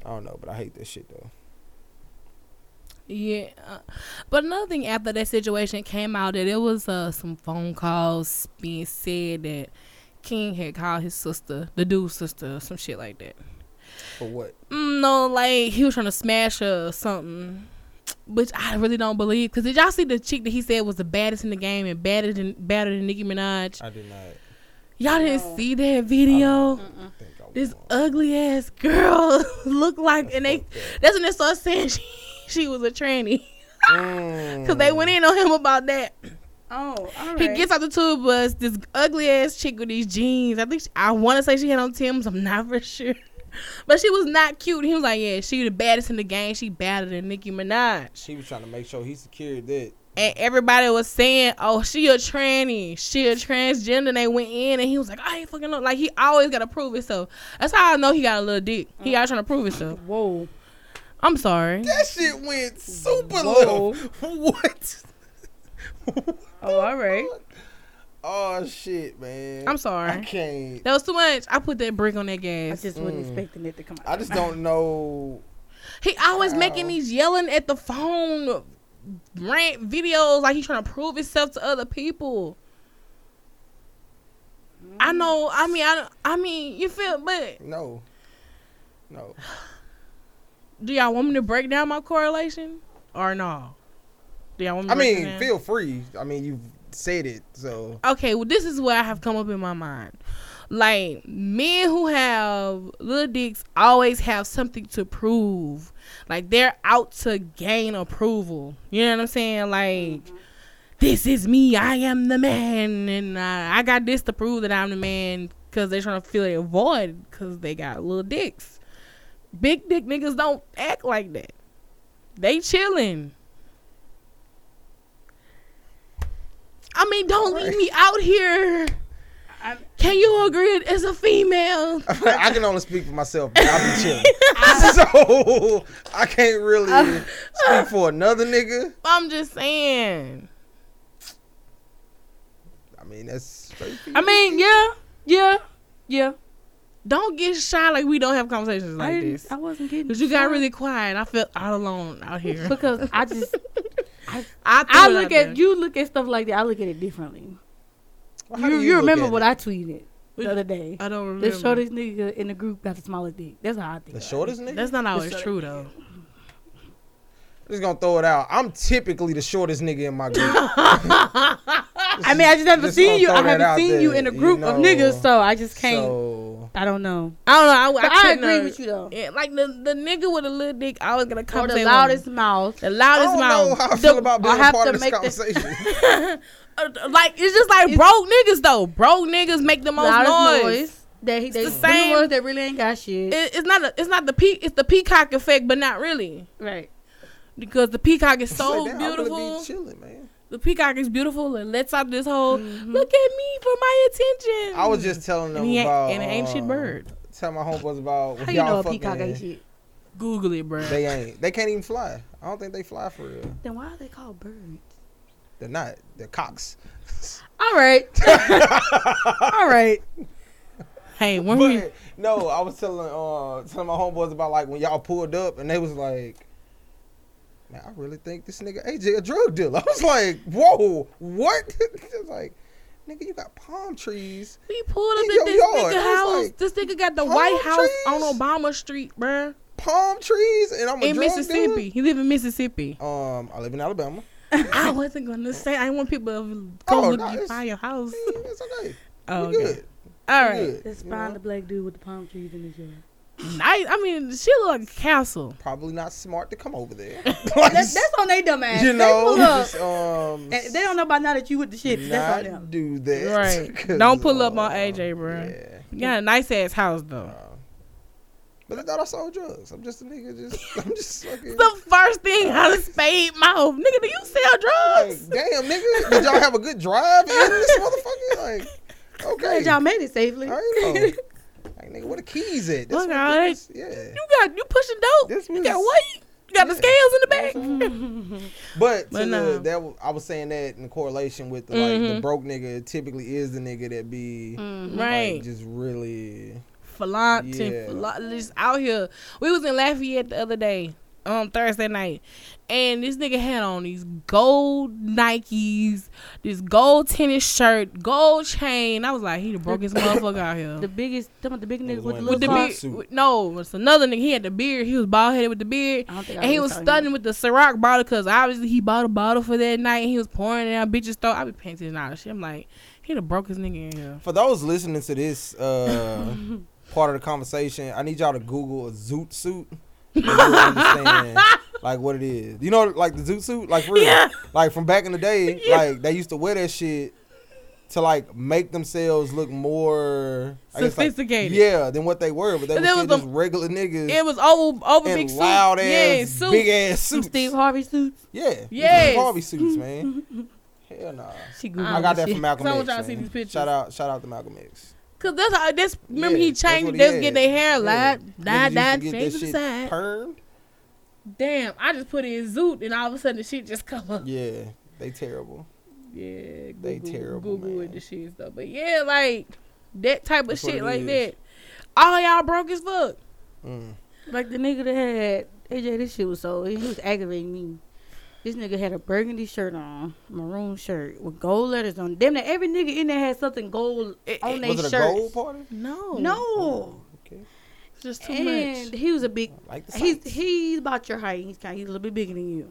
I don't know, but I hate that shit though.
Yeah, uh, but another thing after that situation came out that it was uh, some phone calls being said that King had called his sister, the dude's sister, or some shit like that.
For what?
Mm, no, like he was trying to smash her or something, which I really don't believe. Cause did y'all see the chick that he said was the baddest in the game and better than better than Nicki Minaj?
I did not
Y'all didn't
No.
see that video.
think I was.
This
wrong.
ugly ass girl looked like, and they
Fuck that.
that's when they started saying she, she was a tranny.
Mm.
Cause they went in on him about that.
Oh, all right.
He gets out the tour bus. This ugly ass chick with these jeans. I think she, I want to say she had on Tim's. I'm not for sure, but she was not cute. He was like, "Yeah, she the baddest in the game. She badder than Nicki Minaj."
She was trying to make sure he secured that.
And everybody was saying, "Oh, she a tranny. She a transgender." And they went in, and he was like, "I ain't fucking know." Like he always gotta prove himself. That's how I know he got a little dick. He out trying to prove himself.
Whoa.
I'm sorry.
That shit went super
Whoa.
low. What?
Oh, all right.
oh shit, man.
I'm
I
sorry.
can't.
That was too much. I put that brick on that
I
gas.
just wasn't
Mm.
expecting it to come out.
I just don't know.
He always making
Ow.
these yelling at the phone rant videos like he's trying to prove himself to other people. I
Mm.
know. I mean, I, I mean, you feel, but
No. No.
do y'all want me to break down my correlation or no? Do y'all want me?
I
To break it
mean,
down?
feel free. I mean, you've said it, so
okay, well, this is what I have come up in my mind. Like, men who have little dicks always have something to prove. Like, they're out to gain approval. You know what I'm saying? Like, this is me. I am the man. And I, I got this to prove that I'm the man because they're trying to fill a void because they got little dicks. Big dick niggas don't act like that. They chilling. I mean, don't leave me out here.
I'm-
Can you agree as a female?
I can only speak for myself. But I've been chilling, so I can't
Uh,
really speak for another nigga.
I'm just saying.
I mean, that's straight.
I mean, yeah, yeah, yeah. Don't get shy like we don't have conversations
I,
like
didn't-
this.
I wasn't getting
Cause you got
shot.
really quiet. I felt all alone out here.
because I just
I, threw
I
it
look at
out there.
you look at stuff like that. I look at it differently.
Well, how
You,
do
you
look
remember
at
what
it?
I tweeted the other day?
I don't remember.
The shortest nigga in the group got the smallest dick. That's how I think.
The
about it.
shortest nigga.
That's not always true though.
just gonna throw it out. I'm typically the shortest nigga in my group.
I mean, I just haven't
Just
seen
gonna
you.
throw
I
that
haven't
out
seen you
there,
in a
you
group of
know.
niggas, so I just can't.
so
I don't know.
I don't know. I,
But
I,
I,
couldn't,
agree
uh,
with you though.
Yeah, like the the nigga with a little dick always gonna come
Or
to
the loudest mouth.
The
I
loudest
don't know
mouth.
how I
The-
feel about being
I have
part
to
of this
make that-
conversation.
Uh, like it's just like
It's-
broke niggas though. Broke niggas make the most
Loudest
noise.
noise. That he, they,
the
the
same-
ones that really ain't got shit.
It, it's not a, it's not the pe- it's the peacock effect, but not really
right.
because the peacock is so
Like, damn, I'm
beautiful.
gonna be chilling, man.
the peacock is beautiful and lets out this whole look at me for my attention.
Mm-hmm. I was just telling them
and, he ain't,
about
and an ancient
uh,
bird.
Tell my homeboys about
How
when
you know
y'all
a peacock
fucking.
ain't shit?
Google it, bro.
They ain't. They can't even fly. I don't think they fly for real.
Then why are they called birds?
They're not. They're cocks.
All right. All right.
hey, when we
But no, I was telling uh telling my homeboys about like when y'all pulled up and they was like, Man, I really think this nigga AJ a drug dealer. I was like, Whoa, what? It was like, nigga, you got palm trees.
we pulled up
in
at
your
this
yard,
nigga
I was
house,
like,
this nigga got the
palm
White House on
trees?
Obama Street, bruh,
Palm trees and I'm a
in
drug
Mississippi.
dealer?
He live in Mississippi.
Um, I live in Alabama.
I wasn't gonna say. I didn't want people to come
Oh,
look
no,
at
it's-
by your house.
It's okay.
Oh,
we
okay.
good.
All
We
right.
good,
Let's
you know?
find the black dude with the palm trees in his yard.
Nice. I mean, she look like a castle.
Probably not smart to come over there.
That, that's on they dumb ass.
you
they
know,
pull up.
just, um,
And if they don't know by now that you with the shit. That's on
not
them.
do that.
Right.
'cause,
Don't pull up on
uh,
AJ, bruh.
Yeah.
You got a nice ass house though.
Uh, But I thought I sold drugs. I'm just a nigga. Just I'm just fucking.
The first thing out of spade mouth. Nigga, do you sell
Like,
drugs?
damn, nigga, did y'all have a good drive in this motherfucker? Like, okay,
Glad y'all made it safely.
I know. Like, nigga, where the keys at? This
Look,
what-
all right.
this- yeah.
You got you pushing dope.
This
you got
was-
weight. You got the
Yeah.
scales in the back.
But,
But
to
no.
the, that w- I was saying that in correlation with like the
Mhm.
broke nigga typically is the nigga that be like,
Mm-hmm. Right.
just really
Flaunt
Yeah.
and flaunt, just out here. We was in Lafayette the other day, um Thursday night, and this nigga had on these gold Nikes, this gold tennis shirt, gold chain. I was like, he the brokest motherfucker out here.
The biggest, talking about the big
Niggas
nigga with the
wearing
little
with the
car.
Clark
beard,
suit.
with- no, it's another nigga. He had the beard. He was bald headed with the beard.
I don't think I
And he
really
was
saw him.
stunning with the Ciroc bottle because obviously he bought a bottle for that night. And he was pouring it out. Bitches thought I be paying attention to all this shit. I'm like, he the brokest nigga in here.
For those listening to this uh, part of the conversation, I need y'all to Google a zoot suit. And you'll understand like what it is. You know, like the zoot suit, like for real.
Yeah.
Like from back in the day,
Yeah.
like they used to wear that shit to like make themselves look more I guess, like,
Sophisticated.
yeah, than what they were. But they
But
were
there
still
was
just regular niggas
It was over over
in
big suit.
loud ass,
yeah, suit.
big ass
Some
suits.
Steve Harvey suits.
yeah,
Yes.
yeah, Harvey suits, man. Hell nah.
She
I got that from Malcolm
Someone
X.
trying to see
man.
these pictures.
Shout out, shout out to Malcolm X.
Cause that's how that's remember
Yeah,
he
that's
changed
what he
they
had.
get their hair
Yeah.
light, die,
Niggas
die,
used to get
change
that
the
shit
side.
permed.
Damn, I just put in zoot and all of a sudden the shit just come up.
Yeah, they terrible.
Yeah, Google,
They terrible,
Google
man.
it, the shit and stuff. But yeah, like that type
That's
of
what
shit
it
like
is.
that. All y'all broke as fuck.
Mm.
Like the nigga that had AJ. This shit was so he was aggravating me. This nigga had a burgundy shirt on, maroon shirt with gold letters on. Damn, that every nigga in there had something gold
It-
on
it-
their
Eh, Was it a gold
shirt.
party?
No,
No,
Okay,
it's just too
and
much.
he was a big
I like the
He's
sights.
he's about your height. He's kind. He's a little bit bigger than you.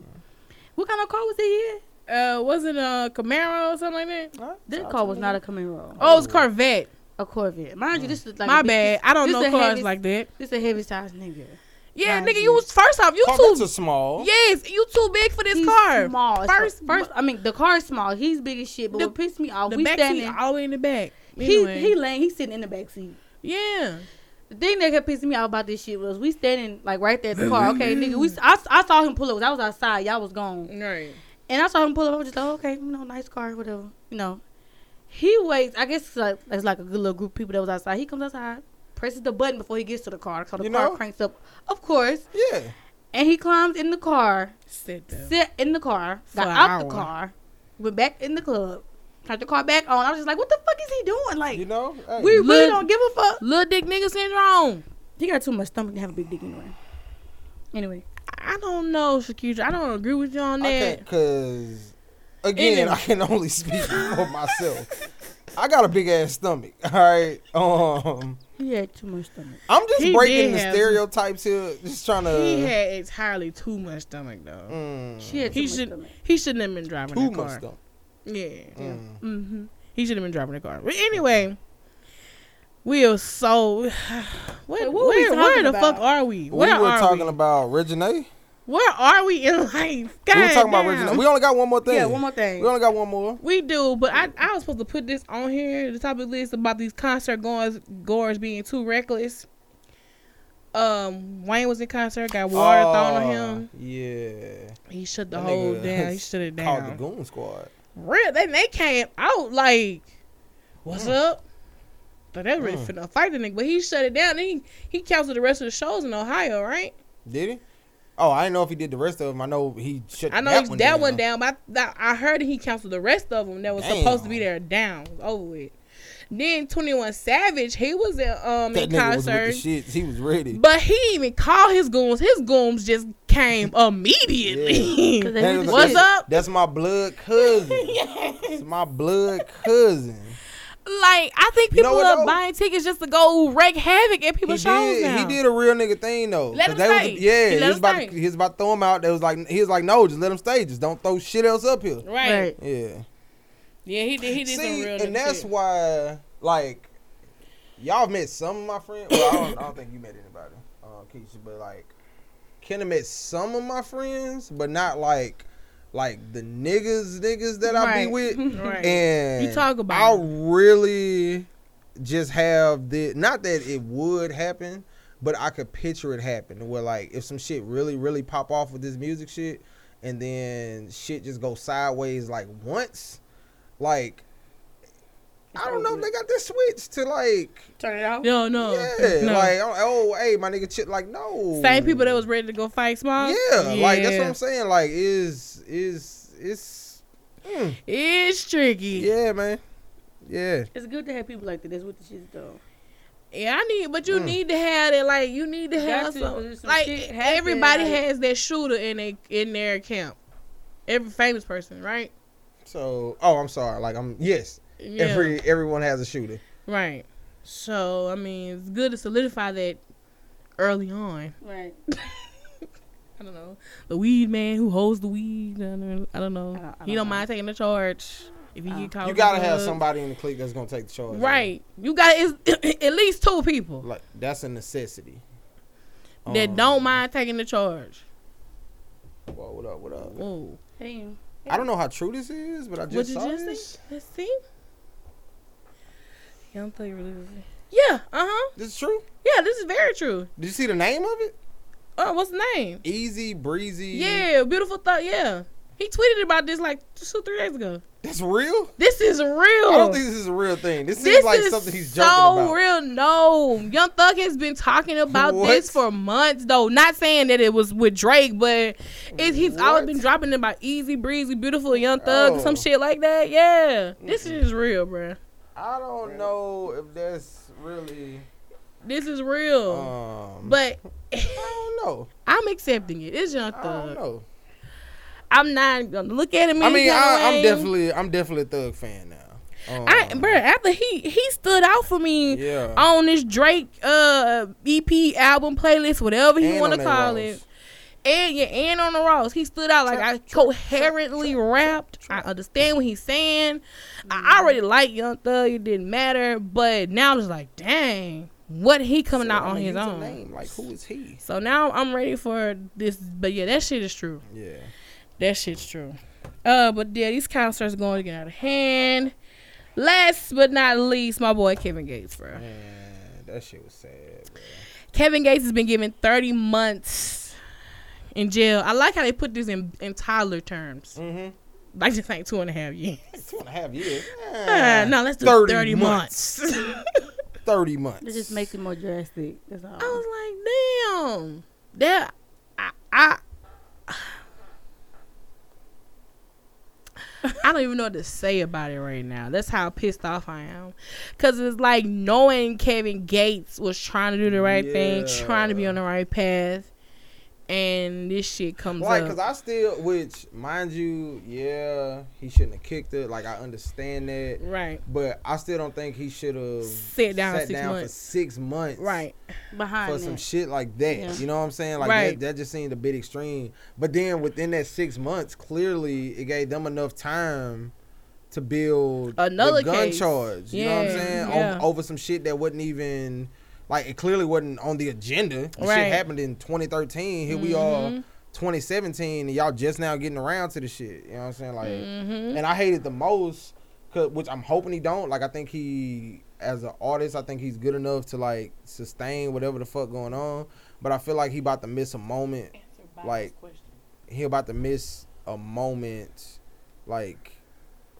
What kind of car was he in?
Uh, wasn't a Camaro or something like that?
Huh?
This
Shout
car
out
was
to
not a Camaro.
Oh, it's Corvette.
a Corvette.
Mm.
Mind you, this is like
My
a big-
bad. I don't
this
know
a
cars
heavy-
like that.
This a heavy sized nigga.
Yeah,
Right.
nigga, you was first off, you
them.
too.
Corvettes are small.
Yes, you too big for this
He's
car.
Small.
First-
First, first. I mean, the car's small. He's big as shit. But
The-
what pissed me off,
The
we
back seat
standing.
all the way in the back.
He
Anyway.
he laying. He's sitting in the back seat.
yeah.
The thing that kept pissing me off about this shit was we standing like right there at the car. Okay,
Mm-hmm.
nigga, we I, I saw him pull up. I was outside. Y'all was gone.
Right.
And I saw him pull up. I was just like, oh, okay, you know, nice car, whatever. You know, he waits. I guess it's like, it's like a good little group of people that was outside. He comes outside, presses the button before he gets to the car. So the
You
car
know?
cranks up, of course.
Yeah.
And he climbs in the car,
Sit down.
sat in the car,
For
got
an
out the
hour.
car, went back in the club, turned the car back on. I was just like, what the fuck is he doing? Like,
You know? Hey,
we really
Look-
don't give a fuck.
Little dick nigga syndrome.
He got too much stomach to have a big dick anyway. Anyway,
I don't know, Shakira. I don't agree with you on
I can't,
that.
cause again,
Anyway.
I can only speak for myself. I got a big ass stomach. All right. Um,
he had too much stomach.
I'm just
He did
breaking the
have-
stereotypes here. Just trying
He
to.
had entirely too much stomach though.
Mm,
She had too
He
much
should-
stomach.
He shouldn't have been driving
too
that
much
car.
stomach.
Yeah.
Mm.
Mm-hmm. He should have been driving the car. But anyway, we are so. Where,
Wait, what were we
where, where
talking
the fuck
about?
are we?
We
Where
were
are
talking
we?
about Reginae.
Where are we in life? God
We were talking about
damn.
Reginae. We only got one more thing.
Yeah, one more thing.
We only got one more.
We do, but I, I was supposed to put this on here, the topic list about these concert goers goers being too reckless. Um, Wayne was in concert, got water thrown on him.
Oh, Yeah.
He shut the
That
whole
nigga
down. He shut it
Called the
down.
Goon Squad.
Real, then they came out like, "What's up?" But they really
Mm.
finna fight the nigga, but he shut it down. And he he canceled the rest of the shows in Ohio, right?
Did he? Oh, I didn't know if he did the rest of them. I know he shut.
I know
that
he's
one
that
down.
one down, but I, th- I heard he canceled the rest of them that was supposed to be there
Damn.
down. It was over with. Then Twenty One Savage, he was in um
That
in
nigga was
concert,
with the shit. He was ready.
but he didn't even called his goons. His goons just came immediately.
'Cause
That
they
nigga
did the
was like,
What's up?
That's my blood cousin. It's my blood cousin.
Like I think
You know
people
what,
are
though?
buying tickets just to go wreak havoc at
He
people's shows
did,
now.
he did a real nigga thing though.
Let
'Cause
him
they was-
stay.
yeah,
He let
he
him
was about
stay.
to, he was about to throw him out. They was like he was like no, just let him stay. Just don't throw shit else up here.
Right.
Right.
Yeah.
Yeah, he did. He did some
See,
real.
and that's why like y'all met some of my friends. Well, I don't, I don't think you met anybody, uh, Keisha, but like Kenna met some of my friends, but not like like the niggas niggas that I
Right.
be with.
Right.
And
You talk about
I
it.
really just have the not that it would happen, but I could picture it happen where like if some shit really really pop off with this music shit, and then shit just go sideways like once, like I don't know if they got this switch to like
Turn it off.
No, no.
yeah
no.
like oh, oh, hey my nigga shit like no
Same people that was ready to go fight small.
yeah, like that's what I'm saying like is is it's mm,
It's tricky. Yeah.
yeah man yeah
It's good to have people like that. That's what the shit's though.
I need, but you
Mm.
need to have it. Like you need to
You got
have
to,
some.
'cause there's some
like e,
shit happen,
everybody
like-
has that shooter in they in their camp. Every famous person, right?
so oh I'm sorry like I'm yes
Yeah.
every everyone has a shooter
Right. So I mean, it's good to solidify that early on.
Right.
I don't know the weed man who holds the weed. I don't, I don't know. Uh-uh.
I don't- I
he don't
don't know.
mind taking the charge if he
Oh.
get caught.
you
with
gotta have
drugs.
somebody in the clique that's gonna take the charge
Right. You got it's at least two people
like that's a necessity
that
Um,
don't mind taking the charge.
whoa, what up what up
Whoa.
Damn.
I don't know how true this is but I
What
just
you
saw
just
this
see? Let's see. Yeah, I'm thinking really. Yeah. Uh huh.
this is true
Yeah. This is very true.
did you see the name of it
Oh, what's the name?
Easy Breezy
Yeah. Beautiful thought. Yeah. He tweeted about this like two, three days ago.
that's real
This is real.
I don't think this is a real thing. This, seems like something he's joking
so
about.
real. No, Young Thug has been talking about
What?
this for months, though. Not saying that it was with Drake, but it, he's always
What?
been dropping about Easy Breezy, Beautiful Young Thug,
Oh.
some shit like that. Yeah, this is real, bruh.
I don't know if that's really.
This is real.
Um,
Oh. but
I don't know.
I'm accepting it. It's Young
I don't
Thug.
know.
I'm not gonna look at him.
I mean,
any kinda
I, I'm
way.
definitely, I'm definitely a Thug fan now. Um,
I, bruh, after he he stood out for me.
yeah.
on this Drake uh EP album playlist, whatever you
And
want
on
to
that
call
Rose.
it. And yeah, and on the Ross, he stood out like I coherently rapped. I understand what he's saying. I
Mm-hmm.
already like Young Thug; it didn't matter. But now it's like, dang, what he coming
So,
out
I
on
mean,
his
he's a
own?
Name. Like, who is he?
So now I'm ready for this. But yeah, that shit is true.
Yeah.
That shit's true. Uh, but yeah, these concerts going to get out of hand. Last but not least, my boy Kevin Gates, bro.
Man, that shit was sad. Bro.
Kevin Gates has been given 30 months in jail. I like how they put this in, in toddler terms.
Mm-hmm.
Like this ain't two and a half years.
Two and a half years.
Uh,
Ah,
no, let's do 30,
30
months.
Thirty months.
It just makes it more drastic. That's all.
I was like, damn. That, I, I, I don't even know what to say about it right now. That's how pissed off I am. Because it's like knowing Kevin Gates was trying to do the right thing,
Yeah.
trying to be on the right path, and this shit comes
Like,
up.
cause I still, which mind you, yeah, he shouldn't have kicked it. Like, I understand that.
Right.
But I still don't think he should have
Sit down six
for
months.
six months
Right.
behind
for
that.
some shit like that.
Yeah.
You know what I'm saying? Like
Right.
that, that just seemed a bit extreme. But then within that six months, clearly it gave them enough time to build the
Another
gun
case.
charge. You know what I'm
Yeah,
saying? O-
yeah.
over some shit that wasn't even like it clearly wasn't on the agenda. The
Right. Mm-hmm.
Shit happened in 2013. Here we are. 2017 and y'all just now getting around to the shit. You know what I'm saying? Like
Mm-hmm.
and I hate it the most, 'cause- which I'm hoping he don't. Like I think he, as an artist, I think he's good enough to like sustain whatever the fuck going on. But I feel like he about to miss a moment. Like he about to miss a moment, like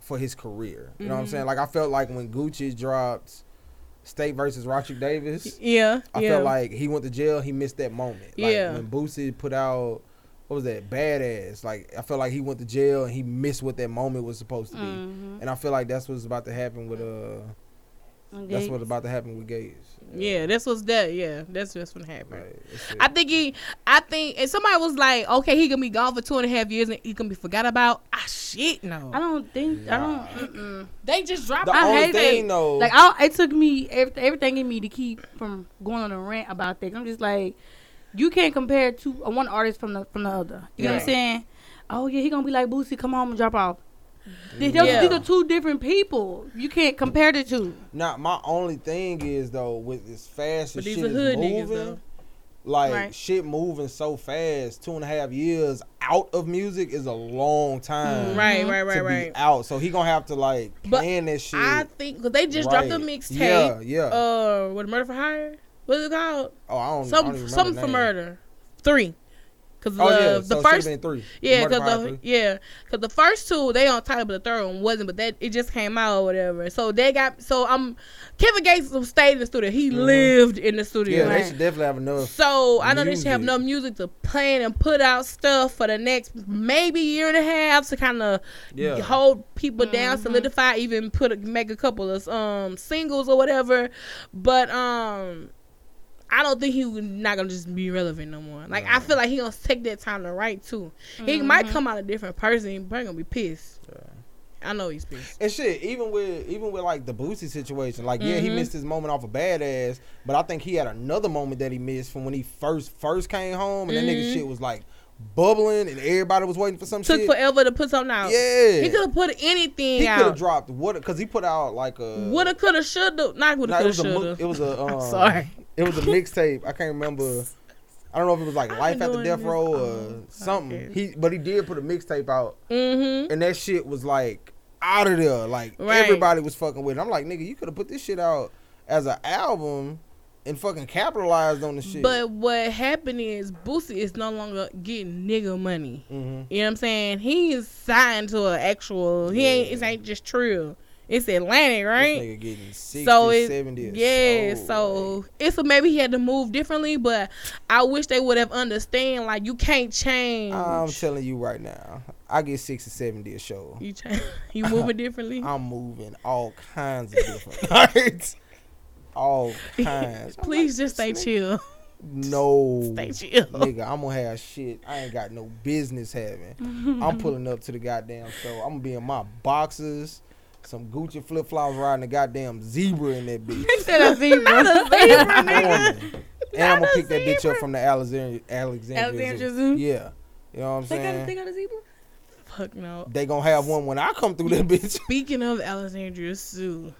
for his career. You know what I'm
Mhm.
saying? Like I felt like when Gucci dropped State versus Roger Davis,
Yeah.
I
yeah.
felt like he went to jail. He missed that moment. Like
Yeah.
when Boosie put out. What was that? Badass. Like I felt like he went to jail and he missed what that moment was supposed to be.
Mm.
Mhm.
And I feel like that's what's about to happen with uh
Mm-hmm. Okay.
that's what's about to happen with Gates.
yeah, that's what's that. Yeah, that's just what happened.
Like, it's-
I think he, I think, and somebody was like, okay, he gonna be gone for two and a half years and he gonna be forgot about. I shit no.
I don't think I
Nah.
don't. Mm-mm.
They just dropped.
the
I
only
hate
thing
it.
though
Like I, it took me every- everything in me to keep from going on a rant about that. I'm just like, you can't compare two uh, one artist from the from the other. You know what
Yeah.
I'm saying? Oh yeah, he gonna be like Boosie, come home and drop off. Th- Those,
Yeah.
These are two different people. You can't compare the two.
now my only thing is though with as fast
But
as
these
shit
are
is
hood niggas, though.
moving, like
Right.
shit moving so fast, two and a half years out of music is a long time.
Mm. Right, right,
Uh, to
right,
be
right.
out. So he gonna have to like
But
plan this shit.
I think because they just dropped a
right.
mixtape.
Yeah, yeah.
Uh, with Murder for Hire. What's it called?
Oh, I don't. I don't
Some
even
something
remember the
for
name.
murder. Three. Cause the,
Oh yeah,
the
so
first
first three.
Yeah,
Murder
because
Fire
the
Three.
yeah, cause the first two they on title, but the third one wasn't. But that it just came out or whatever. So they got so um, Kevin Gates stayed in the studio. He
Mhm.
lived in the
yeah,
studio.
they should definitely have another.
So I know they should have
Music.
no music to plan and put out stuff for the next maybe year and a half to kind of
Yeah,
hold people down, solidify, even put a, make a couple of um singles or whatever. But um, I don't think he was not gonna just be relevant no more. Like I
No.
feel like he gonna take that time to write too. He might come out a different person, but he gonna be pissed. I know he's pissed.
and shit. Even with even with like the Boosie situation, like yeah, he
Mhm.
missed his moment off of Badass, but I think he had another moment that he missed from when he first first came home, and that
Mhm.
nigga shit was like bubbling, and everybody was waiting for some
Took
shit.
forever to put something out.
yeah,
He could have put anything
He could have
out.
dropped what because he put out like a
Woulda, coulda, shoulda. Not woulda,
Nah, it
coulda,
was a mo-
shoulda.
it was a um,
sorry.
It was a mixtape. I can't remember. I don't know if it was like
I've
Life
been
After
doing
Death
this
Row
all
or something.
podcast.
He but he did put a mixtape out,
Mm-hmm.
and that shit was like out of there. Like
Right.
everybody was fucking with. it. I'm like, nigga, you could have put this shit out as an album and fucking capitalized on the shit.
But what happened is Boosie is no longer getting nigga money.
hmm
You know what I'm saying? He is signed to an actual. He ain't. It
Yeah.
ain't just trill. It's Atlantic,
This
right?
nigga getting 60,
So it,
70 a
yeah.
soul,
so
like,
it's a, maybe he had to move differently, but I wish they would have understand. Like you can't change.
I'm telling you right now, I get 60, 70 a show.
you change. You moving differently.
I'm moving all kinds of different nights. All kinds. I'm
Please
like,
just stay
"This
chill.
nigga- No.
Stay chill.
Nigga, I'm gonna have shit I ain't got no business having. I'm pulling up to the goddamn show. I'm gonna be in my boxes, some Gucci flip flops riding a goddamn zebra in that bitch.
Not a
I'm
zebra.
going. and I'm gonna pick that bitch up from the Alexandria, Alexandria,
Alexandria
Zoo.
Zoo?
Yeah. You know what I'm
They got,
saying?
they got a zebra?
Fuck no.
they gonna have one when I come through that bitch.
Speaking of Alexandria Sue,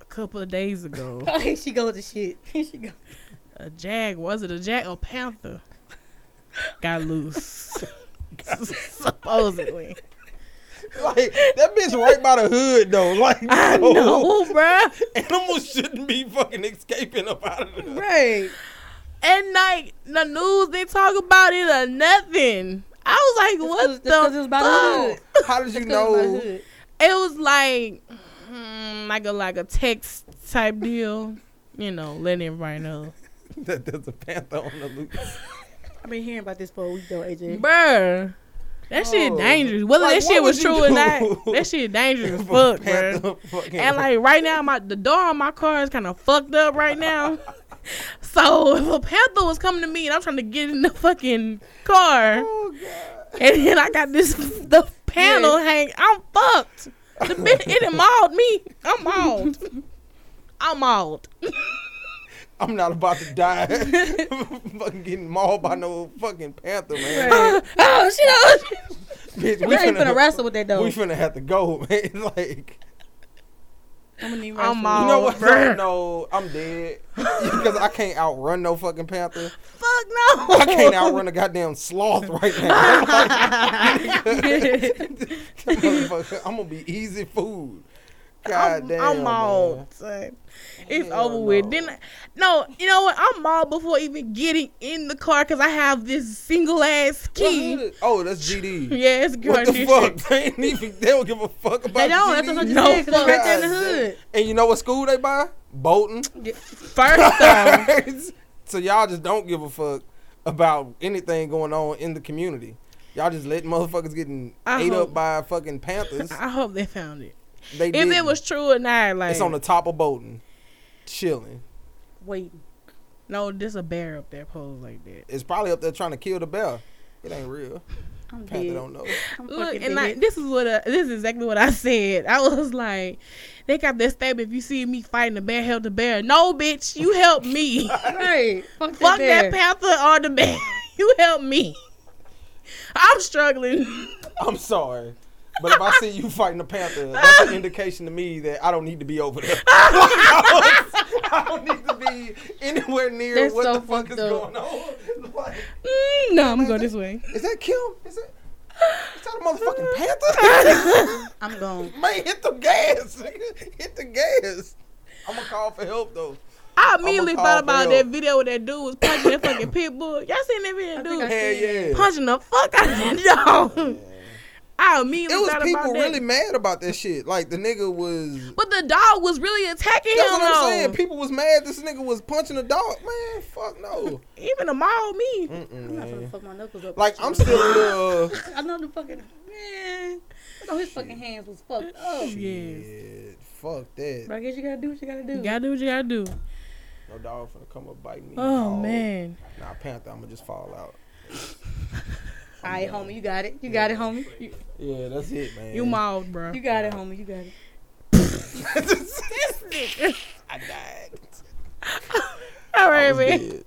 a couple of days ago,
Oh, here she goes to shit. Here she goes.
a jag was it a jag or panther got loose, supposedly.
like that bitch right by the hood though. Like
I
no.
know, bruh.
Animals shouldn't be fucking escaping up out of there.
Right.
And like the news, they talk about it or nothing. I was like, what
That's 'cause
the
it was about the
fuck?
hood.
How did you
That's 'cause it was about the
know?
hood.
It was like, mm, like a like a text type deal. You know, letting everybody know,
that there's a panther on the loose.
I've been hearing about this for a week though, AJ.
bruh. That shit
Oh.
dangerous. Whether
Like,
that
what
shit was
would you
true or
do?
not, that shit dangerous as fuck, bruh.
fucking
And like right now, my the door on my car is kind of fucked up right now. So if a panther was coming to me and I'm trying to get in the fucking car,
Oh, God.
and then I got this the panel hang, I'm fucked. The bitch it done mauled me. I'm mauled. I'm mauled.
I'm not about to die. fucking getting mauled by no fucking panther, man.
Oh, shit. Oh, shit.
Bitch,
We ain't finna wrestle with that though.
We finna have to go, man. like,
I'm gonna need
I'm
wrestle.
all-
you know what?
Oh, bruh.
No, I'm dead because I can't outrun no fucking panther.
Fuck no.
I can't outrun a goddamn sloth right now. That motherfucker, I'm gonna be easy food. God
I'm,
damn,
I'm
man.
mauled. son. It's
Hell
over with.
no.
Then, I- no, you know what? I'm mauled before even getting in the car because I have this single ass key.
What hood? Oh, that's GD.
Yeah, it's
What
good.
the fuck? They ain't even. They don't give a fuck about.
They don't. That's
GD.
what I'm
No
saying. 'cause it's right there in the
fuck.
hood.
And you know what school they buy? Bolton.
First off,
so y'all just don't give a fuck about anything going on in the community. Y'all just let motherfuckers getting
I
ate
hope-
up by fucking panthers.
I hope they found it.
They
if
didn't.
it was true or not, like
it's on the top of Bolton, chilling.
Wait.
no, there's a bear up there posed like that.
It's probably up there trying to kill the bear. It ain't real.
I'm
Panther
dead.
don't know.
I'm
Look,
fucking
and
dead.
like this is what uh, this is exactly what I said. I was like, they got that statement. If you see me fighting the bear, help the bear. No, bitch, you help me.
Right. Fuck that
Fuck
bear.
that panther or the bear. You help me. I'm struggling.
I'm sorry. But if I see you fighting a panther, that's an indication to me that I don't need to be over there. Like, I, don't, I don't need to be anywhere near
That's
what
so
the fuck is
fucked up.
going on. Like,
Mm, no, I'm gonna go this way.
is that Kim? Is that, is that a motherfucking panther?
I'm gone.
Man, hit the gas. nigga. Hit the gas. I'm going to call for help, though.
I immediately
call
thought about
Bell.
that video where that dude was punching that fucking pit bull. Y'all seen that video?
I think
Dude
I
Hell yeah.
punching the fuck out of y'all. I immediately
it was
thought
people
about that.
really mad about that shit. Like the nigga was.
but the dog was really attacking
That's
him
what I'm
though.
saying. People was mad. This nigga was punching a dog. Man, fuck no.
Even the mall me.
Mm-mm,
I'm not gonna
man.
fuck my knuckles up.
Like I'm still a little.
I know the fucking man. I know his fucking hands was fucked
Oh,
up.
Shit, fuck that.
But I guess you gotta do what you gotta do.
You gotta do what you gotta do.
No dog finna come up bite me.
Oh
Dog.
man.
Nah, panther. I'ma just fall out.
All right, homie, you got it. You got it, homie. You,
Yeah, that's it, man.
You mauled, bro.
you got it, homie. You got it.
I died.
All
I
right,
was
man.
dead.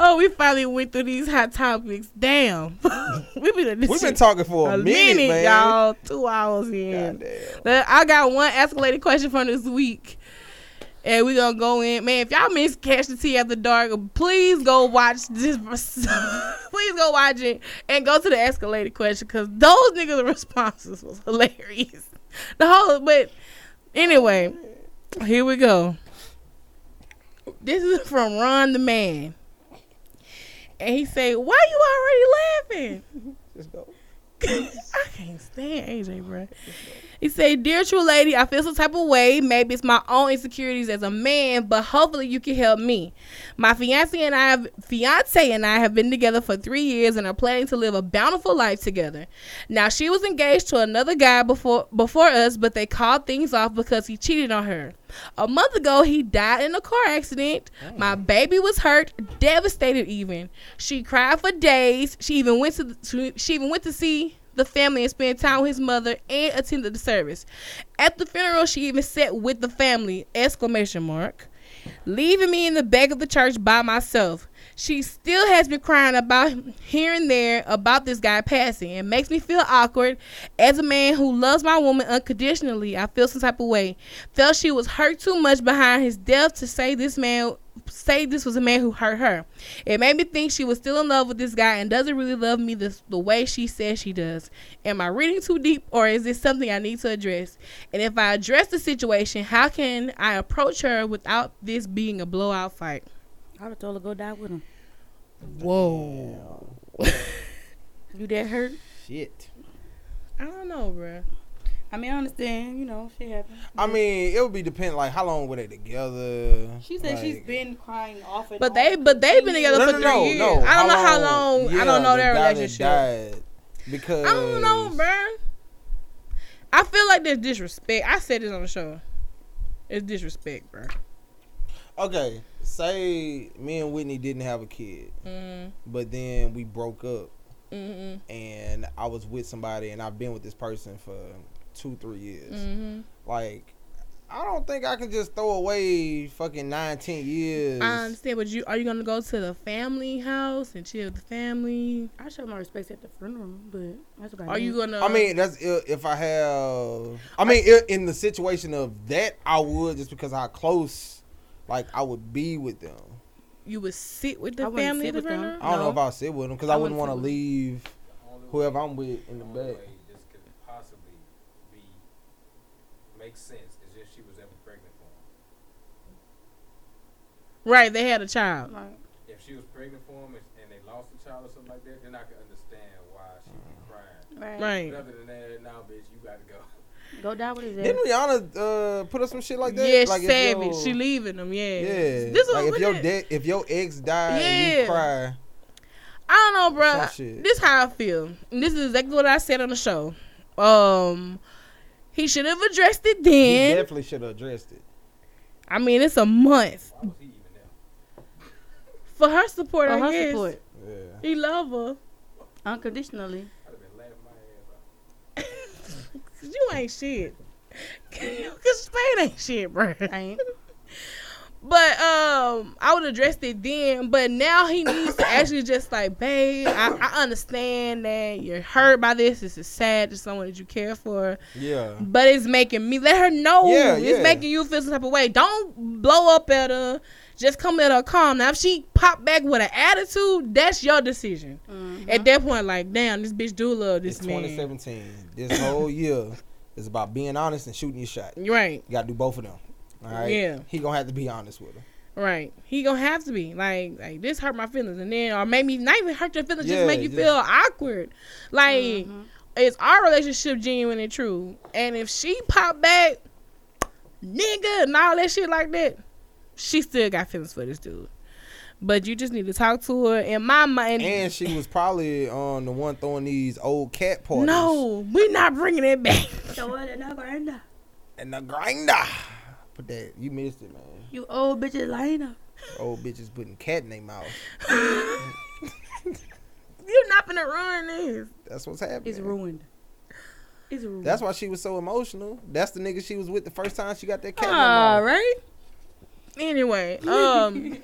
Oh, we finally went through these hot topics. Damn. we been in this
We've been
shit
talking for a,
a
minute, man.
y'all. Two hours in.
Goddamn.
But I got one Ask a Lady question from this week. And we're gonna go in. Man, if y'all miss Catch the Tea After Dark, please go watch this please go watch it and go to the Ask a Lady question because those niggas' responses was hilarious. The whole but anyway, here we go. This is from Ron the Man. And he say, Why you already laughing?
Just go.
I can't stand AJ, bro. He said, "Dear true lady, I feel some type of way. Maybe it's my own insecurities as a man, but hopefully you can help me. My fiance and I, have, fiance and I, have been together for three years and are planning to live a bountiful life together. Now she was engaged to another guy before before us, but they called things off because he cheated on her. A month ago, he died in a car accident. My baby was hurt, devastated. Even she cried for days. She even went to the, she- she even went to see." the family and spend time with his mother and attended the service. At the funeral, she even sat with the family! Exclamation mark. Leaving me in the back of the church by myself. She still has been crying about here and there about this guy passing. It makes me feel awkward. As a man who loves my woman unconditionally, I feel some type of way. Felt she was hurt too much behind his death to say this man say this was a man who hurt her. It made me think she was still in love with this guy and doesn't really love me the, the way she says she does. Am I reading too deep or is this something I need to address? And if I address the situation, how can I approach her without this being a blowout fight?
I would have told her go die with him.
Whoa.
You that hurt?
Shit.
I don't know, bruh.
I mean, I understand. You know, shit happened.
I mean, it would be depend like how long were they together.
She said she's
Like-
been crying off and
But
on
they
for
but they've been
three
together
years.
for three years. I don't know how long. I don't know
the
their
guy that
relationship.
died because
I don't know, bruh. I feel like there's disrespect. I said this on the show. It's disrespect, bruh.
Okay, say me and Whitney didn't have a kid,
Mm,
but then we broke up,
mm,
and I was with somebody, and I've been with this person for two, three years.
mm.
Like, I don't think I can just throw away fucking nine, ten years.
I understand, but you are you gonna go to the family house and chill with the family?
I show my respects at the funeral, but that's what I
Are you
did.
gonna?
I mean, that's i- if I have. I mean, i in the situation of that, I would just because how close, like I would be with them.
you would sit with the
I wouldn't
family
sit
at the
with them.
funeral.
I don't know
No.
if I'll sit with them because I,
I
wouldn't want
wouldn't
to
sit with
leave whoever I'm with in the
only
back.
way this could possibly be make sense is if she was ever pregnant for him.
Right, they had a child.
Like,
If she was pregnant for him and, and they lost a child or something like that, then I could understand why she'd
Mm-hmm.
be
right.
crying.
Right.
But other than that, now bitch, you gotta go.
Go die with his ass.
Didn't Rihanna uh, put up some shit like that?
yeah,
like
she
if
savage.
your-
She leaving them. Yeah.
Yeah,
This
like
was
if your de- if your ex died and
Yeah.
you cry,
I don't know,
Some
bruh.
shit.
This how I feel. And this is exactly what I said on the show. Um, he should have addressed it
he
then.
definitely should have addressed it.
I mean, it's a month
Why was he even there?
for her support.
For
I
her
guess.
support.
Yeah,
He love her.
Unconditionally.
I'd have been laughing my ass off.
Cause you ain't shit. Cause Spain ain't shit, bruh.
I ain't.
But um, I would addressed it then. But now he needs to actually just like, babe, I, I understand that you're hurt by this. This is sad to someone that you care for,
yeah.
but it's making me let her know.
Yeah,
it's
yeah.
making you feel some type of way. Don't blow up at her. Just come at her calm. Now if she pop back with an attitude, that's your decision.
Mhm.
At that point, like, damn, this bitch do love this
It's
man.
2017. This whole year is about being honest and shooting your shot.
Right,
You gotta do both of them. All right.
Yeah.
He gonna have to be honest with her.
Right. He gonna have to be like like this hurt my feelings and then or made me not even hurt your feelings,
Yeah,
just make you
yeah.
feel awkward. Like is our relationship genuine and true? And if she pop back, nigga, and all that shit like that, she still got feelings for this dude. But you just need to talk to her in my mind.
And she was probably on the one throwing these old cat parties.
no, we not bringing it back.
So what another end up?
And the grinder. Put that. You missed it, man.
You old bitches lying up.
Old bitches putting cat in their mouth.
You're not gonna ruin this.
That's what's happening.
It's ruined. It's ruined.
That's why she was so emotional. That's the nigga she was with the first time she got that cat in her
All
mouth.
Ah, right. Anyway, um,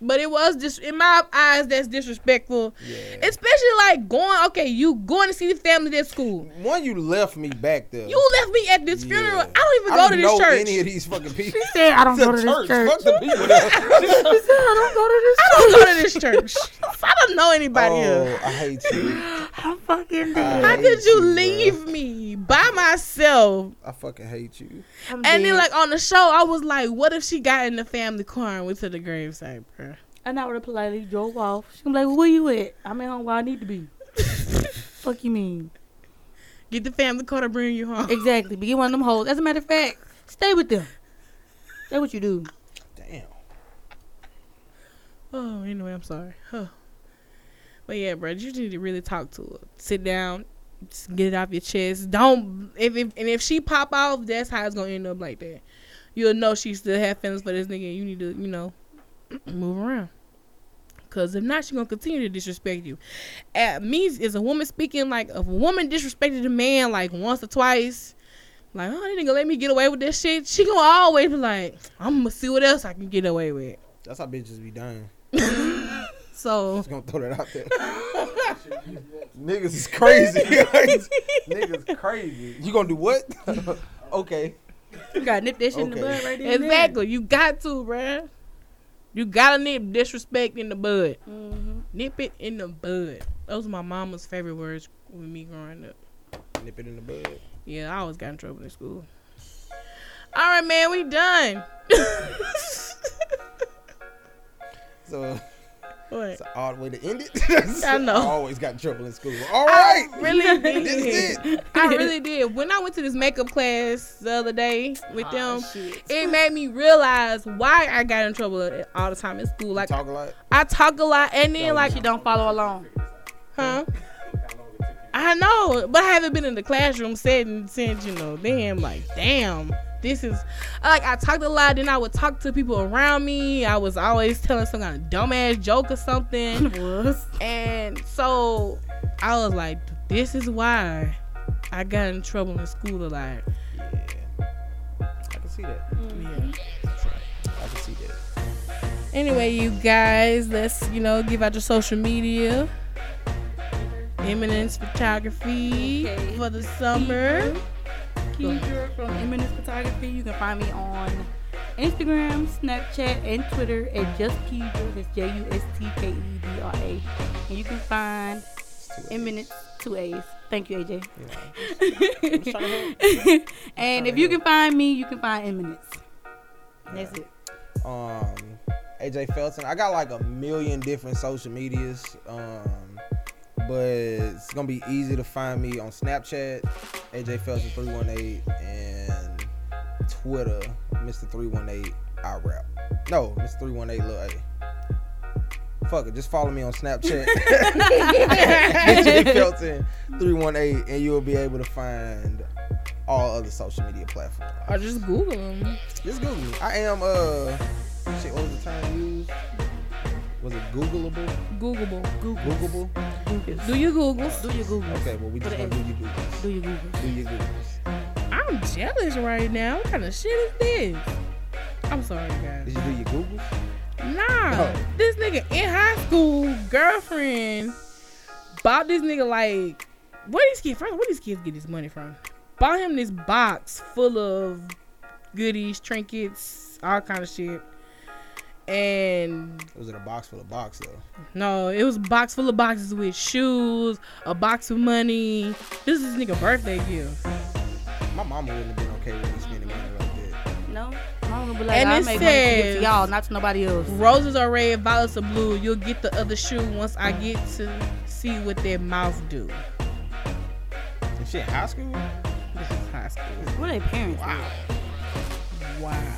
but it was just in my eyes that's disrespectful,
Yeah.
especially like going. Okay, you going to see the family at school.
One, you left me back there.
You left me at this funeral.
Yeah.
I don't even
I
go
don't
to this
know
church.
any of these fucking people.
said, I don't
It's a church. Fuck the people. there.
don't go to
I don't go to this church. I don't know anybody
oh,
here.
I hate you.
I'm fucking
I
How
hate
could you
bruh.
leave me by myself?
I fucking hate you.
And then, like on the show, I was like, "What if she got in the family car and went to the gravesite, bro?"
and I would have politely drove off. She gonna be like, well, "Where you at? I'm at home where I need to be." Fuck you mean?
Get the family car to bring you home.
Exactly. Be one of them hoes. As a matter of fact, stay with them. That's what you do.
Damn.
Oh, anyway, I'm sorry. Huh. But yeah, bro, you need to really talk to her. Sit down, just get it off your chest. Don't if, if and if she pop off, that's how it's gonna end up like that. You'll know she still have feelings for this nigga. And you need to, you know, move around. Cause if not, she gonna continue to disrespect you. At me is a woman speaking like if a woman disrespected a man like once or twice. Like, oh, they nigga let me get away with this shit. She gonna always be like, I'm gonna see what else I can get away with.
That's how bitches be dying.
So
Just gonna throw that out there. Niggas is crazy. Niggas crazy. You gonna do what? okay.
You gotta nip that shit in the
Okay.
bud right there.
Exactly. You got to, bruh. You gotta nip disrespect in the bud.
Mm-hmm.
Nip it in the bud. Those are my mama's favorite words with me growing up.
Nip it in the bud.
Yeah, I always got in trouble in school. All right, man, we done.
So
what?
it's an odd way to end it.
I know.
I always got in trouble in school. All right.
I really
This
did.
is it.
I really did. When I went to this makeup class the other day with
Oh,
them,
shit.
it made me realize why I got in trouble all the time in school. Like
Talk a lot.
I talk a lot, and then like
She don't follow along.
Huh?
How long it took you?
I know, but I haven't been in the classroom setting since you know. Then like, damn, this is like I talked a lot. Then I would talk to people around me. I was always telling some kind of dumbass joke or something,
Was
and so I was like, this is why I got in trouble in school a lot.
Yeah. I can see that.
Yeah.
I can see that.
Anyway, you guys, let's you know give out your social media. Eminence Photography
Okay.
for the summer.
Kendra from Eminence Photography. You can find me on Instagram, Snapchat, and Twitter at just Kedra. That's J U S T K E D R A. And you can find
It's too late.
Eminence two A's. Thank you, AJ.
You know.
and if you can find me, you can find Eminence. That's it.
um AJ Felton. I got like a million different social medias. Um but it's gonna be easy to find me on Snapchat, AJ Felton 318, and Twitter, Mr. 318 I rap. No, Mr. 318 Lil A. Fuck it, just follow me on Snapchat. AJ Felton 318 and you'll be able to find all other social media platforms.
Or just Google them.
Just Google. me. I am uh shit, what was the term used? Was it Googleable?
Googleable.
Googleable?
Do you Google?
Do your Google.
Okay, well we just gonna do your Googles.
Do your Google.
Do your Googles.
I'm jealous right now. What kind of shit is this? I'm sorry,
Did
guys.
you do your Googles?
Nah,
Oh.
this nigga in high school girlfriend bought this nigga like where these kids first? of all, Where these kids get this money from? Bought him this box full of goodies, trinkets, all kind of shit. And
Was it a box full of box though?
No, it was a box full of boxes with shoes, a box of money. This is nigga birthday gift.
My mama wouldn't have been okay with me spending money like that.
No, my I'm gonna be like,
And
I
it
make money to give
says-
to y'all, not to nobody else.
Roses are red, violets are blue. You'll get the other shoe once I get to see what their mouth do.
Is she in high school?
This is high school.
What are their parents?
Wow. Wow.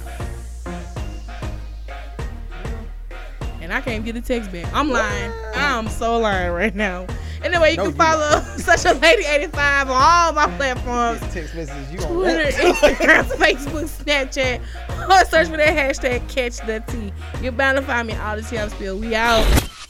And I can't get a text back. I'm lying. I'm so lying right now. Anyway, you
No,
can
you
follow Such a Lady 85 on all my platforms.
This text message you on
Twitter, Instagram, Facebook, Snapchat, or search for that hashtag catch the tea. You're bound to find me all the time still. We out.